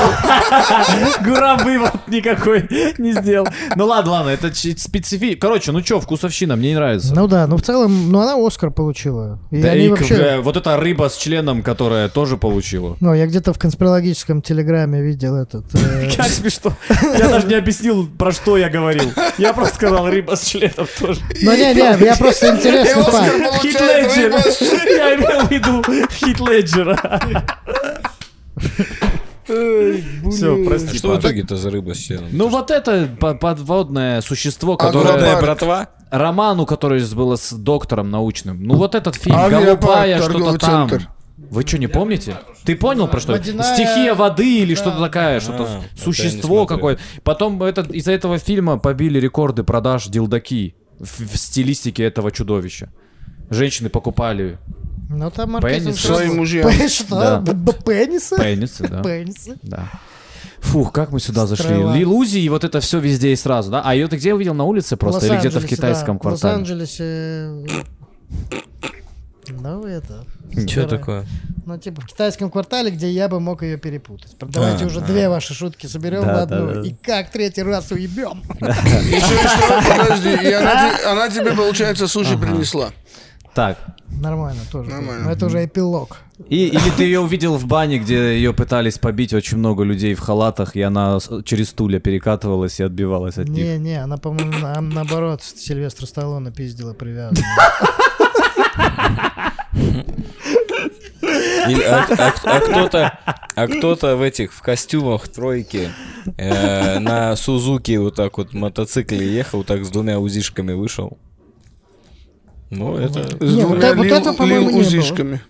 Speaker 1: Гура вывод никакой не сделал. Ну ладно, ладно, это специфи... Короче, ну чё, вкусовщина, мне не нравится.
Speaker 4: Ну да, ну в целом, ну она Оскар получила. И
Speaker 1: Да
Speaker 4: они
Speaker 1: и
Speaker 4: вообще...
Speaker 1: э, вот эта рыба с членом, которая тоже получила.
Speaker 4: Ну, я где-то в конспирологическом телеграме видел этот... э,
Speaker 1: Как смешно. Я даже не объяснил, про что я говорил. Я просто сказал рыба с членом тоже.
Speaker 4: Ну не, не, я просто
Speaker 2: И
Speaker 4: интересный
Speaker 2: Оскар
Speaker 4: факт.
Speaker 2: получает
Speaker 1: Хит Леджер.
Speaker 2: рыба с-
Speaker 1: Я имел в виду Хит Леджера. Все, прости.
Speaker 5: Что Типа, а в
Speaker 1: Паш.
Speaker 5: итоге-то за рыба с членом?
Speaker 1: Ну вот это по- подводное существо, которое...
Speaker 2: Аквапарк.
Speaker 5: братва?
Speaker 1: роману, который с- было с доктором научным. Ну вот этот фильм
Speaker 2: Авиапарк,
Speaker 1: «Голубая что-то
Speaker 2: торговый
Speaker 1: там».
Speaker 2: центр.
Speaker 1: Вы что, не помните? Ты понял про что?
Speaker 4: Водяная-
Speaker 1: Стихия воды или что-то такая, что-то
Speaker 5: А, это я
Speaker 1: существо
Speaker 5: не смотрю.
Speaker 1: какое-то. Потом этот, из-за этого фильма побили рекорды продаж дилдаки в, в стилистике этого чудовища. Женщины покупали
Speaker 4: Ну там
Speaker 1: Пенис.
Speaker 4: маркетинг...
Speaker 2: Своим мужьям.
Speaker 4: Пе- Что?
Speaker 1: Да.
Speaker 4: Б- б- Пенисы?
Speaker 1: пенисы, да.
Speaker 4: Пенисы.
Speaker 1: Да. Фух, как мы сюда зашли.
Speaker 4: Стрела.
Speaker 1: Лилузи и вот это все везде и сразу, да? А ее ты где увидел? На улице просто или где-то в
Speaker 4: Лос-Анджелесе,
Speaker 1: китайском
Speaker 4: да,
Speaker 1: квартале?
Speaker 4: В Лос-Анджелесе... э, Ну, это...
Speaker 5: Че
Speaker 4: вторая.
Speaker 5: такое?
Speaker 4: Ну, типа, в китайском квартале, где я бы мог ее перепутать. Давайте уже две ваши шутки соберем
Speaker 1: Да,
Speaker 4: в
Speaker 1: да,
Speaker 4: одну.
Speaker 1: да.
Speaker 4: И как третий раз уебем?
Speaker 2: Еще и что, подожди, и она те- она тебе, получается, суши принесла.
Speaker 1: Так,
Speaker 4: Нормально тоже.
Speaker 2: Нормально.
Speaker 4: Но это уже эпилог.
Speaker 1: И, или ты ее увидел в бане, где ее пытались побить очень много людей в халатах, и она с- через стулья перекатывалась и отбивалась от них.
Speaker 4: Не-не, она, по-моему, на- наоборот, Сильвестра Сталлоне пиздила привязанно.
Speaker 5: И- а, а- а кто-то, а кто-то в этих в костюмах тройки э, на Сузуки вот так вот мотоцикле ехал, так с двумя узишками вышел. Ну это.
Speaker 2: С
Speaker 4: Не, вот
Speaker 2: двумя
Speaker 4: э- вот
Speaker 2: лил-
Speaker 4: это, по-моему,
Speaker 2: лил
Speaker 4: не было.
Speaker 2: узишками.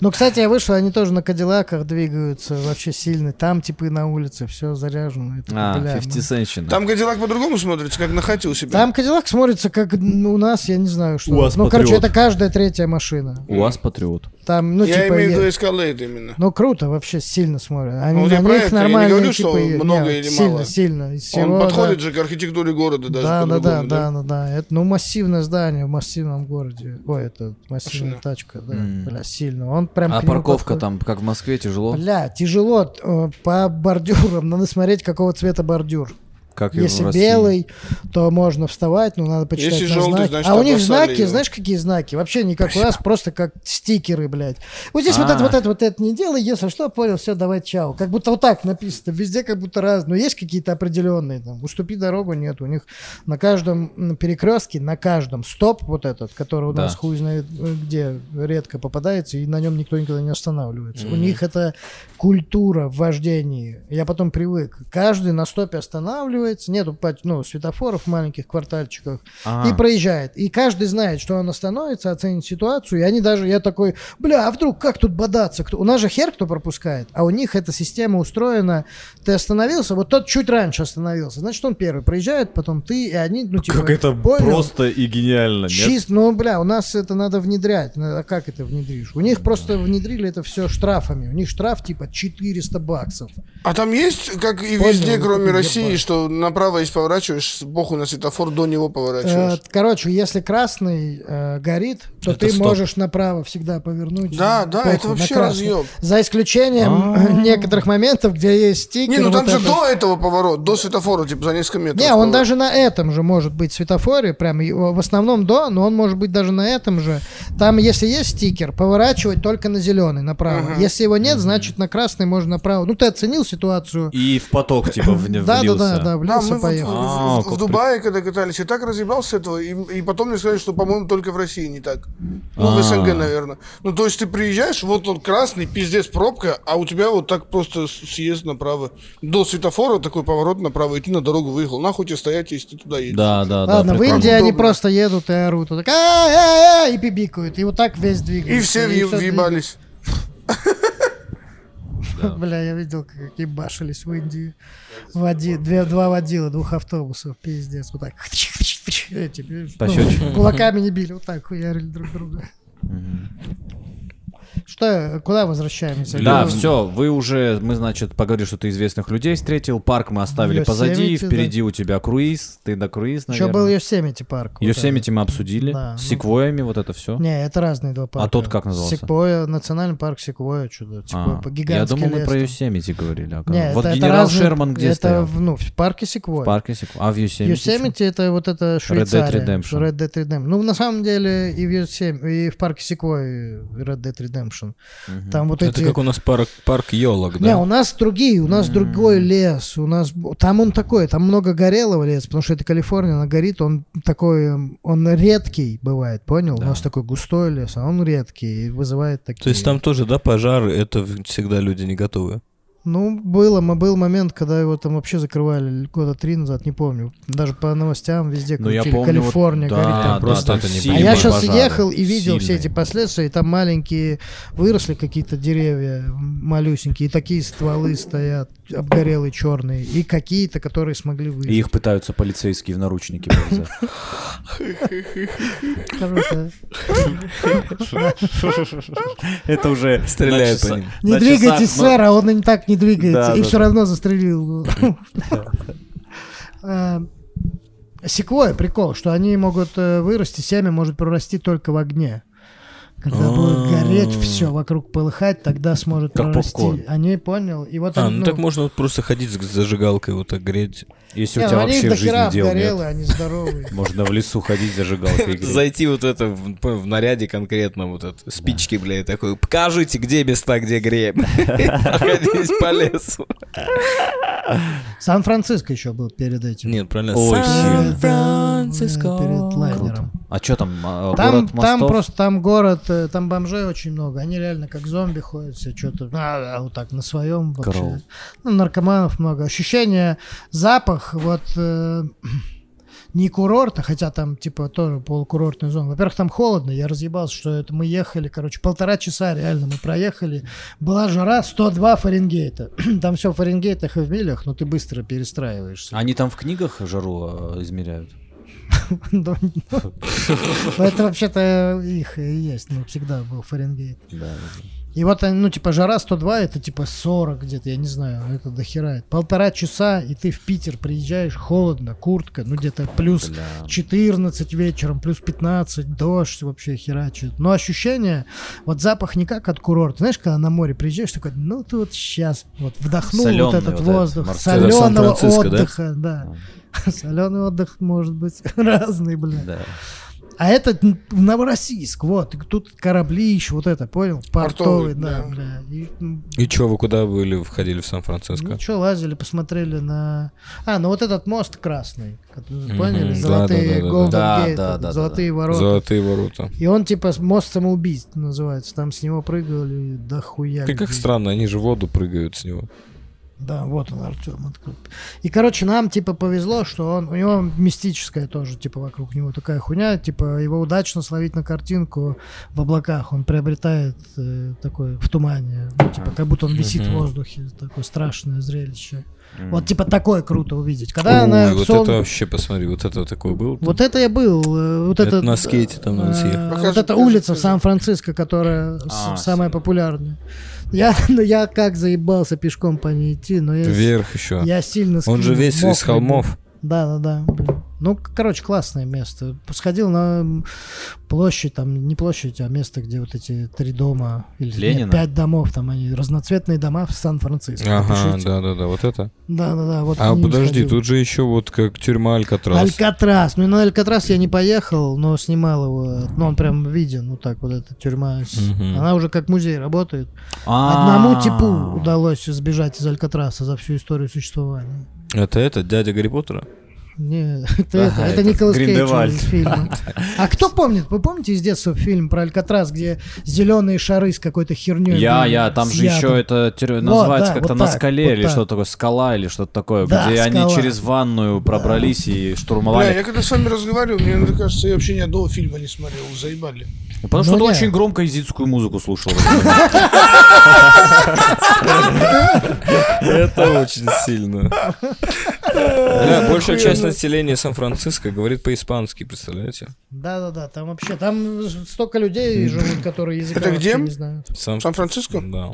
Speaker 4: Ну, кстати, я вышел, они тоже на Кадиллаках двигаются вообще сильно. Там типы на улице, все заряжено. Это,
Speaker 1: А,
Speaker 4: бля,
Speaker 1: 50 Cent.
Speaker 2: Там Гадилак по-другому смотрится, как нахотил
Speaker 4: ну.
Speaker 2: себе.
Speaker 4: Там Кадиллак смотрится как ну, у нас, я не знаю, что.
Speaker 7: У вас
Speaker 4: ну, короче,
Speaker 7: Патриот.
Speaker 4: это каждая третья машина.
Speaker 1: У вас патриот.
Speaker 4: Там, ну,
Speaker 2: я
Speaker 4: типа,
Speaker 2: имею в
Speaker 4: е-
Speaker 2: виду эскалейт именно.
Speaker 4: Ну круто, вообще сильно смотрят. Они,
Speaker 2: Ну, вот я
Speaker 4: на
Speaker 2: про
Speaker 4: них
Speaker 2: это, я не
Speaker 4: нормально.
Speaker 2: говорю, что
Speaker 4: типа, е-
Speaker 2: много
Speaker 4: не,
Speaker 2: или
Speaker 4: сильно,
Speaker 2: мало.
Speaker 4: Сильно, из всего,
Speaker 2: Он подходит
Speaker 4: да.
Speaker 2: же к архитектуре города даже
Speaker 4: Да, да, да,
Speaker 2: по-другому,
Speaker 4: да, да, да. Это, ну, массивное здание в массивном городе. Ой, это массивная
Speaker 2: Машина.
Speaker 4: тачка, да.
Speaker 1: М.
Speaker 4: Бля, сильно. Он прям.
Speaker 1: А
Speaker 4: к нему
Speaker 1: парковка
Speaker 4: подходит.
Speaker 1: там, как в Москве, тяжело.
Speaker 4: Бля, тяжело э, по бордюрам. Надо смотреть, какого цвета бордюр.
Speaker 1: Как и в
Speaker 4: Если
Speaker 1: России.
Speaker 4: белый, то можно вставать, но надо почитать
Speaker 2: Если
Speaker 4: на
Speaker 2: желтый,
Speaker 4: знаки.
Speaker 2: значит,
Speaker 4: а у них
Speaker 2: обоссали
Speaker 4: знаки,
Speaker 2: его.
Speaker 4: знаешь, какие знаки? Вообще не как у нас, просто как стикеры, блядь. Вот здесь вот это,
Speaker 1: А.
Speaker 4: вот это, вот это не делай, если что, понял, все, давай чао. Как будто вот так написано, везде как будто раз, но есть какие-то определенные там. Уступи дорогу, нет, у них на каждом перекрестке, на каждом стоп вот этот, который у
Speaker 1: Да.
Speaker 4: нас хуй знает э, где, редко попадается, и на нем никто никогда не останавливается. У них это культура в вождении. Я потом привык. Каждый на стопе останавливается, нету пат- ну, светофоров в маленьких квартальчиках
Speaker 1: А.
Speaker 4: и проезжает. И каждый знает, что он остановится, оценит ситуацию. И они даже, я такой, бля, а вдруг как тут бодаться? Кто? У нас же хер кто пропускает, а у них эта система устроена. Ты остановился, вот тот чуть раньше остановился, значит он первый проезжает, потом ты и они, ну типа.
Speaker 7: Как это
Speaker 4: понял?
Speaker 7: просто и гениально, нет?
Speaker 4: Чист, ну, бля, у нас это надо внедрять. Ну, А как это внедришь? У них просто внедрили это все штрафами. У них штраф типа 400 баксов.
Speaker 2: А там есть, как и
Speaker 4: Понял,
Speaker 2: везде,
Speaker 4: ну,
Speaker 2: кроме
Speaker 4: я
Speaker 2: России,
Speaker 4: понял.
Speaker 2: что направо, если поворачиваешь, похуй на светофор, до него
Speaker 4: Э,
Speaker 2: поворачиваешь.
Speaker 4: Короче, если красный э, горит, то
Speaker 1: Это
Speaker 4: ты
Speaker 1: стоп.
Speaker 4: можешь направо всегда повернуть.
Speaker 2: Да, да, это
Speaker 4: Похуй, на
Speaker 2: вообще
Speaker 4: красный.
Speaker 2: разъёб. А.
Speaker 4: За исключением некоторых моментов, где есть
Speaker 2: Не,
Speaker 4: стикер.
Speaker 2: ну там
Speaker 4: вот
Speaker 2: же
Speaker 4: это.
Speaker 2: до этого поворот, до светофора, типа за несколько метров.
Speaker 4: Не, он
Speaker 2: поворот.
Speaker 4: даже на этом же может быть светофоре, прям и- в основном до, но он может быть даже на этом же. Там, если есть стикер, поворачивать только на зеленый направо. Если его нет, значит на красный можно направо. Ну ты оценил ситуацию.
Speaker 7: И в поток, типа, в- влился.
Speaker 4: Да, да, да, да,
Speaker 2: Да,
Speaker 4: влился,
Speaker 2: мы вот в,
Speaker 4: поехал.
Speaker 2: в-
Speaker 1: А,
Speaker 2: в
Speaker 1: как
Speaker 2: Дубае, когда катались, я так разъебался с этого, и, и потом мне сказали, что, по-моему, только в России не так. Ну,
Speaker 1: А.
Speaker 2: в СНГ, наверное. Ну, то есть ты приезжаешь, вот он красный, пиздец, пробка, а у тебя вот так просто с- съезд направо. До светофора такой поворот направо, и ты на дорогу выехал. Нахуй тебе стоять, если ты туда едешь.
Speaker 1: Да, А,
Speaker 7: А,
Speaker 1: да, да.
Speaker 4: Ладно, в
Speaker 1: прикольно.
Speaker 4: Индии они
Speaker 2: Удобно.
Speaker 4: просто едут и орут. Вот так, «А, а, а», и пибикают. И вот так весь
Speaker 2: И
Speaker 4: двигается.
Speaker 2: все въеб- въебались.
Speaker 4: двигается. Бля, я видел, как ебашились в Индии. Води, две, два водила, двух автобусов, пиздец. Вот так. Эти, ну,
Speaker 1: Пощечину.
Speaker 4: кулаками не били, вот так хуярили друг друга. Что, куда возвращаемся?
Speaker 1: Да,
Speaker 4: Ну,
Speaker 1: все, вы уже, мы, значит, поговорили, что ты известных людей встретил, парк мы оставили
Speaker 4: Йосемити,
Speaker 1: позади,
Speaker 4: да.
Speaker 1: впереди у тебя круиз, ты на круиз,
Speaker 4: Еще
Speaker 1: наверное.
Speaker 4: был Йосемити парк. вот
Speaker 1: Йосемити мы обсудили,
Speaker 4: Да,
Speaker 1: с
Speaker 4: ну.
Speaker 1: секвоями вот это все.
Speaker 4: этот. Не, это разные два парка.
Speaker 1: А тот как назывался?
Speaker 4: Секвойя, национальный парк Секвойя, чудо. Секвойя,
Speaker 1: А,
Speaker 4: по
Speaker 1: я
Speaker 4: гигантский
Speaker 1: думал, мы
Speaker 4: лес
Speaker 1: про
Speaker 4: там.
Speaker 1: Йосемити говорили. оказывается.
Speaker 4: Не,
Speaker 1: вот
Speaker 4: это- это
Speaker 1: генерал
Speaker 4: разные-
Speaker 1: Шерман где
Speaker 4: это
Speaker 1: стоял?
Speaker 4: в- ну, в парке
Speaker 1: В
Speaker 4: Секвой.
Speaker 1: парке секвой. А в Йосемити?
Speaker 4: Йосемити это вот это Швейцария.
Speaker 1: Redemption.
Speaker 4: Red Dead Redemption. Ну, на самом деле, и в, Йосем... и в парке Секвой Red Dead Redemption. Там вот
Speaker 5: Это
Speaker 4: эти...
Speaker 5: как у нас парк, парк елок,
Speaker 4: Не,
Speaker 5: да?
Speaker 4: у нас другие, у нас другой лес, у нас там он такой, там много горелого леса, потому что это Калифорния, она горит, он такой, эм, он редкий бывает, понял? У нас такой густой лес, а он редкий и вызывает такие.
Speaker 5: То есть там тоже, да, пожары, это в- всегда люди не готовы.
Speaker 4: Ну, было, м- был момент, когда его там вообще закрывали года три назад, не помню. Даже по новостям везде
Speaker 1: Ну, я
Speaker 4: крутили.
Speaker 1: помню,
Speaker 4: Калифорния
Speaker 1: вот,
Speaker 4: горит.
Speaker 1: да,
Speaker 4: там
Speaker 1: да,
Speaker 5: просто
Speaker 1: там
Speaker 5: это не
Speaker 1: сильные
Speaker 4: А я сейчас
Speaker 1: пожары,
Speaker 4: ехал и видел все
Speaker 1: сильные.
Speaker 4: эти последствия, и там маленькие выросли какие-то деревья, малюсенькие, и такие стволы стоят, обгорелые черные, и какие-то, которые смогли выжить.
Speaker 1: И их пытаются полицейские в наручники повязать.
Speaker 4: Круто.
Speaker 7: Это уже...
Speaker 5: Стреляют по ним.
Speaker 4: Не
Speaker 1: На
Speaker 4: двигайтесь,
Speaker 1: часах мы-
Speaker 4: сэр, а он и так не двигается,
Speaker 7: Да,
Speaker 4: и
Speaker 7: да,
Speaker 4: все
Speaker 7: да.
Speaker 4: равно застрелил. его. Э, Секвойя, прикол, что они могут э, вырасти, семя может прорасти только в огне. Когда будет гореть все вокруг полыхать, тогда сможет
Speaker 1: Как попкорн.
Speaker 4: прорасти. Они понял. И вот
Speaker 5: А,
Speaker 4: они,
Speaker 5: ну
Speaker 4: ну,
Speaker 5: так можно вот просто ходить с зажигалкой вот так греть.
Speaker 1: Если
Speaker 4: не,
Speaker 1: у
Speaker 4: ну,
Speaker 1: тебя
Speaker 4: они
Speaker 1: вообще в
Speaker 4: до
Speaker 1: жизни
Speaker 4: хера
Speaker 1: дел нет.
Speaker 4: горелые, они здоровые.
Speaker 1: Можно в лесу ходить зажигалкой играть.
Speaker 5: Зайти вот это в, в наряде конкретно, вот это, спички, бля, и такой, покажите, где места, где греб. Проходить по лесу.
Speaker 4: Сан-Франциско еще был перед этим.
Speaker 5: Нет, правильно.
Speaker 1: Ой, сильно.
Speaker 5: Сан-Франциско.
Speaker 4: Перед лайнером.
Speaker 1: А что там, а,
Speaker 4: Там,
Speaker 1: город
Speaker 4: там
Speaker 1: мостов?
Speaker 4: просто там город, э, там бомжей очень много. Они реально как зомби ходят, все что-то а, а, вот так на своем вообще.
Speaker 1: Кроу.
Speaker 4: Ну, наркоманов много. Ощущение, запах, вот э, не курорта, хотя там, типа, тоже полукурортная зона. Во-первых, там холодно, я разъебался, что это мы ехали, короче, полтора часа реально мы проехали. Была жара 102 Фаренгейта. Там все в Фаренгейтах и в милях, но ты быстро перестраиваешься.
Speaker 1: Они там в книгах жару э, измеряют?
Speaker 4: Да, ну, ну, Это вообще-то их и есть, ну, всегда был Фаренгейт. И вот, они, ну, типа, жара 102, это типа 40 где-то, я не знаю, это дохера. Полтора часа, и ты в Питер приезжаешь, холодно, куртка, ну, где-то плюс 14 вечером, плюс 15, дождь вообще херачит. Но ощущение, вот запах не как от курорта. Знаешь, когда на море приезжаешь, такой, ну, ты вот сейчас вот вдохнул вот
Speaker 1: Солёный
Speaker 4: этот
Speaker 1: вот этот
Speaker 4: воздух,
Speaker 1: морской.
Speaker 5: Это в
Speaker 4: соленого
Speaker 5: Сан-Франциско, да?
Speaker 4: отдыха, да. Соленый отдых может быть разный, блин.
Speaker 1: Да.
Speaker 4: А этот м, в Новороссийск, вот, и тут корабли еще, вот это, понял?
Speaker 2: Портовый,
Speaker 4: Портовый, да,
Speaker 2: да.
Speaker 4: бля. И, м,
Speaker 5: И чё, вы куда были, входили в Сан-Франциско?
Speaker 4: Ничего, лазили, посмотрели на... А, ну вот этот мост красный, который, поняли?
Speaker 5: да,
Speaker 4: Золотые
Speaker 5: да, да, да.
Speaker 4: Golden
Speaker 1: Да,
Speaker 4: Gate,
Speaker 1: да,
Speaker 4: этот,
Speaker 1: да,
Speaker 4: золотые ворота.
Speaker 5: Золотые ворота.
Speaker 4: И он типа с- мост самоубийств называется, там с него прыгали до хуя.
Speaker 5: Ты как
Speaker 4: людей.
Speaker 5: странно, они же в воду прыгают с него.
Speaker 4: Да, вот он, Артем открыл. И, короче, нам, типа, повезло, что он, у него мистическая тоже, типа, вокруг него такая хуйня, типа, его удачно словить на картинку в облаках, он приобретает э, такое в тумане, ну, типа, как будто он висит в воздухе, такое страшное зрелище. Вот, типа, такое круто увидеть. Когда она
Speaker 5: Ой, вот
Speaker 4: солн-
Speaker 5: это вообще, посмотри, вот это такое было.
Speaker 4: вот это я был, э, вот
Speaker 5: Это
Speaker 4: это...
Speaker 5: на скейте там надо
Speaker 4: э,
Speaker 5: съехать.
Speaker 4: Вот
Speaker 2: Покажи,
Speaker 4: эта
Speaker 2: покажи,
Speaker 4: улица в
Speaker 2: покажи.
Speaker 4: Сан-Франциско, которая с-
Speaker 1: А,
Speaker 4: самая популярная. Я, ну, я как заебался пешком по ней идти, но я...
Speaker 5: Вверх еще.
Speaker 4: Я сильно
Speaker 5: Он же
Speaker 4: скинул,
Speaker 5: весь
Speaker 4: мокрый
Speaker 5: из холмов.
Speaker 4: да, да, да. блин. Ну, к- короче, классное место. Сходил на м, площадь, там не площадь, а место, где вот эти три дома или нет,
Speaker 1: Ленина?
Speaker 4: пять домов, там они разноцветные дома в Сан-Франциско.
Speaker 5: Ага,
Speaker 4: Напишите.
Speaker 5: да-да-да, вот это.
Speaker 4: да, да, да. Вот
Speaker 5: А
Speaker 4: к ним
Speaker 5: подожди,
Speaker 4: сходил.
Speaker 5: тут же еще вот как тюрьма Алькатрас.
Speaker 4: Алькатрас. Ну, на Алькатрас я не поехал, но снимал его. Ну, он прям виден, вот так вот эта тюрьма. с-
Speaker 5: Мгм.
Speaker 4: Она уже как музей работает.
Speaker 1: А.
Speaker 4: Одному типу удалось сбежать из Алькатраса за всю историю существования.
Speaker 5: Это этот, дядя Гарри Поттера?
Speaker 4: Не, это, это, это
Speaker 7: этот
Speaker 4: Николас Кейдж он
Speaker 7: Гриндевальд.
Speaker 4: из фильма. А кто помнит? Вы помните из детства фильм про Алькатрас, где зеленые шары с какой-то херней?
Speaker 1: Я,
Speaker 4: были,
Speaker 1: я, там
Speaker 4: с
Speaker 1: же
Speaker 4: ядом?
Speaker 1: еще это тер-
Speaker 4: Вот,
Speaker 1: называется
Speaker 4: да,
Speaker 1: как-то
Speaker 4: вот
Speaker 1: на
Speaker 4: так,
Speaker 1: скале
Speaker 4: вот
Speaker 1: или
Speaker 4: так.
Speaker 1: что-то такое, скала или что-то такое,
Speaker 4: Да,
Speaker 1: где они
Speaker 4: скала.
Speaker 1: через ванную пробрались и
Speaker 2: Бля,
Speaker 1: штурмовали.
Speaker 2: я когда с вами разговариваю, мне иногда кажется, я вообще ни одного фильма не смотрел, заебали.
Speaker 1: Потому что
Speaker 4: Ну,
Speaker 1: ты
Speaker 4: не.
Speaker 1: очень громко изитскую музыку слушал.
Speaker 5: Это очень сильно. Да, большая часть населения Сан-Франциско говорит по-испански, представляете?
Speaker 4: Да-да-да, там вообще, там столько людей живут, которые языка
Speaker 2: Это где?
Speaker 4: вообще не знают.
Speaker 5: Сан-
Speaker 2: Сан-Франциско?
Speaker 5: Да.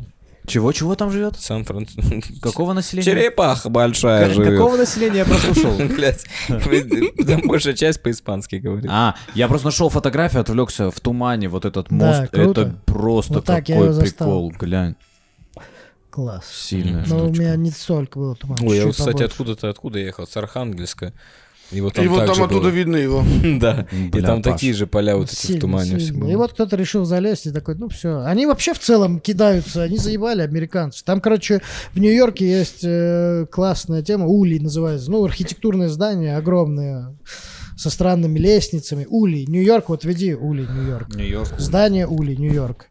Speaker 1: Чего-чего там живет?
Speaker 5: Сан-Франциско.
Speaker 1: Какого населения?
Speaker 5: Черепаха большая живет.
Speaker 1: Какого населения я прослушал?
Speaker 5: Блять, там большая часть по-испански говорит.
Speaker 1: А, я просто нашел фотографию, отвлекся в тумане. Вот этот
Speaker 4: Да,
Speaker 1: мост,
Speaker 4: круто.
Speaker 1: это просто
Speaker 4: Вот так я
Speaker 1: какой
Speaker 4: его застал. Ну,
Speaker 1: прикол, глянь,
Speaker 4: Класс.
Speaker 1: сильно.
Speaker 4: Но у меня не столько было тумана.
Speaker 5: Ой, я,
Speaker 4: чуть-чуть
Speaker 5: вот, кстати,
Speaker 4: побольше.
Speaker 5: откуда-то откуда ехал? С Архангельска. И вот
Speaker 2: И
Speaker 5: там
Speaker 2: вот
Speaker 5: так
Speaker 2: там
Speaker 5: же
Speaker 2: оттуда
Speaker 5: было.
Speaker 2: видно его.
Speaker 5: Да, и
Speaker 1: Бля,
Speaker 5: там
Speaker 1: Паш.
Speaker 5: такие же поля вот эти в
Speaker 4: Сильно,
Speaker 5: тумане все
Speaker 4: сильно. Ну
Speaker 5: было.
Speaker 4: И вот кто-то решил залезть и такой, ну все. Они вообще в целом кидаются, они заебали американцев. Там, короче, в Нью-Йорке есть э, классная тема, улей называется. Ну, архитектурное здание огромное, со странными лестницами. Улей, Нью-Йорк, вот веди улей, Нью-Йорк. Здание улей, Нью-Йорк.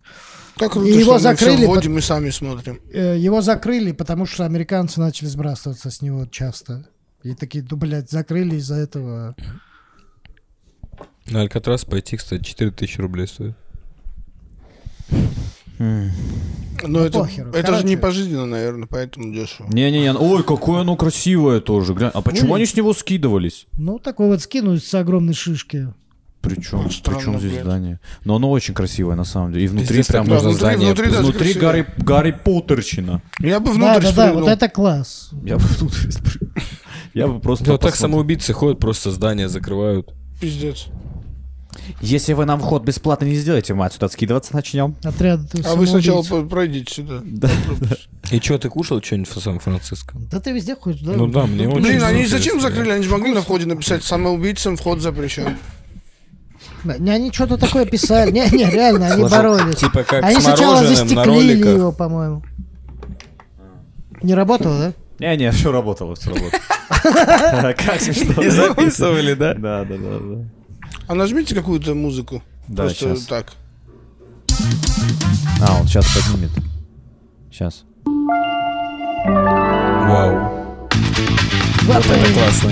Speaker 2: Как круто,
Speaker 4: И
Speaker 2: что
Speaker 4: его
Speaker 2: мы
Speaker 4: закрыли,
Speaker 2: все вводим и сами смотрим.
Speaker 4: Э, его закрыли, потому что американцы начали сбрасываться с него часто. И такие, ну, блядь, закрыли из-за этого.
Speaker 5: На Алькатрас пойти, кстати, 4000 рублей стоит.
Speaker 2: Но это,
Speaker 4: похеру.
Speaker 2: это же
Speaker 4: Короче.
Speaker 2: не пожизненно, наверное, поэтому дешево.
Speaker 1: Не-не-не, ой, какое оно красивое тоже, глянь. А почему
Speaker 4: Ой.
Speaker 1: они с него скидывались?
Speaker 4: Ну, такой вот скинуть с огромной шишки.
Speaker 1: Причем,
Speaker 2: Странно,
Speaker 1: причем здесь
Speaker 2: блядь.
Speaker 1: здание? Но оно очень красивое, на самом деле. И внутри
Speaker 5: Пиздец,
Speaker 1: прям
Speaker 5: так можно
Speaker 1: можно...
Speaker 2: Да, внутри-
Speaker 5: здание.
Speaker 2: внутри даже
Speaker 1: Внутри
Speaker 2: красиво.
Speaker 1: Гарри, Гарри Поттерчина.
Speaker 2: Я бы
Speaker 4: Да,
Speaker 2: внутрь
Speaker 4: да, да, вот
Speaker 2: спрыгнул.
Speaker 4: это класс.
Speaker 1: Я бы тут... спры- Я бы просто...
Speaker 5: Да, Ну, вот так
Speaker 1: посмотрел.
Speaker 5: самоубийцы ходят, просто здания закрывают.
Speaker 2: Пиздец. А
Speaker 1: Если вы нам вход бесплатно не сделаете, мы отсюда скидываться начнем.
Speaker 4: Отряд
Speaker 2: А вы сначала
Speaker 4: самоубийц.
Speaker 2: по- пройдите сюда.
Speaker 5: И чё, ты кушал что-нибудь в Сан-Франциско?
Speaker 4: Да ты везде ходишь, да?
Speaker 5: Ну да, мне очень
Speaker 2: Блин, они
Speaker 5: интересно.
Speaker 2: зачем закрыли? Они же могли на входе написать самоубийцам вход запрещен.
Speaker 4: Не, Они что-то такое писали. Не, не, реально, они боролись.
Speaker 5: Типа как
Speaker 4: Они
Speaker 5: с
Speaker 4: сначала
Speaker 5: мороженым на
Speaker 4: застеклили
Speaker 5: роликах.
Speaker 4: его, по-моему. Не работало, да?
Speaker 1: Не-не, все работало, все работало. Как смешно.
Speaker 5: И записывали, да?
Speaker 1: Да, да, да, да.
Speaker 2: А нажмите какую-то музыку.
Speaker 1: Да,
Speaker 2: Просто
Speaker 1: щас.
Speaker 2: так.
Speaker 1: А, он сейчас поднимет. Сейчас.
Speaker 5: Вау.
Speaker 4: Вот
Speaker 5: Это классно.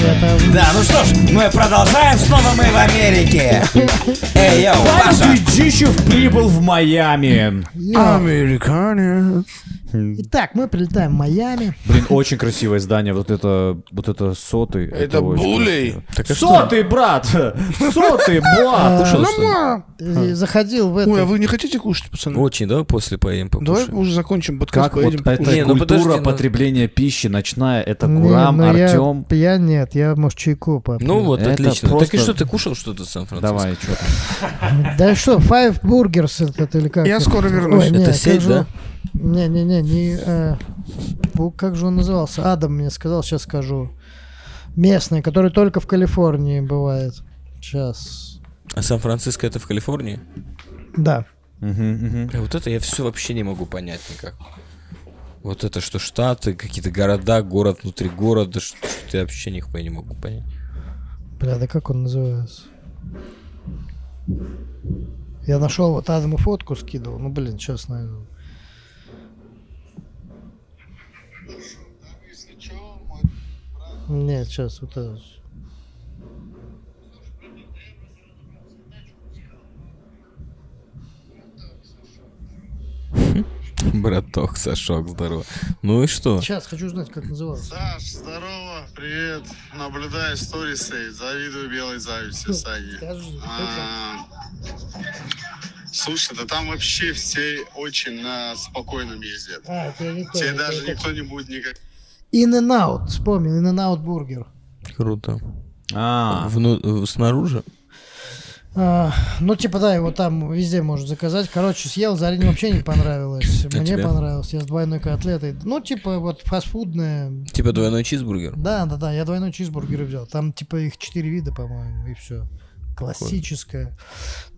Speaker 4: это.
Speaker 3: Да, ну что ж, мы продолжаем. Снова мы в Америке. Эй, йоу, Паша.
Speaker 1: Дичев прибыл в Майами.
Speaker 2: Американец.
Speaker 4: Итак, мы прилетаем в Майами.
Speaker 1: Блин, очень красивое здание. Вот это, вот вот это сотый.
Speaker 2: Это булей.
Speaker 5: а
Speaker 1: Сотый, брат! Сотый, брат!
Speaker 5: Ну,
Speaker 4: И Заходил в
Speaker 2: Ой, а
Speaker 4: это.
Speaker 2: вы не хотите кушать, пацаны?
Speaker 5: Очень, да, после поем
Speaker 2: Давай
Speaker 5: покушаем.
Speaker 2: уже закончим подкаст,
Speaker 1: Как вот
Speaker 2: поедем.
Speaker 1: эта
Speaker 5: Не, ну подожди,
Speaker 1: культура
Speaker 5: ну-
Speaker 1: потребления пищи ночная? Это
Speaker 4: Не,
Speaker 1: Гурам,
Speaker 4: ну я-
Speaker 1: Артем.
Speaker 4: Я нет, я, может, чайку по.
Speaker 5: Ну вот,
Speaker 1: Это
Speaker 5: отлично. Так
Speaker 1: просто-
Speaker 5: и что, ты кушал что-то в Сан-Франциско?
Speaker 1: Давай, что
Speaker 4: Да что, Five Burgers этот или как?
Speaker 2: Я
Speaker 4: это?
Speaker 2: скоро вернусь.
Speaker 4: Ой,
Speaker 5: Это
Speaker 4: не, как
Speaker 5: сеть,
Speaker 4: же
Speaker 5: да?
Speaker 4: он- Не-не-не, не... э, бу- Как же он назывался? Адам мне сказал, сейчас скажу. Местный, который только в Калифорнии бывает. Сейчас.
Speaker 5: А Сан-Франциско это в Калифорнии?
Speaker 4: Да.
Speaker 5: Бля, вот это я все вообще не могу понять никак. Вот это что штаты, какие-то города, город внутри города, что я вообще нихуя не могу понять.
Speaker 4: Бля, да как он называется? Я нашел, вот Адаму фотку скидывал. Ну, блин, сейчас найду. Нет, сейчас вот это. ж.
Speaker 5: Браток, Сашок, здорово. Ну и что?
Speaker 4: Сейчас хочу знать, как назывался.
Speaker 8: Саш, здорово, привет. Наблюдаю сторисы, завидую белой зависти, Саня.
Speaker 4: Скажи, как
Speaker 8: А, Слушай, да там вообще все очень на спокойном ездят.
Speaker 4: он? А, это я не
Speaker 8: Тебе
Speaker 4: понял,
Speaker 8: даже
Speaker 4: это-
Speaker 8: никто не будет никак...
Speaker 4: In and Out, вспомнил, In and Out Burger.
Speaker 5: Круто.
Speaker 1: А,
Speaker 5: Вну- э, снаружи?
Speaker 4: А, ну, типа, да, его там везде можно заказать. Короче, съел, Зарине вообще не понравилось. Мне
Speaker 5: тебе?
Speaker 4: понравилось, я с двойной котлетой. Ну, типа, вот фастфудное.
Speaker 5: Типа двойной чизбургер?
Speaker 4: Да, да, да, я двойной чизбургер взял. Там, типа, их четыре вида, по-моему, и все. Классическая.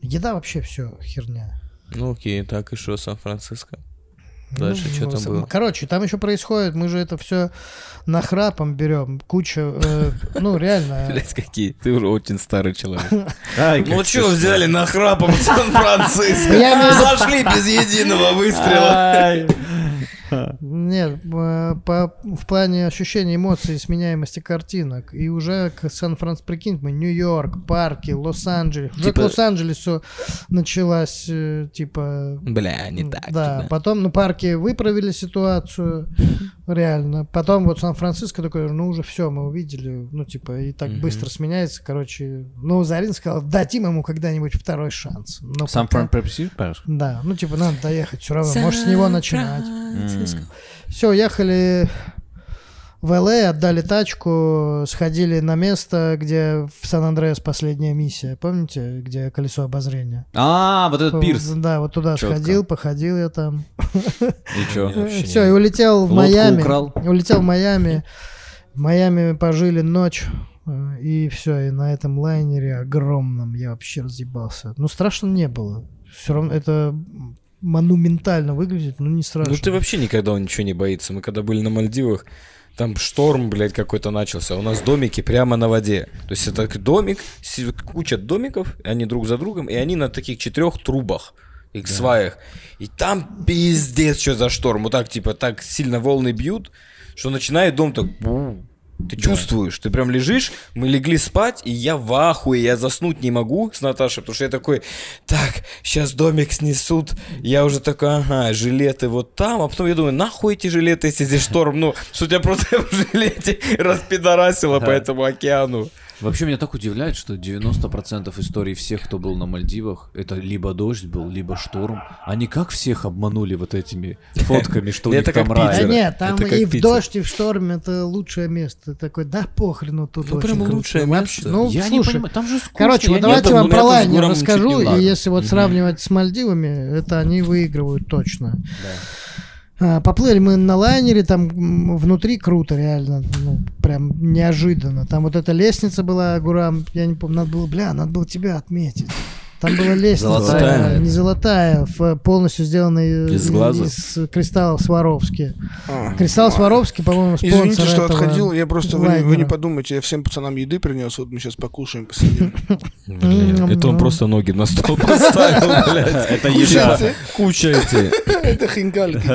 Speaker 4: Еда вообще все херня.
Speaker 5: Ну окей, так и что, Сан-Франциско?
Speaker 4: Ну,
Speaker 5: Дальше что там
Speaker 4: с-
Speaker 5: было?
Speaker 4: Короче, там еще происходит, мы же это все нахрапом берем. Куча, э, ну, реально.
Speaker 5: Блять, какие, ты уже очень старый человек.
Speaker 1: Ай,
Speaker 5: Ну что взяли на храпом Сан-Франциско?
Speaker 4: Я имею в виду-
Speaker 5: Зашли без единого выстрела.
Speaker 1: Ай.
Speaker 4: Нет, э, по, в плане ощущения эмоций и сменяемости картинок. И уже к Сан-Франциско, прикинь, мы Нью-Йорк, парки, Лос-Анджелес. Уже
Speaker 5: Типа-
Speaker 4: к Лос-Анджелесу началась, э, типа...
Speaker 5: Бля, не так.
Speaker 4: да,
Speaker 5: да.
Speaker 4: потом, ну, парки выправили ситуацию, реально. Потом вот Сан-Франциско такой, ну, уже все, мы увидели, ну, типа, и так быстро сменяется, короче. Ну, Зарин сказал, дадим ему когда-нибудь второй шанс. Но
Speaker 1: Сам
Speaker 4: пока-
Speaker 1: Фрэнк Пепси, Паш?
Speaker 4: да, ну типа надо доехать все равно, может с него начинать. Все, уехали в ЛА, отдали тачку, сходили на место, где в Сан-Андреас последняя миссия, помните, где колесо обозрения?
Speaker 1: А, вот этот пирс.
Speaker 4: Да, вот туда
Speaker 1: Чётко.
Speaker 4: сходил, походил я там.
Speaker 1: И чё?
Speaker 4: Все, и улетел в
Speaker 1: Лодку
Speaker 4: Майами.
Speaker 1: украл.
Speaker 4: Улетел в Майами. В Майами пожили ночь. э, И все, и на этом лайнере огромном я вообще разъебался. Ну, страшно не было. Все равно это монументально выглядит, но не страшно.
Speaker 5: Ну ты вообще никогда ничего не боится. Мы когда были на Мальдивах, там шторм, блядь, какой-то начался. У нас домики прямо на воде. То есть это домик, си- куча домиков, и они друг за другом, и они на таких четырех трубах и сваях. И там пиздец, что за шторм. Вот так, типа, так сильно волны бьют, что начинает дом так... бу. Ты чувствуешь, ты прям лежишь, мы легли спать, и я в ахуе, я заснуть не могу с Наташей, потому что я такой, так, сейчас домик снесут, я уже такой, ага, жилеты вот там, а потом я думаю, нахуй эти жилеты, если здесь шторм, ну, судя по просто в жилете распидорасило по этому океану.
Speaker 7: Вообще меня так удивляет, что 90% историй всех, кто был на Мальдивах, это либо дождь был, либо шторм. Они как всех обманули вот этими фотками, что у них
Speaker 5: Это
Speaker 7: там
Speaker 5: как
Speaker 7: рай.
Speaker 4: Да
Speaker 5: Питер.
Speaker 4: нет, там
Speaker 5: Это как
Speaker 4: и в
Speaker 5: Питер.
Speaker 4: дождь, и в шторм это лучшее место. Ты такой, да похрену тут
Speaker 5: Ну,
Speaker 4: очень
Speaker 5: прям
Speaker 4: круто.
Speaker 5: лучшее
Speaker 4: Вообще,
Speaker 5: место.
Speaker 4: Ну,
Speaker 7: Я не
Speaker 4: слушай,
Speaker 7: понимаю, там же скучно.
Speaker 4: Короче,
Speaker 7: я
Speaker 4: вот
Speaker 7: не-
Speaker 4: давайте
Speaker 5: там-
Speaker 4: вам
Speaker 5: ну, я
Speaker 4: про
Speaker 5: там с
Speaker 4: лайнер
Speaker 5: Гурамом чуть не
Speaker 4: расскажу.
Speaker 5: ладно.
Speaker 4: И если вот сравнивать с Мальдивами, это они выигрывают точно. А, Поплыли мы на лайнере, там м, внутри круто, реально, ну, прям неожиданно. Там вот эта лестница была, Гурам, я не помню, надо было, бля, надо было тебя отметить. Там была лестница,
Speaker 1: Золотая?
Speaker 4: э, не золотая, ф- полностью сделанная
Speaker 5: Из глаза?
Speaker 4: из кристаллов Сваровски. Кристалл Сваровски, по-моему, спонсор
Speaker 2: А. Извините, что
Speaker 4: этого
Speaker 2: отходил, я просто, вы, не- вы не
Speaker 4: лайнера.
Speaker 2: подумайте, я всем пацанам еды принес, вот мы сейчас покушаем, посидим.
Speaker 4: Блин, это он просто
Speaker 5: ноги на стол поставил, блядь.
Speaker 1: Это еда.
Speaker 5: Куча эти.
Speaker 2: Это хинкалики.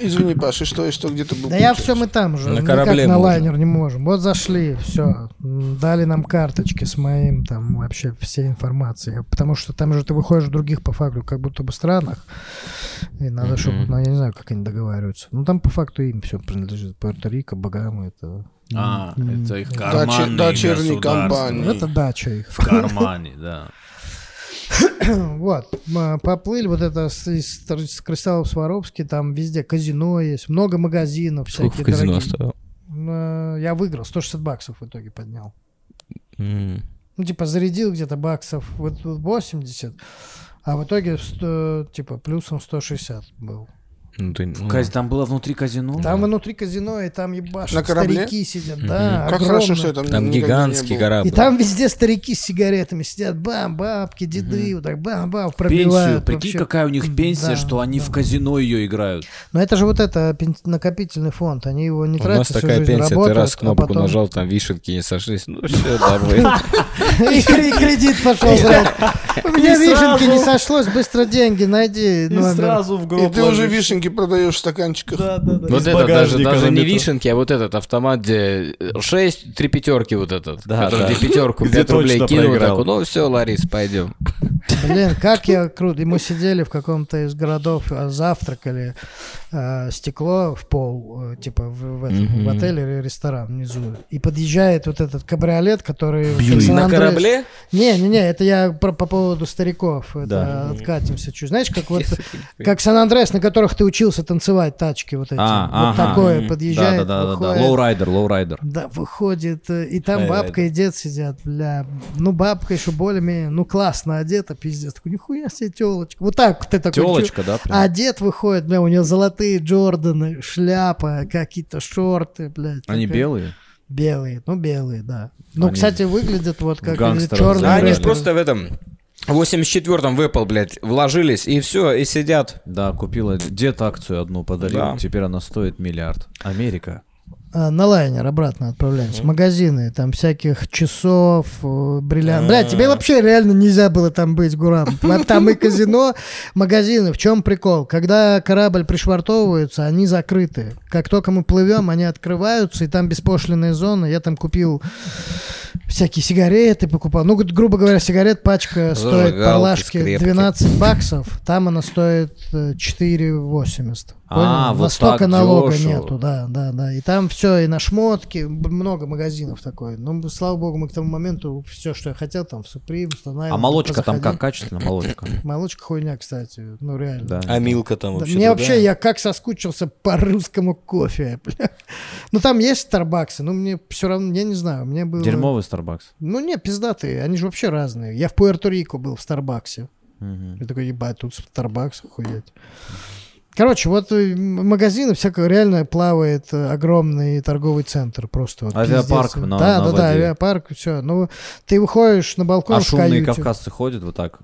Speaker 2: Извини, Паша, что и что, где ты был?
Speaker 4: Да я все мы там уже.
Speaker 5: Ну, На
Speaker 4: никак
Speaker 5: корабле
Speaker 4: на
Speaker 5: мы уже.
Speaker 4: лайнер не можем. Вот зашли, все. Дали нам карточки с моим там вообще всей информацией. Потому что там же ты выходишь в других по факту, как будто бы странах. И надо, чтобы, ну, я не знаю, как они договариваются. Ну там по факту им все принадлежит. Пуэрто-Рико, Багамы, это...
Speaker 7: А, это их
Speaker 2: Дачи-
Speaker 7: карманные
Speaker 2: дочерние
Speaker 7: государства.
Speaker 2: компании.
Speaker 5: Ну,
Speaker 4: Это дача их.
Speaker 7: В кармане, да.
Speaker 4: Вот, м, поплыли, вот это с, из Тр- с Крысалов Сваровский, там везде казино есть, много магазинов всяких.
Speaker 3: Сколько в казино оставил?
Speaker 4: Я выиграл, 160 баксов в итоге поднял.
Speaker 3: М.
Speaker 4: Ну, типа, зарядил где-то баксов вот вот 80, а в итоге, сто- типа, плюсом 160 был.
Speaker 3: Ну, ты- ну,
Speaker 1: Каз- Там было внутри казино.
Speaker 4: Там внутри казино, и там ебашат,
Speaker 2: На корабле?
Speaker 4: старики сидят, да,
Speaker 2: А Как
Speaker 4: огромно.
Speaker 2: хорошо, что я там,
Speaker 5: Там
Speaker 2: никогда не
Speaker 5: гигантский
Speaker 2: был.
Speaker 5: корабль.
Speaker 4: И там везде старики с сигаретами сидят, бам, бабки, деды, вот так бам-бам,
Speaker 7: Пенсию,
Speaker 4: пробивают.
Speaker 7: прикинь,
Speaker 4: вообще.
Speaker 7: какая у них пенсия,
Speaker 4: Да,
Speaker 7: что они
Speaker 4: да.
Speaker 7: в казино ее играют.
Speaker 4: Но это же вот это пен- накопительный фонд, они его не
Speaker 5: У
Speaker 4: тратят
Speaker 5: нас
Speaker 4: всю
Speaker 5: такая
Speaker 4: жизнь,
Speaker 5: пенсия, ты
Speaker 4: работают,
Speaker 5: раз
Speaker 4: а
Speaker 5: кнопку
Speaker 4: потом-
Speaker 5: нажал, там вишенки не сошлись. Ну все, домой.
Speaker 4: И кре- кредит пошел сразу. У меня вишенки не сошлось, быстро деньги найди. номер.
Speaker 7: в
Speaker 2: И ты уже вишенки продаешь в стаканчиках.
Speaker 5: Вот это даже, даже не вишенки, а вот этот автомат, где 6, три пятерки вот этот.
Speaker 7: Да,
Speaker 5: который
Speaker 7: да.
Speaker 5: где пятерку,
Speaker 7: Где
Speaker 5: 5 рублей
Speaker 7: точно
Speaker 5: кинул.
Speaker 7: проиграл.
Speaker 5: такой, ну все, Ларис, пойдем.
Speaker 4: Блин, как я круто. И мы сидели в каком-то из городов, а, завтракали, а, стекло в пол, э, типа в, в этом, в отеле или ресторан внизу. И подъезжает вот этот кабриолет, который... как
Speaker 5: На
Speaker 4: Сан-Андреас.
Speaker 5: корабле?
Speaker 4: Не-не-не, это я про- по поводу стариков. Это откатимся чуть. Знаешь, как вот как Сан-Андреас, на которых ты учился танцевать тачки вот эти.
Speaker 7: А,
Speaker 4: вот
Speaker 7: ага.
Speaker 4: такое
Speaker 7: Да, да,
Speaker 4: подъезжает,
Speaker 7: да, да, да.
Speaker 4: выходит.
Speaker 7: Лоурайдер, лоурайдер.
Speaker 4: Да, выходит, э, и там бабка и дед сидят, бля. Ну, бабка еще более-менее, ну, классно одета, пиздец. Такой, нихуя себе телочка. Вот так ты такой.
Speaker 7: Телочка, да?
Speaker 4: чё- А дед выходит, бля, у него золотые Джорданы, шляпа, какие-то шорты, блядь. такая-
Speaker 7: Они белые?
Speaker 4: Белые, ну, белые, да. Ну,
Speaker 7: Они
Speaker 4: кстати, выглядят вот как
Speaker 7: гангстеров
Speaker 4: черные.
Speaker 7: Да,
Speaker 5: Да, они
Speaker 7: да,
Speaker 5: ж просто в этом... В 84-м в Apple, блядь, вложились, и все, и сидят.
Speaker 7: Да, купила дед акцию одну, подарил,
Speaker 5: Да.
Speaker 7: теперь она стоит миллиард. Америка.
Speaker 4: А, на лайнер обратно отправляемся. Магазины, там всяких часов, бриллиантов. Блядь, тебе
Speaker 7: А.
Speaker 4: вообще реально нельзя было там быть, Гурам. Вот Там и казино, магазины. В чем прикол? Когда корабль пришвартовывается, они закрыты. Как только мы плывем, они открываются, и там беспошлиная зона. Я там купил всякие сигареты покупал. Ну, г- грубо говоря, сигарет пачка стоит
Speaker 5: Зажигалки,
Speaker 4: парлашки
Speaker 5: скрепки.
Speaker 4: 12 баксов, там она стоит э, 4,80.
Speaker 7: А,
Speaker 4: Понял?
Speaker 7: вот
Speaker 4: Настолько
Speaker 7: так
Speaker 4: налога
Speaker 7: дешево.
Speaker 4: нету, да, да, да. И там все, и на шмотки, б- много магазинов такой. Ну, слава богу, мы к тому моменту все, что я хотел, там в Суприм,
Speaker 7: А молочка там как? Качественно молочка?
Speaker 4: Молочка хуйня, кстати, ну реально.
Speaker 7: Да.
Speaker 5: А Милка там
Speaker 4: Да
Speaker 5: вообще
Speaker 4: Мне вообще, я как соскучился по русскому кофе, бля. Ну, там есть Старбаксы, но мне все равно, я не знаю, мне было...
Speaker 7: Дерьмовый Starbucks.
Speaker 4: Ну, не, пиздатые, они же вообще разные. Я в Пуэрто-Рико был в Старбаксе.
Speaker 7: Мгм.
Speaker 4: Я такой, ебать, тут Starbucks, охуеть. Короче, вот э, м- магазины всякого реально плавает э, огромный торговый центр просто. вот
Speaker 7: Авиапарк
Speaker 4: пиздец.
Speaker 7: на-
Speaker 4: да,
Speaker 7: на
Speaker 4: да, да,
Speaker 7: воде.
Speaker 4: авиапарк, все. Ну, ты выходишь на балкон
Speaker 7: А
Speaker 4: в
Speaker 7: шумные
Speaker 4: каюте.
Speaker 7: кавказцы ходят вот так?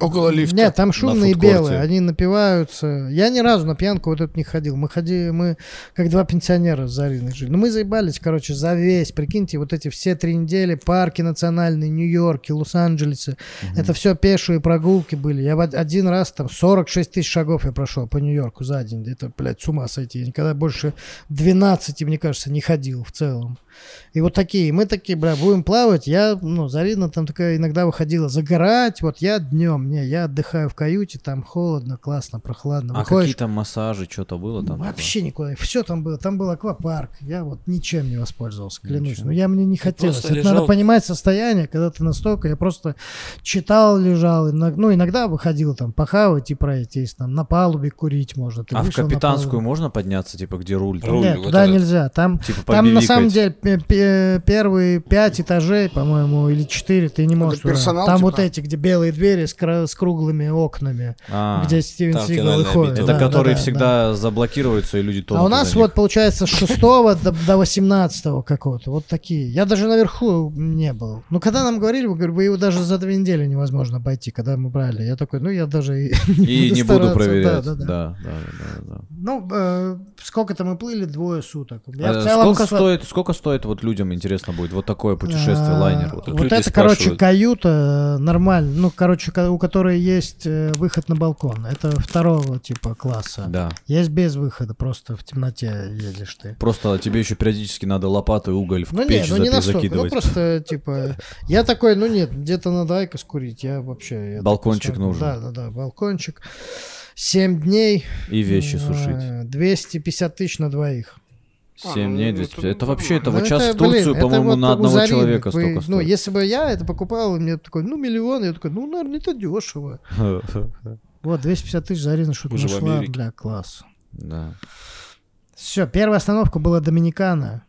Speaker 2: Около лифта.
Speaker 4: Нет, там шумные
Speaker 7: фудкорте.
Speaker 4: белые, они напиваются. Я ни разу на пьянку вот эту не ходил. Мы ходили, мы как два пенсионера с Зариной жили. Ну, мы заебались, короче, за весь. Прикиньте, вот эти все три недели, парки национальные, Нью-Йорке, Лос-Анджелесе. Это все пешие прогулки были. Я в од- один раз там 46 тысяч шагов я прошел по Нью-Йорку за день. Это, блядь, с ума сойти. Я никогда больше 12, мне кажется, не ходил в целом. И вот такие, мы такие, бля, будем плавать. Я, ну, Зарина там такая иногда выходила загорать. Вот я днем, не, я отдыхаю в каюте, там холодно, классно, прохладно.
Speaker 7: А
Speaker 4: Выходишь,
Speaker 7: какие там массажи, что-то было там?
Speaker 4: Вообще никуда. Все там было. Там был аквапарк. Я вот ничем не воспользовался, клянусь. Но я мне не хотелось.
Speaker 3: просто
Speaker 4: Это
Speaker 3: лежал.
Speaker 4: надо понимать состояние, когда ты настолько... Я просто читал, лежал. иног- Ну, иногда выходил там похавать и пройтись. Там на палубе курить можно. Ты
Speaker 7: А в
Speaker 4: вышел на
Speaker 7: капитанскую
Speaker 4: палубу.
Speaker 7: можно подняться, типа, где руль? там?
Speaker 5: Руль,
Speaker 4: Нет,
Speaker 5: вот
Speaker 4: туда
Speaker 5: этот.
Speaker 4: нельзя. Там,
Speaker 7: Типа
Speaker 4: там на
Speaker 7: побивикать.
Speaker 4: самом деле пе- пе- первые пять этажей, по-моему, или четыре, ты не можешь. туда.
Speaker 2: персонал,
Speaker 4: Там
Speaker 2: типа?
Speaker 4: вот эти, где белые двери с, кра- с круглыми окнами,
Speaker 7: А,
Speaker 4: где Стивен
Speaker 5: там
Speaker 4: Сигал
Speaker 5: финальная
Speaker 4: выходит.
Speaker 5: битва.
Speaker 7: Это
Speaker 4: Да, да,
Speaker 7: которые
Speaker 4: да, да.
Speaker 7: всегда заблокируются, и люди тонут.
Speaker 4: А у нас
Speaker 7: из-за
Speaker 4: вот
Speaker 7: них.
Speaker 4: получается с 6 до, до 18 какого-то. Вот такие. Я даже наверху не был. Ну, когда нам говорили, вы говорю, вы его даже за две недели невозможно обойти, когда мы брали. Я такой, ну, я даже и
Speaker 7: И не буду
Speaker 4: стараться. Да,
Speaker 7: проверять.
Speaker 4: да, да.
Speaker 7: Да, да, да, да.
Speaker 4: Ну, э, сколько-то мы плыли, двое суток. Я
Speaker 1: Э,
Speaker 4: в целом
Speaker 1: сколько
Speaker 4: со-
Speaker 1: стоит, сколько стоит вот людям интересно будет вот такое путешествие
Speaker 4: А,
Speaker 1: лайнер?
Speaker 4: Вот,
Speaker 1: Вот.
Speaker 3: люди
Speaker 4: это, короче,
Speaker 3: спрашивают.
Speaker 4: каюта э, нормально. Ну, короче, ко- у которой есть э, выход на балкон. Это второго типа класса.
Speaker 1: Да.
Speaker 4: Есть без выхода, просто в темноте едешь ты.
Speaker 1: Просто тебе еще периодически надо лопаты, уголь в
Speaker 4: Ну не,
Speaker 1: печь
Speaker 4: ну не
Speaker 1: запи-
Speaker 4: настолько. Ну
Speaker 1: закидывать.
Speaker 4: просто типа. Я такой, ну нет, где-то надо айкос курить. Я вообще. я
Speaker 1: Балкончик
Speaker 4: такой,
Speaker 1: нужен.
Speaker 4: Да, да, да, балкончик. 7 дней.
Speaker 1: И вещи
Speaker 4: э,
Speaker 1: сушить.
Speaker 4: 250 тысяч на двоих.
Speaker 2: А,
Speaker 1: 7
Speaker 2: ну,
Speaker 1: дней,
Speaker 2: это
Speaker 1: 250. Это
Speaker 2: нормально.
Speaker 1: вообще, это вот
Speaker 4: Ну,
Speaker 1: сейчас в
Speaker 4: это, блин,
Speaker 1: Турцию,
Speaker 4: это
Speaker 1: по-моему,
Speaker 4: вот
Speaker 1: на одного
Speaker 4: зарядник.
Speaker 1: человека
Speaker 4: Вы-
Speaker 1: столько
Speaker 4: Ну,
Speaker 1: стоит.
Speaker 4: если бы я это покупал, и мне такой, ну, миллион, я такой, ну, наверное, это дешево. Вот, 250 тысяч за аренду что-то
Speaker 3: Мы же в
Speaker 4: нашла.
Speaker 3: Америке.
Speaker 4: Бля, класс.
Speaker 1: Да,
Speaker 4: Все, первая остановка была Доминикана.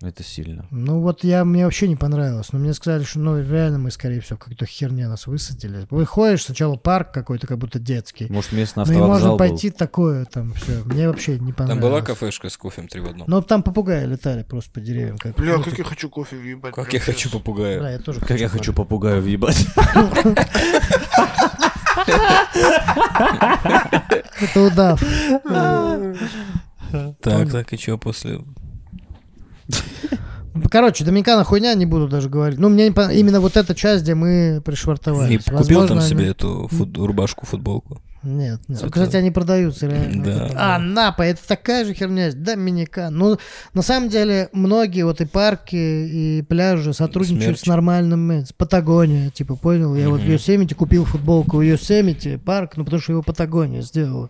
Speaker 1: это сильно.
Speaker 4: Ну вот я, мне вообще не понравилось. Но мне сказали, что ну реально мы, скорее всего, как-то херня нас высадили. Выходишь, сначала парк какой-то, как будто детский.
Speaker 1: Может, местный
Speaker 4: Ну и можно
Speaker 1: автовокзал был?
Speaker 4: пойти такое там все. Мне вообще не
Speaker 5: Там
Speaker 4: понравилось.
Speaker 5: была кафешка с кофем три в одном.
Speaker 4: Ну там попугаи летали просто по деревьям. Как
Speaker 2: Бля,
Speaker 4: круто.
Speaker 2: как я хочу кофе, ебать.
Speaker 5: Как я
Speaker 2: прям
Speaker 5: хочу
Speaker 2: сейчас.
Speaker 5: попугая.
Speaker 4: Да, я тоже
Speaker 1: Как я хочу попугаю въебать.
Speaker 4: Это удав.
Speaker 5: Так, так, и чё после?
Speaker 4: Короче, Доминикана хуйня, не буду даже говорить. Ну, мне не пон- именно вот эта часть, где мы
Speaker 5: И
Speaker 4: пришвартовались.
Speaker 5: купил там
Speaker 4: Возможно,
Speaker 5: себе
Speaker 4: они-
Speaker 5: эту фут- рубашку, футболку.
Speaker 4: Нет, нет.
Speaker 5: Цветы.
Speaker 4: Кстати, они продаются реально.
Speaker 5: Да.
Speaker 4: А, Напа, это такая же херня, есть, Доминикан. Ну, на самом деле, многие вот и парки, и пляжи сотрудничают
Speaker 5: Смерч.
Speaker 4: с нормальным, э, с Патагонией, типа, понял? Я вот в Йосемите купил футболку в Йосемите, парк, ну, потому что его Патагония сделала.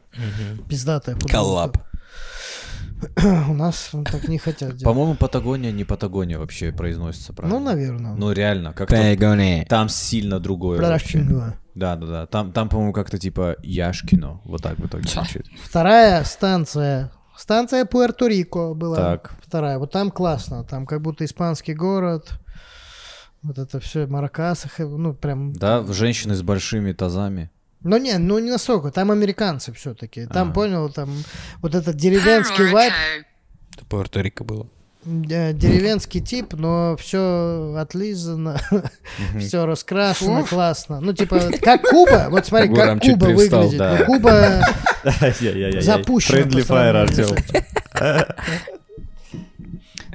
Speaker 4: Пиздатая футболка.
Speaker 5: Коллаб.
Speaker 4: У нас ну, так не хотят делать.
Speaker 1: По-моему, Патагония не Патагония вообще произносится правильно.
Speaker 4: Ну, наверное.
Speaker 1: Ну, реально, как-то там сильно другое вообще. Да, да, да. Там, там, по-моему, как-то типа Яшкино. Вот так в итоге звучит.
Speaker 4: Вторая станция. Станция Пуэрто-Рико была.
Speaker 1: Так.
Speaker 4: Вторая. Вот там классно. Там как будто испанский город. Вот это все, Маракас, ну прям...
Speaker 1: Да, женщины с большими тазами.
Speaker 4: Ну не, ну не настолько, там американцы все-таки. Там,
Speaker 1: Ага.
Speaker 4: понял, там вот этот деревенский вайб,
Speaker 5: Это Пуэрто-Рико было.
Speaker 4: э, деревенский тип, но все отлизано, все раскрашено, классно. Ну типа, как Куба, вот смотри, как
Speaker 5: Гурам чуть
Speaker 4: Куба
Speaker 5: привстал,
Speaker 4: выглядит.
Speaker 1: да.
Speaker 4: Ну, Куба Запущено
Speaker 1: Запущено.
Speaker 4: по сравнению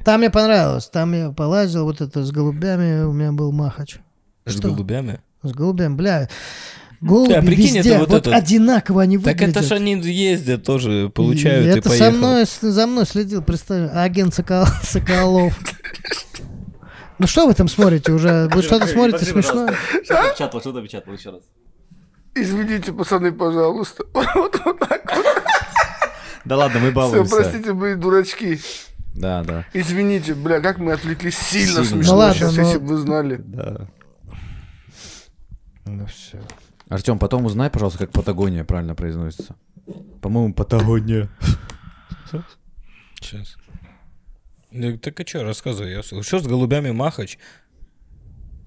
Speaker 4: Там мне понравилось. Там я полазил, вот это с голубями у меня был махач.
Speaker 5: С
Speaker 4: Что?
Speaker 5: голубями.
Speaker 4: С голубями, бля. Голуби
Speaker 5: Да, прикинь,
Speaker 4: везде,
Speaker 5: это
Speaker 4: вот,
Speaker 5: вот этот.
Speaker 4: одинаково они
Speaker 5: Так
Speaker 4: выглядят.
Speaker 5: это ж они ездят тоже, получают и
Speaker 4: это со
Speaker 5: поехал.
Speaker 4: мной, с- за мной следил, представь, агент Сокол- Соколов. Ну что вы там смотрите уже? Вы что-то смотрите смешное?
Speaker 2: Извините, пацаны, пожалуйста. Вот, вот так вот.
Speaker 1: Да ладно, мы
Speaker 2: Все,
Speaker 1: балуемся.
Speaker 2: простите, мы дурачки.
Speaker 1: Да, да.
Speaker 2: Извините, бля, как мы отвлеклись сильно
Speaker 1: Сильно.
Speaker 2: смешно
Speaker 4: Ну ладно,
Speaker 2: сейчас,
Speaker 4: но-
Speaker 2: если бы вы знали.
Speaker 1: Да. Ну все. Артем, потом узнай, пожалуйста, как Патагония правильно произносится. По-моему, Патагония.
Speaker 5: Сейчас. Да, так а что, рассказывай, я слушаю. Что с голубями махач?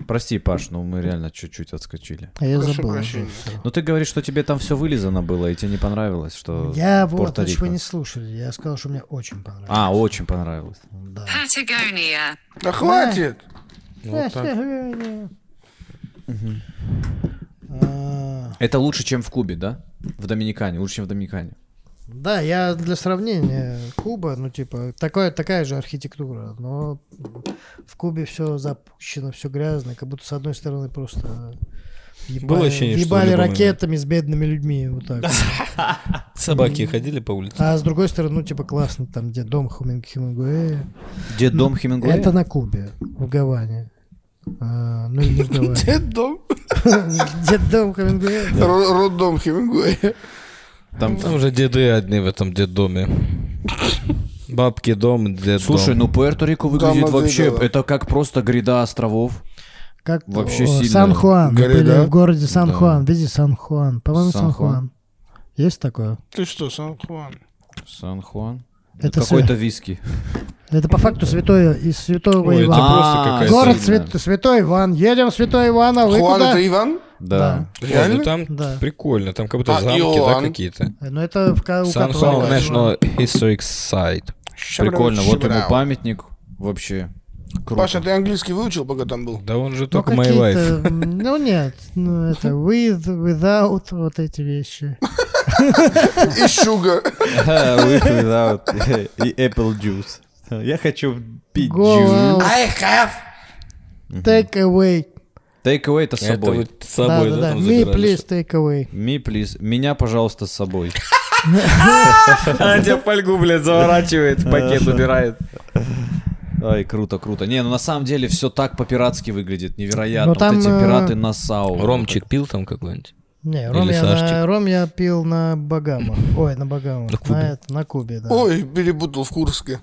Speaker 1: Прости, Паш, но мы реально чуть-чуть отскочили.
Speaker 4: А я
Speaker 2: Прошу
Speaker 4: забыл.
Speaker 2: прощения.
Speaker 1: Ну ты говоришь, что тебе там все вылизано было, и тебе не понравилось, что
Speaker 4: Я вот, значит,
Speaker 1: Порто-Рико.
Speaker 4: вы не слушали. Я сказал, что мне очень понравилось.
Speaker 1: А, очень понравилось.
Speaker 4: Да.
Speaker 6: Patagonia.
Speaker 2: Да хватит!
Speaker 4: А,
Speaker 1: Это лучше, чем в Кубе, да? В Доминикане, лучше, чем в Доминикане.
Speaker 4: Да, я для сравнения Куба, ну типа такое, такая же архитектура, но в Кубе все запущено, все грязно, как будто с одной стороны просто
Speaker 5: Было
Speaker 4: ебали,
Speaker 5: ощущение, что
Speaker 4: ебали
Speaker 5: в любом
Speaker 4: ракетами с бедными людьми вот так.
Speaker 5: Собаки ходили по улице?
Speaker 4: А с другой стороны, ну типа классно там где дом Хумин- Хемингуэя.
Speaker 1: Дед дом Хемингуэя?
Speaker 4: Это на Кубе, в Гаване. А, ну или не в Гаване.
Speaker 2: Деддом.
Speaker 4: Дед дом Хемингуэя.
Speaker 2: Ро- Роддом Хемингуэя.
Speaker 1: Там...
Speaker 5: Там же деды одни в этом детдоме. Бабки дом, детдом.
Speaker 1: Слушай, ну Пуэрто-Рико выглядит
Speaker 2: Там
Speaker 1: вообще...
Speaker 2: Мадрида, да.
Speaker 1: Это как просто гряда островов.
Speaker 4: Как
Speaker 1: Вообще
Speaker 4: о,
Speaker 1: сильно.
Speaker 4: Сан-Хуан. Мы
Speaker 2: Горы,
Speaker 4: были
Speaker 2: да?
Speaker 4: в городе Сан-Хуан. Видите, Сан-Хуан. По-моему,
Speaker 1: Сан-Хуан.
Speaker 4: Сан-Хуан. Есть такое?
Speaker 2: Ты что, Сан-Хуан?
Speaker 1: Сан-Хуан.
Speaker 4: Это
Speaker 1: какой-то виски.
Speaker 4: Это по факту святой из святого
Speaker 5: Ой, это
Speaker 4: Ивана.
Speaker 5: просто
Speaker 1: А,
Speaker 5: какая-то...
Speaker 4: Город
Speaker 1: сильно.
Speaker 4: свят- святой Иван. Едем в святой Иван, а вы
Speaker 2: Хуан
Speaker 4: куда?
Speaker 2: это Иван?
Speaker 1: Да.
Speaker 5: Ой, ну
Speaker 2: Реально?
Speaker 5: там
Speaker 4: Да.
Speaker 5: прикольно, там как будто
Speaker 2: А,
Speaker 5: замки, да,
Speaker 2: Иоанн?
Speaker 5: какие-то.
Speaker 4: Ну это в ка- у Ну,
Speaker 5: Сан
Speaker 4: которого-
Speaker 5: Хуан National Historic Site.
Speaker 1: Прикольно. Вот ему
Speaker 2: Щебрау.
Speaker 1: памятник. Вообще. Круто.
Speaker 2: Паша, ты английский выучил, пока там был?
Speaker 5: Да он же
Speaker 4: Ну,
Speaker 5: только My
Speaker 4: какие-то,
Speaker 5: Life.
Speaker 4: м, Ну нет, ну это with, without, вот эти вещи.
Speaker 2: И щуга.
Speaker 1: With without и apple juice. Я хочу пить
Speaker 4: Go
Speaker 1: juice.
Speaker 4: out,
Speaker 6: I have.
Speaker 4: take away.
Speaker 1: Take away это с
Speaker 3: Это
Speaker 1: собой.
Speaker 3: вот с собой, да,
Speaker 4: Да-да-да,
Speaker 3: там
Speaker 4: Me
Speaker 3: забирали
Speaker 4: please
Speaker 3: что-то?
Speaker 4: take away.
Speaker 1: Me, please. Меня, пожалуйста, с собой.
Speaker 3: Она тебя в фольгу, блядь, заворачивает, в пакет убирает.
Speaker 1: Ай, круто, круто. Не, ну на самом деле все так по-пиратски выглядит. Невероятно.
Speaker 4: Ну, там,
Speaker 1: вот эти
Speaker 4: э,
Speaker 1: пираты на САУ.
Speaker 3: Ромчик пил там какой-нибудь?
Speaker 4: Не, ром
Speaker 3: Или
Speaker 4: я, на,
Speaker 3: Сашчик.
Speaker 4: ром я пил на Багамах. Ой, на Багамах. На Кубе. На, это- на Кубе, да.
Speaker 2: Ой, перепутал в Курске.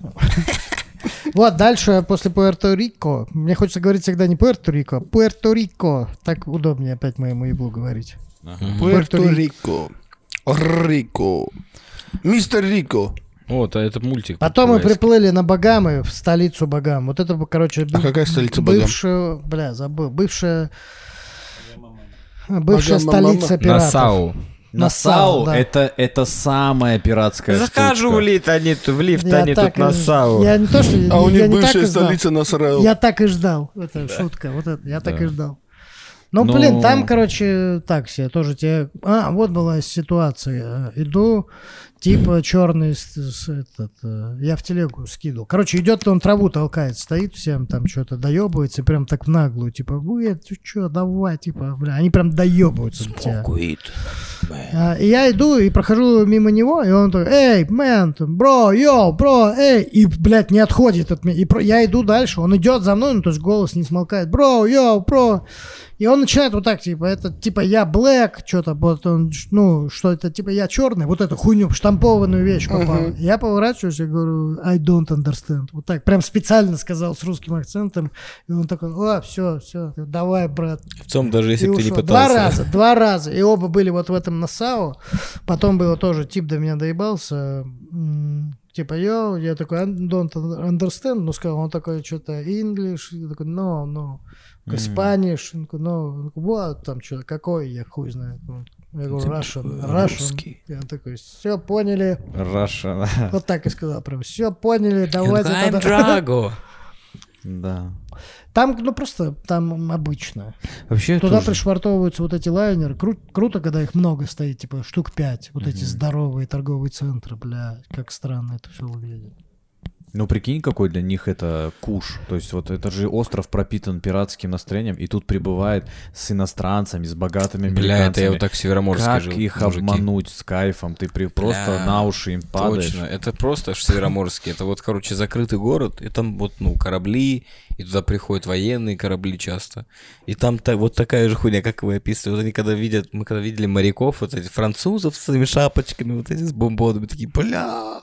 Speaker 4: Вот, дальше после Пуэрто-Рико. Мне хочется говорить всегда не Пуэрто-Рико, а Пуэрто-Рико. Так удобнее опять моему еблу говорить. Пуэрто-Рико.
Speaker 2: Рико. Рико. Мистер Рико.
Speaker 5: Вот, а это мультик.
Speaker 4: Потом мы
Speaker 5: популярный.
Speaker 4: приплыли на Багамы, в столицу Багам. Вот это, короче, б-
Speaker 2: какая столица Багам?
Speaker 4: бывшая, бля, забыл, бывшая... Бывшая
Speaker 2: Багама-мама.
Speaker 4: столица пиратов.
Speaker 5: Насау.
Speaker 1: Насау
Speaker 4: Нассау, да.
Speaker 1: это, это самая пиратская
Speaker 3: Захожу в
Speaker 1: штучка.
Speaker 3: лифт, они тут- в лифт,
Speaker 4: Я
Speaker 3: они
Speaker 4: так
Speaker 3: тут на
Speaker 4: и-
Speaker 3: САУ.
Speaker 4: Я не то, что...
Speaker 2: А у
Speaker 4: я
Speaker 2: них
Speaker 4: не так и
Speaker 2: бывшая
Speaker 4: знал.
Speaker 2: столица Насрал.
Speaker 4: Я так и ждал. Это шутка. Вот это, я так и ждал. Ну,
Speaker 1: Ну.
Speaker 4: блин, там, короче, так себе тоже тебе... А, вот была ситуация. Иду, типа, черный... с- с- этот, э, я в телегу скидывал. Короче, идет он, траву толкает, стоит всем там что-то, доебывается, прям так в наглую, типа, «Ой, ты что, давай, типа, бля». Они прям доебываются до тебя. А, И я иду и прохожу мимо него, и он такой, эй, мэн, там, бро, йо, бро, эй, и, блядь, не отходит от меня. И про- я иду дальше, он идет за мной, ну, то есть голос не смолкает, бро, йо, бро. И он начинает вот так, типа, это, типа, я блэк, что-то, вот он, ш- ну, что это, типа, я черный, вот эту хуйню, штампованную вещь попал. Я поворачиваюсь и говорю, I don't understand. Вот так, прям специально сказал с русским акцентом. И он такой, о, все, все, давай, брат,
Speaker 3: В целом, даже если
Speaker 4: и
Speaker 3: бы ты не
Speaker 4: ушел. Два
Speaker 3: пытался.
Speaker 4: раза, два раза. И оба были вот в этом Насау. Потом было тоже, тип до меня доебался. М, Типа, йоу, я такой, «I don't understand, ну, сказал, он такой, что-то English, я такой, no, no, Такой, Spanish, он такой, no, Он такой, вот, там что-то, какой, я хуй знает. Он- Я
Speaker 3: Типа,
Speaker 4: говорю,
Speaker 3: э,
Speaker 4: Russian, Russian. Я такой, все, поняли.
Speaker 1: Раша,
Speaker 4: Вот так и сказал, прям, все, поняли,
Speaker 3: Я
Speaker 4: давайте
Speaker 3: такой, I'm
Speaker 4: тогда».
Speaker 3: Drago.
Speaker 1: да.
Speaker 4: Там, ну, просто, там обычно.
Speaker 1: Вообще это
Speaker 4: Туда
Speaker 1: уже-
Speaker 4: пришвартовываются вот эти лайнеры. Кру- круто, когда их много стоит, типа штук 5. Вот эти здоровые торговые центры, бля, как странно это все выглядит.
Speaker 1: Ну прикинь, какой для них это куш. То есть вот это же остров пропитан пиратским настроением, и тут прибывает с иностранцами, с богатыми
Speaker 5: Бля, это я
Speaker 1: американцами.
Speaker 5: вот так в Североморске
Speaker 1: Как
Speaker 5: жил.
Speaker 1: их
Speaker 5: мужики.
Speaker 1: обмануть с кайфом? Ты при- просто
Speaker 5: Бля,
Speaker 1: на уши им падаешь.
Speaker 5: Точно, это просто аж Североморске. Это вот, короче, закрытый город, и там вот, ну, корабли, и туда приходят военные корабли часто. И там та- вот такая же хуйня, как вы описывали. Вот они когда видят, мы когда видели моряков, вот эти французов с этими шапочками, вот эти с бомбонами, такие, бля,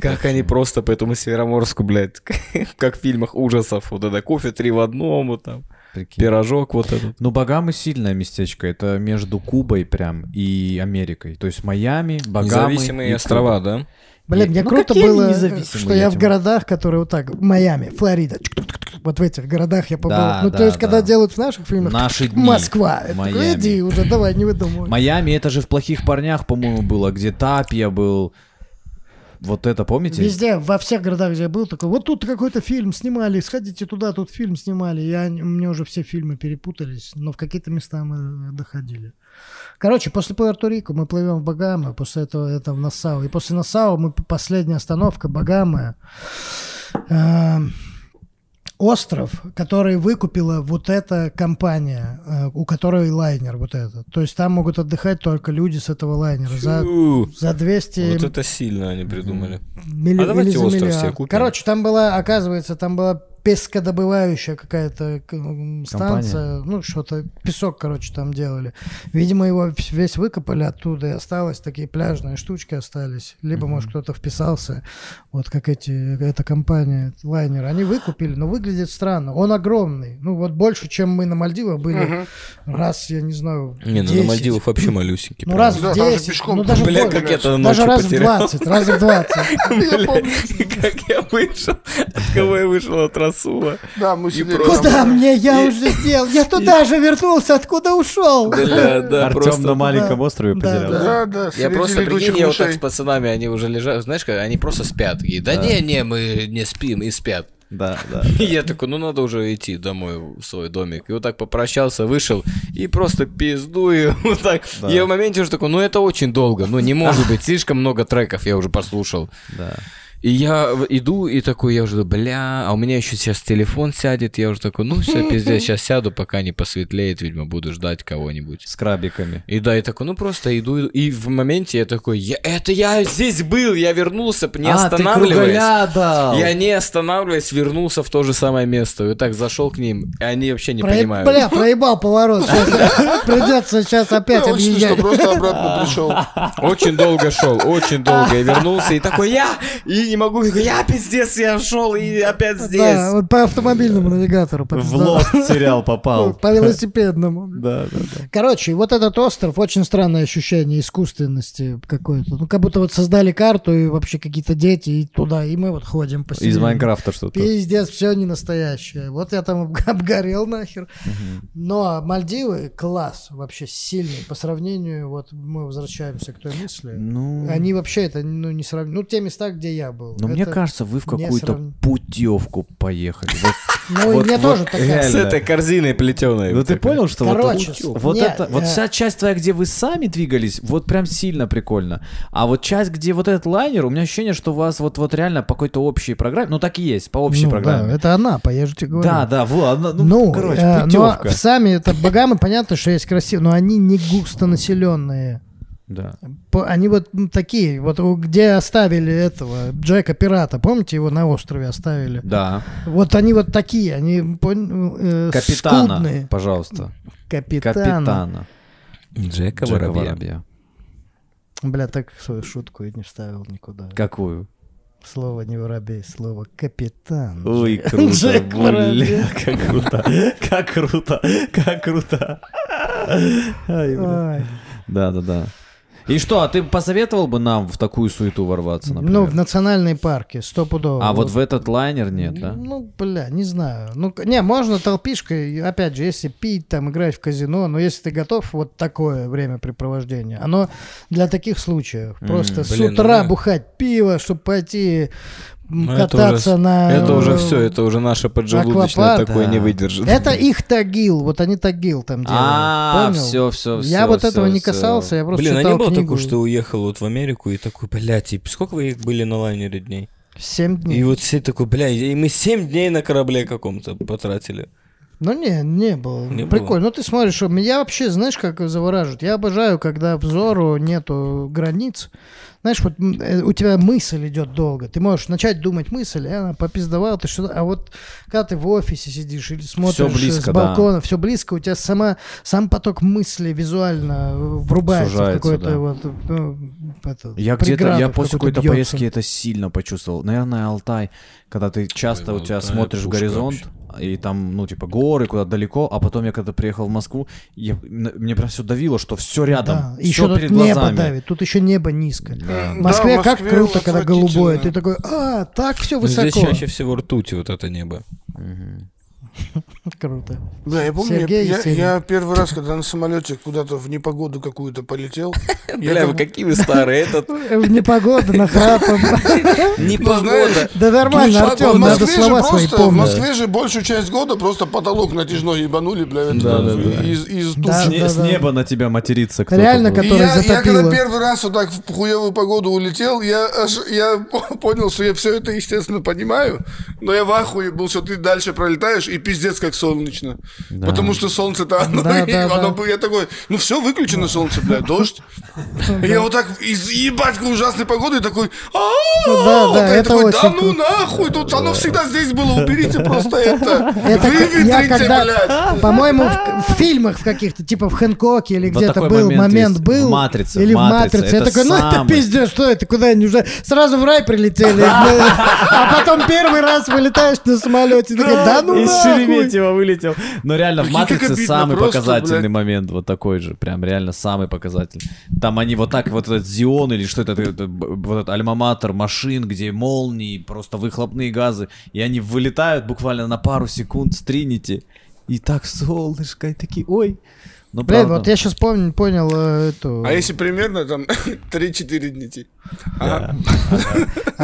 Speaker 5: как они просто по этому Североморску, блядь, как в фильмах ужасов, вот это кофе три в одном, вот там,
Speaker 1: Прикинь.
Speaker 5: пирожок вот этот.
Speaker 1: Ну, Багамы сильное местечко. Это между Кубой прям и Америкой. То есть Майами, Багамы. и
Speaker 5: Независимые
Speaker 1: Куба.
Speaker 5: острова, да?
Speaker 4: Блин,
Speaker 1: Ну, какие
Speaker 4: мне круто
Speaker 1: они
Speaker 4: было, э,
Speaker 1: независимые,
Speaker 4: что
Speaker 1: я
Speaker 4: я в
Speaker 1: тебе-
Speaker 4: городах, которые вот так, Майами, Флорида, чук-тук-тук-тук, вот в этих городах я побыл.
Speaker 1: Да,
Speaker 4: ну,
Speaker 1: да,
Speaker 4: то есть, когда
Speaker 1: да.
Speaker 4: делают в наших фильмах,
Speaker 1: Наши дни.
Speaker 4: Москва, я такой,
Speaker 1: Майами.
Speaker 4: иди уже, давай, не выдумывай.
Speaker 1: Майами, это же в плохих парнях, по-моему, было, где Тапия был. Вот это, помните?
Speaker 4: Везде, во всех городах, где я был, такой, вот тут какой-то фильм снимали, сходите туда, тут фильм снимали. Я, мне уже все фильмы перепутались, но в какие-то места мы э, доходили. Короче, после Пуэрто-Рико мы плывем в Багамы, после этого это в Нассау. И после Нассау мы последняя остановка Багамы. Э, остров, который выкупила вот эта компания, э, у которой лайнер вот этот. То есть там могут отдыхать только люди с этого лайнера. За,
Speaker 5: Фу,
Speaker 4: за 200
Speaker 5: Вот это сильно они придумали.
Speaker 4: Милли-
Speaker 5: А давайте
Speaker 4: или за
Speaker 5: остров
Speaker 4: миллиард.
Speaker 5: себе купим.
Speaker 4: Короче, там была, оказывается, там была пескодобывающая какая-то к- м, станция, ну что-то, песок, короче, там делали. Видимо, его вс- весь выкопали оттуда, и осталось, такие пляжные штучки остались. Либо, может, кто-то вписался, вот как эти, эта компания, лайнер, они выкупили, но выглядит странно. Он огромный, ну вот больше, чем мы на Мальдивах были, раз, я не знаю,
Speaker 5: Не, ну на
Speaker 4: 10.
Speaker 5: Мальдивах вообще малюсенький.
Speaker 4: Ну, раз
Speaker 2: Да,
Speaker 4: в
Speaker 2: там же
Speaker 4: 10,
Speaker 2: пешком
Speaker 4: ну даже,
Speaker 5: Бля,
Speaker 4: больше.
Speaker 5: как я тогда
Speaker 4: даже
Speaker 5: ночью
Speaker 4: раз в
Speaker 5: потерял.
Speaker 4: 20, раз в 20.
Speaker 5: Как я вышел, от кого я вышел от Расула.
Speaker 2: Да, мы сидели.
Speaker 5: просто-
Speaker 2: там.
Speaker 4: Куда мне? Я уже сделал. Я туда же вернулся, откуда ушел.
Speaker 5: Бля, да,
Speaker 1: Артём
Speaker 5: просто...
Speaker 1: на маленьком
Speaker 4: Да.
Speaker 1: острове
Speaker 4: Да,
Speaker 1: потерялся.
Speaker 2: Да, да,
Speaker 5: Я
Speaker 2: среди
Speaker 5: просто,
Speaker 2: летучих
Speaker 5: прикинь, я вот так
Speaker 2: мышей.
Speaker 5: с пацанами, они уже лежат, знаешь, как они просто спят. Такие, да не, не, мы не спим и спят.
Speaker 1: Да, да.
Speaker 5: И я такой, ну надо уже идти домой в свой домик. И вот так попрощался, вышел и просто пиздую. Вот так.
Speaker 1: Да.
Speaker 5: Я в моменте уже такой, ну это очень долго, ну не может быть, слишком много треков я уже послушал.
Speaker 1: да.
Speaker 5: И я в- иду и такой, я уже, бля, а у меня еще сейчас телефон сядет. Я уже такой, ну все, пиздец, сейчас сяду, пока не посветлеет, видимо, буду ждать кого-нибудь.
Speaker 1: С крабиками.
Speaker 5: И да, и такой, ну просто иду, иду. и в моменте я такой, я, это я здесь был, я вернулся, не
Speaker 1: а, ты
Speaker 5: останавливаясь.
Speaker 1: круголя дал.
Speaker 5: Я не останавливаясь, вернулся в то же самое место. И так зашел к ним, и они вообще не
Speaker 4: Про-
Speaker 5: понимают.
Speaker 4: Бля, проебал поворот. Сейчас Придется сейчас опять
Speaker 2: Да, очень, что
Speaker 4: объезжать.
Speaker 2: просто обратно пришел.
Speaker 5: Очень долго шел, очень долго. И вернулся, и такой я, и не могу, такой, я пиздец, я шел, и опять здесь.
Speaker 4: Да, вот по автомобильному навигатору.
Speaker 1: В
Speaker 4: попиздал.
Speaker 1: лост сериал попал.
Speaker 4: По велосипедному.
Speaker 1: Да, да, да.
Speaker 4: Короче, вот этот остров, очень странное ощущение искусственности какой-то. Ну, как будто вот создали карту, и вообще какие-то дети, и туда, и мы вот ходим по
Speaker 1: Из
Speaker 4: селению.
Speaker 1: Майнкрафта что-то.
Speaker 4: Пиздец, все не настоящее. Вот я там обг- обгорел нахер. Но Мальдивы класс вообще сильный. По сравнению, вот мы возвращаемся к той мысли.
Speaker 1: Ну,
Speaker 4: Они вообще это ну, не сравнивают. Ну, те места, где я был.
Speaker 1: но мне
Speaker 4: Это-
Speaker 1: кажется, вы в
Speaker 4: не
Speaker 1: какую-то
Speaker 4: сравним.
Speaker 1: путевку поехали. Вот
Speaker 4: Ну, и
Speaker 1: Вот-
Speaker 4: мне
Speaker 1: вот
Speaker 4: тоже такая.
Speaker 1: реально.
Speaker 5: С этой корзиной плетеной.
Speaker 1: Ну ты понял, что
Speaker 4: Короче,
Speaker 1: вот, это- вот
Speaker 4: нет,
Speaker 1: это, вот
Speaker 4: э.
Speaker 1: вся часть твоя, где вы сами двигались, вот прям сильно прикольно. А вот часть, где вот этот лайнер, у меня ощущение, что у вас вот вот реально по какой-то общей программе, ну так и есть, по общей
Speaker 4: Ну, да,
Speaker 1: программе.
Speaker 4: это она, поезжайте говорю.
Speaker 1: Да, да, вот, она- ну,
Speaker 4: Ну,
Speaker 1: короче,
Speaker 4: э, но
Speaker 1: путевка.
Speaker 4: сами это Багамы, понятно, что есть красивые, но они не густонаселенные.
Speaker 1: Да.
Speaker 4: По- Они вот м, такие, вот у- где оставили этого Джека Пирата, помните, его на острове оставили?
Speaker 1: Да.
Speaker 4: Вот они вот такие, они пон- э,
Speaker 1: Капитана,
Speaker 4: скудные.
Speaker 1: пожалуйста.
Speaker 4: Капитана.
Speaker 1: Капитана.
Speaker 5: Джека
Speaker 1: Джека
Speaker 5: Воробья.
Speaker 1: Воробья.
Speaker 4: Бля, так свою шутку и не вставил никуда.
Speaker 1: Какую?
Speaker 4: Слово не воробей, слово капитан.
Speaker 1: Ой,
Speaker 4: Джек-
Speaker 1: круто,
Speaker 4: Джек Воробей.
Speaker 1: бля, как круто, как круто, как круто. Ай, бля.
Speaker 4: Ой.
Speaker 1: Да, да, да. И что, а ты посоветовал бы нам в такую суету ворваться,
Speaker 4: Ну,
Speaker 1: например?
Speaker 4: в национальные парки, стопудово.
Speaker 1: А вот в этот лайнер нет, да?
Speaker 4: Ну, бля, не знаю. Ну, к- не, можно толпишкой, опять же, если пить, там, играть в казино, но если ты готов, вот такое времяпрепровождение. Оно для таких случаев. Просто с
Speaker 5: блин,
Speaker 4: утра
Speaker 5: ну-
Speaker 4: бухать пиво, чтобы пойти м,
Speaker 5: Ну, это
Speaker 4: кататься
Speaker 5: уже-
Speaker 4: на...
Speaker 5: Это уже
Speaker 4: э,
Speaker 5: все, это уже наша поджелудочная
Speaker 4: аквапарк,
Speaker 5: такое
Speaker 1: да.
Speaker 5: не выдержит.
Speaker 4: Это их тагил, вот они тагил там делают.
Speaker 1: А,
Speaker 4: понял?
Speaker 1: все, все, все.
Speaker 4: Я вот этого не касался, я просто
Speaker 3: Блин, а не
Speaker 4: читал
Speaker 3: было
Speaker 4: книгу.
Speaker 3: такого, что уехал вот в Америку и такой, блядь, и сколько вы были на лайнере дней?
Speaker 4: Семь дней.
Speaker 3: И вот все такой, блядь, и мы 7 дней на корабле каком-то потратили.
Speaker 4: Ну не, не было.
Speaker 3: Не
Speaker 4: Прикольно. Ну ты смотришь, у меня вообще, знаешь, как завораживает. Я обожаю, когда взору нету границ. Знаешь, вот м, э, у тебя мысль идет долго. Ты можешь начать думать мысль, и она попиздовала, ты что-то. А вот когда ты в офисе сидишь или смотришь э,
Speaker 1: близко,
Speaker 4: с
Speaker 1: да.
Speaker 4: балкона, все близко, у тебя сама, сам поток мысли визуально э, врубается
Speaker 1: Сужается,
Speaker 4: в какой-то
Speaker 1: да.
Speaker 4: вот ну, это,
Speaker 1: Я где-то,
Speaker 4: преграду,
Speaker 1: я
Speaker 4: в
Speaker 1: после
Speaker 4: какую-то
Speaker 1: какой-то
Speaker 4: бьется.
Speaker 1: поездки это сильно почувствовал. Наверное, Алтай, когда ты часто
Speaker 5: Ой, ну
Speaker 1: у тебя
Speaker 5: Алтай,
Speaker 1: смотришь в
Speaker 5: пушка
Speaker 1: горизонт, и там, ну, типа, горы куда-то далеко, а потом я когда приехал в Москву, я- н- мне прям все давило, что все рядом,
Speaker 4: Да,
Speaker 1: все
Speaker 4: еще тут
Speaker 1: перед
Speaker 4: небо
Speaker 1: глазами.
Speaker 4: давит, тут еще небо низко.
Speaker 1: Да.
Speaker 4: В Москве
Speaker 2: Да, в
Speaker 4: как
Speaker 2: Москве
Speaker 4: круто, когда голубое. Ты
Speaker 2: отвратительно.
Speaker 4: такой, а, так все
Speaker 1: Ну,
Speaker 3: Ну,
Speaker 5: Но
Speaker 4: высоко.
Speaker 5: Здесь чаще всего ртуть вот это небо.
Speaker 4: Круто.
Speaker 2: Да, я помню, я-
Speaker 4: Сергей
Speaker 2: я,
Speaker 4: Есенин.
Speaker 2: я первый раз, когда на самолете куда-то в непогоду какую-то полетел, я
Speaker 3: Бля,
Speaker 2: как
Speaker 3: вы какие вы старые, этот...
Speaker 4: Э, В непогоду, на храпом.
Speaker 3: Непогода.
Speaker 4: Да
Speaker 2: Ну,
Speaker 4: нормально,
Speaker 2: в
Speaker 4: Артем,
Speaker 2: Москве же
Speaker 4: надо слова свои
Speaker 2: просто- В
Speaker 4: помнить.
Speaker 2: Москве же большую часть года просто потолок натяжной ебанули, бля, это, из, из туч.
Speaker 4: Да,
Speaker 1: С, не-
Speaker 4: да,
Speaker 1: с
Speaker 4: да.
Speaker 1: неба на тебя матерится кто-то.
Speaker 4: Реально,
Speaker 1: был.
Speaker 2: И
Speaker 4: который
Speaker 2: я, я когда
Speaker 4: затопило.
Speaker 2: первый раз вот так в хуевую погоду улетел, я, аж- я понял, что я все это, естественно, понимаю, но я в ахуе был, что ты дальше пролетаешь, и пиздец, как солнечно. Потому что солнце-то, оно,
Speaker 4: Да,
Speaker 2: и
Speaker 4: да,
Speaker 2: оно
Speaker 4: да.
Speaker 2: бы- я такой, ну все, выключено солнце, бля, дождь. И Я вот так, из ебать, какой ужасной погоды, и такой, «А-а-а!»
Speaker 4: Ну Да, да,
Speaker 2: Я
Speaker 4: это
Speaker 2: такой,
Speaker 4: очень
Speaker 2: да ну
Speaker 4: круто.
Speaker 2: нахуй, тут оно всегда здесь было, уберите просто это,
Speaker 4: Это к- я
Speaker 2: выветрите, блядь.
Speaker 4: когда, по-моему, в, в фильмах в каких-то, типа в Хэнкоке или
Speaker 1: Вот
Speaker 4: где-то
Speaker 1: такой
Speaker 4: был
Speaker 1: момент
Speaker 4: момент,
Speaker 1: есть.
Speaker 4: был.
Speaker 1: В «Матрице»,
Speaker 4: Или
Speaker 1: в
Speaker 4: в
Speaker 1: «Матрице».
Speaker 4: «Матрице». Я
Speaker 1: Это
Speaker 4: такой, ну это
Speaker 1: самый.
Speaker 4: пиздец, что это, куда они уже... Сразу в рай прилетели. А потом первый раз вылетаешь на самолете. Такой, да ну
Speaker 1: Из
Speaker 4: нахуй.
Speaker 1: Шереметьево Типа, вылетел. Но реально, в
Speaker 2: Прикинь, как
Speaker 1: «Матрице»
Speaker 2: обидно
Speaker 1: самый
Speaker 2: просто,
Speaker 1: показательный
Speaker 2: блядь.
Speaker 1: момент вот такой же. Прям реально самый показательный. Там они вот так, вот этот Зион или что это, это, б- вот этот альма-матер машин, где молнии, просто выхлопные газы. И они вылетают буквально на пару секунд с Тринити. И так солнышко, и такие, ой, Ну,
Speaker 4: Блядь,
Speaker 1: правда.
Speaker 4: вот я сейчас помню, понял э, эту...
Speaker 2: А если примерно там 3-4 дней?
Speaker 4: А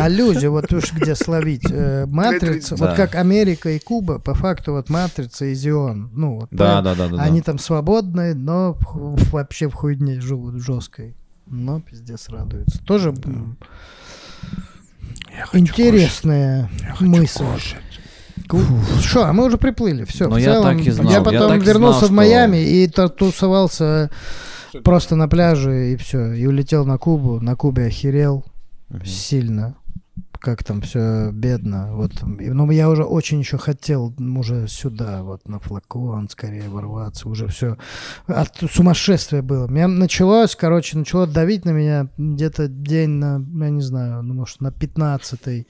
Speaker 4: люди, вот уж где словить, э, Матрица,
Speaker 1: Да.
Speaker 4: вот как Америка и Куба, по факту вот Матрица и Зион, ну вот,
Speaker 1: Да,
Speaker 4: прям,
Speaker 1: да, да, да, да.
Speaker 4: они там свободные, но в ху- вообще в хуйне живут жесткой, но пиздец радуются. Тоже м, интересная мысль. Что, а мы уже приплыли, все.
Speaker 1: Ну,
Speaker 4: в
Speaker 1: я
Speaker 4: целом,
Speaker 1: так и знал,
Speaker 4: Я
Speaker 1: я
Speaker 4: потом
Speaker 1: так и знал,
Speaker 4: вернулся в
Speaker 1: что-
Speaker 4: Майами и та- тусовался просто на пляже и все. И улетел на Кубу. На Кубе охерел сильно. Как там все бедно. Вот. И- Но я уже очень еще хотел м, уже сюда, вот на флакон скорее ворваться. Уже все от сумасшествия было. Меня началось, короче, начало давить на меня где-то день на, я не знаю, ну, может, на 15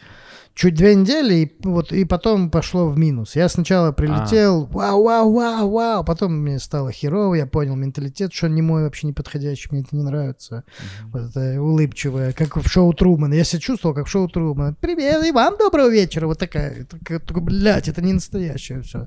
Speaker 4: чуть две недели, и, вот, и потом пошло в минус. Я сначала прилетел, вау, вау, вау, вау, потом мне стало херово, я понял менталитет, что не мой вообще не подходящий, мне это не нравится. Вот это улыбчивое, как в шоу Трумана. Я себя чувствовал, как в шоу Трумана. Привет, и вам доброго вечера. Вот такая, такая, такой, блядь, это не настоящее все.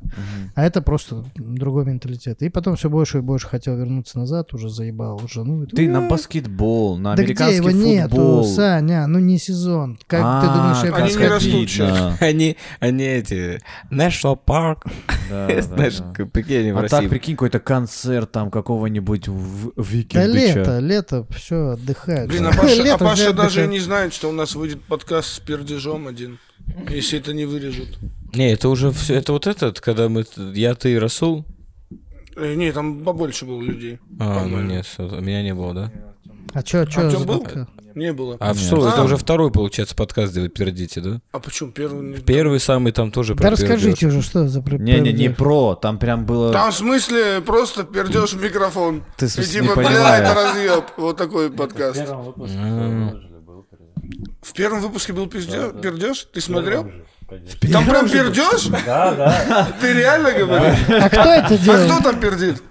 Speaker 4: А это просто другой менталитет. И потом все больше и больше хотел вернуться назад, уже заебал жену.
Speaker 1: Ты на баскетбол, на
Speaker 4: да где
Speaker 1: американский
Speaker 4: его
Speaker 1: футбол.
Speaker 4: нету, Саня? Ну не сезон. Как ты
Speaker 1: А,
Speaker 4: думаешь, я
Speaker 1: как
Speaker 2: Они не
Speaker 4: сходил?
Speaker 1: обидно.
Speaker 2: растут сейчас.
Speaker 3: Они, они эти, National Park,
Speaker 1: Да, да,
Speaker 3: знаешь,
Speaker 1: да.
Speaker 3: как- прикинь, они в
Speaker 1: А так,
Speaker 3: России.
Speaker 1: прикинь, какой-то концерт там какого-нибудь в-
Speaker 4: Да
Speaker 1: викиндыча.
Speaker 4: лето, лето, все, отдыхают.
Speaker 2: Блин, а Паша, а
Speaker 4: Летом
Speaker 2: Паша
Speaker 4: все
Speaker 2: даже и
Speaker 4: отдыхают.
Speaker 2: не знает, что у нас выйдет подкаст с пердежом один. Если это не вырежут.
Speaker 5: Не, это уже все, это вот этот, когда мы, я, ты и Расул?
Speaker 2: Э, Не, там побольше было людей.
Speaker 5: А, ну
Speaker 2: По-моему.
Speaker 5: нет, всё, меня не было, да?
Speaker 4: А чё, чё?
Speaker 2: Артём
Speaker 4: за
Speaker 2: был?
Speaker 4: подка-
Speaker 2: Не было.
Speaker 5: А что,
Speaker 2: А.
Speaker 5: это уже второй, получается, подкаст, где вы пердите, да?
Speaker 2: А почему первый? не-
Speaker 5: Первый самый там тоже
Speaker 4: Да
Speaker 5: про пердеж.
Speaker 4: расскажите уже, что за про-
Speaker 1: Не-не, не
Speaker 4: пердеж.
Speaker 1: про, там прям было...
Speaker 2: Там в смысле просто пердешь в микрофон.
Speaker 1: Ты, в
Speaker 2: И
Speaker 1: смысле, не
Speaker 2: типа, бля,
Speaker 1: понимаю.
Speaker 2: это разъеб. Вот такой подкаст. В первом выпуске был пиздеж, пердеж? Ты смотрел? Там прям пердеж? Да, да. Ты реально говоришь?
Speaker 4: А кто это
Speaker 2: А
Speaker 4: делал?
Speaker 2: кто там пердит?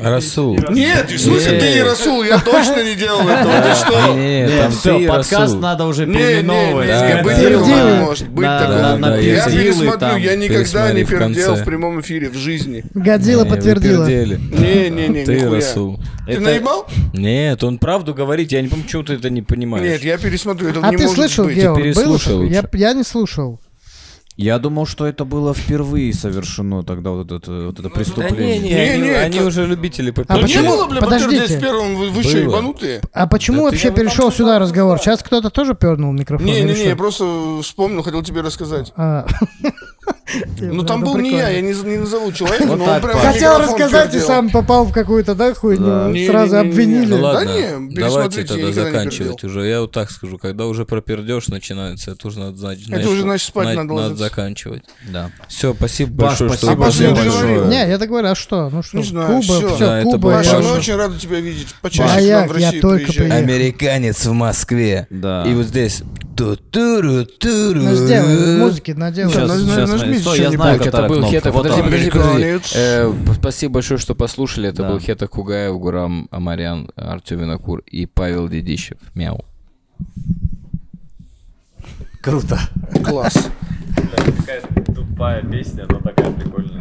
Speaker 5: Расул.
Speaker 2: Нет, в смысле, ты не Расул, я точно не делал этого. Ты что?
Speaker 5: Не,
Speaker 1: Нет,
Speaker 5: там
Speaker 1: все,
Speaker 5: ты и
Speaker 1: подкаст
Speaker 5: Расул.
Speaker 1: надо уже
Speaker 2: Не, не,
Speaker 1: переименовывать.
Speaker 2: не,
Speaker 1: С
Speaker 2: быть
Speaker 1: Годзиллой.
Speaker 2: такого не может. Быть
Speaker 1: На- на-
Speaker 2: такого не
Speaker 1: на
Speaker 2: может. Я
Speaker 1: Годзиллы
Speaker 2: пересмотрю,
Speaker 1: там
Speaker 2: я никогда
Speaker 5: пересмотри
Speaker 2: не
Speaker 5: в
Speaker 2: пердел
Speaker 5: конце.
Speaker 2: в прямом эфире в жизни.
Speaker 4: Годзилла
Speaker 5: Не, вы
Speaker 4: подтвердила.
Speaker 5: пердели.
Speaker 2: Не-не-не,
Speaker 5: Ты и
Speaker 2: нихуя.
Speaker 5: Расул.
Speaker 2: Ты наебал?
Speaker 5: Нет, он правду говорит, я не помню, почему ты это не понимаешь.
Speaker 2: Нет, я пересмотрю, это
Speaker 4: А
Speaker 2: не
Speaker 4: ты
Speaker 2: может
Speaker 4: слышал,
Speaker 2: быть.
Speaker 4: Гео?
Speaker 5: Ты
Speaker 4: Было
Speaker 5: переслушай
Speaker 4: такое? Я,
Speaker 5: лучше.
Speaker 4: я не слушал.
Speaker 1: Я думал, что это было впервые совершено тогда вот это, вот это
Speaker 5: Да не,
Speaker 1: преступление.
Speaker 5: не,
Speaker 2: Не,
Speaker 5: они,
Speaker 2: не,
Speaker 5: они
Speaker 2: это-
Speaker 5: уже любители
Speaker 4: А
Speaker 5: попер-
Speaker 2: Да не
Speaker 4: почему-
Speaker 2: было, бля,
Speaker 4: подождите.
Speaker 2: подтвердить с первым, вы, вы что,
Speaker 5: Было.
Speaker 2: ебанутые?
Speaker 4: А почему вообще перешел сюда разговор? Сейчас кто-то тоже пернул микрофон? или
Speaker 2: Не-не-не, я
Speaker 4: что?
Speaker 2: просто вспомнил, хотел тебе рассказать.
Speaker 4: А.
Speaker 2: Ну там
Speaker 4: Ну,
Speaker 2: был не
Speaker 4: прикольно.
Speaker 2: я, я не, не назову человека,
Speaker 1: Вот
Speaker 2: но
Speaker 1: так,
Speaker 2: он прям
Speaker 1: Паш.
Speaker 4: Хотел
Speaker 2: микрофон
Speaker 4: рассказать и
Speaker 2: пердел.
Speaker 4: сам попал в какую-то, да, хуйню.
Speaker 2: Не,
Speaker 4: Сразу
Speaker 2: не, не, не, не.
Speaker 4: обвинили.
Speaker 5: Ну ладно,
Speaker 2: не,
Speaker 5: давайте
Speaker 2: пересмотрите, я
Speaker 5: тогда
Speaker 2: никогда не
Speaker 5: заканчивать уже. Я вот так скажу, когда уже про пердеж начинается, это уже надо знать. знаешь,
Speaker 2: уже,
Speaker 5: что
Speaker 2: значит, спать надо ложиться.
Speaker 5: заканчивать.
Speaker 1: Да.
Speaker 5: Все, спасибо
Speaker 1: Паш,
Speaker 5: большое, что
Speaker 1: спасибо
Speaker 5: вы пришли.
Speaker 2: большое. Большое.
Speaker 4: Не, я так говорю, а что? Ну что,
Speaker 2: Не знаю,
Speaker 4: Куба,
Speaker 2: всё.
Speaker 4: всё,
Speaker 5: Да, это
Speaker 4: Куба.
Speaker 5: было.
Speaker 4: я-
Speaker 2: Паша, мы
Speaker 5: Важно.
Speaker 2: очень рады тебя видеть. Почаще
Speaker 4: А
Speaker 2: к
Speaker 4: я-
Speaker 2: нам в
Speaker 4: я
Speaker 2: Россию
Speaker 4: только
Speaker 2: приезжай.
Speaker 4: приехал.
Speaker 5: Американец в Москве.
Speaker 1: Да.
Speaker 5: И вот здесь. Ту-туру-туру.
Speaker 4: Ну сделай, музыки наделай.
Speaker 1: Сейчас,
Speaker 2: наж-
Speaker 1: сейчас,
Speaker 2: нажмите
Speaker 1: стой, я
Speaker 2: что-нибудь.
Speaker 1: знаю,
Speaker 3: Так, это
Speaker 1: которая
Speaker 3: был
Speaker 1: кнопка.
Speaker 3: Хета.
Speaker 1: Вот
Speaker 3: Подожди,
Speaker 1: она.
Speaker 3: подожди, подожди.
Speaker 2: Американец.
Speaker 3: Э, Спасибо большое, что послушали. Это
Speaker 1: Да.
Speaker 3: был Хета Кугаев, Гурам Амарян, Артем Винокур и Павел Дедищев. Мяу.
Speaker 2: Класс.
Speaker 9: Какая-то тупая песня, но такая прикольная.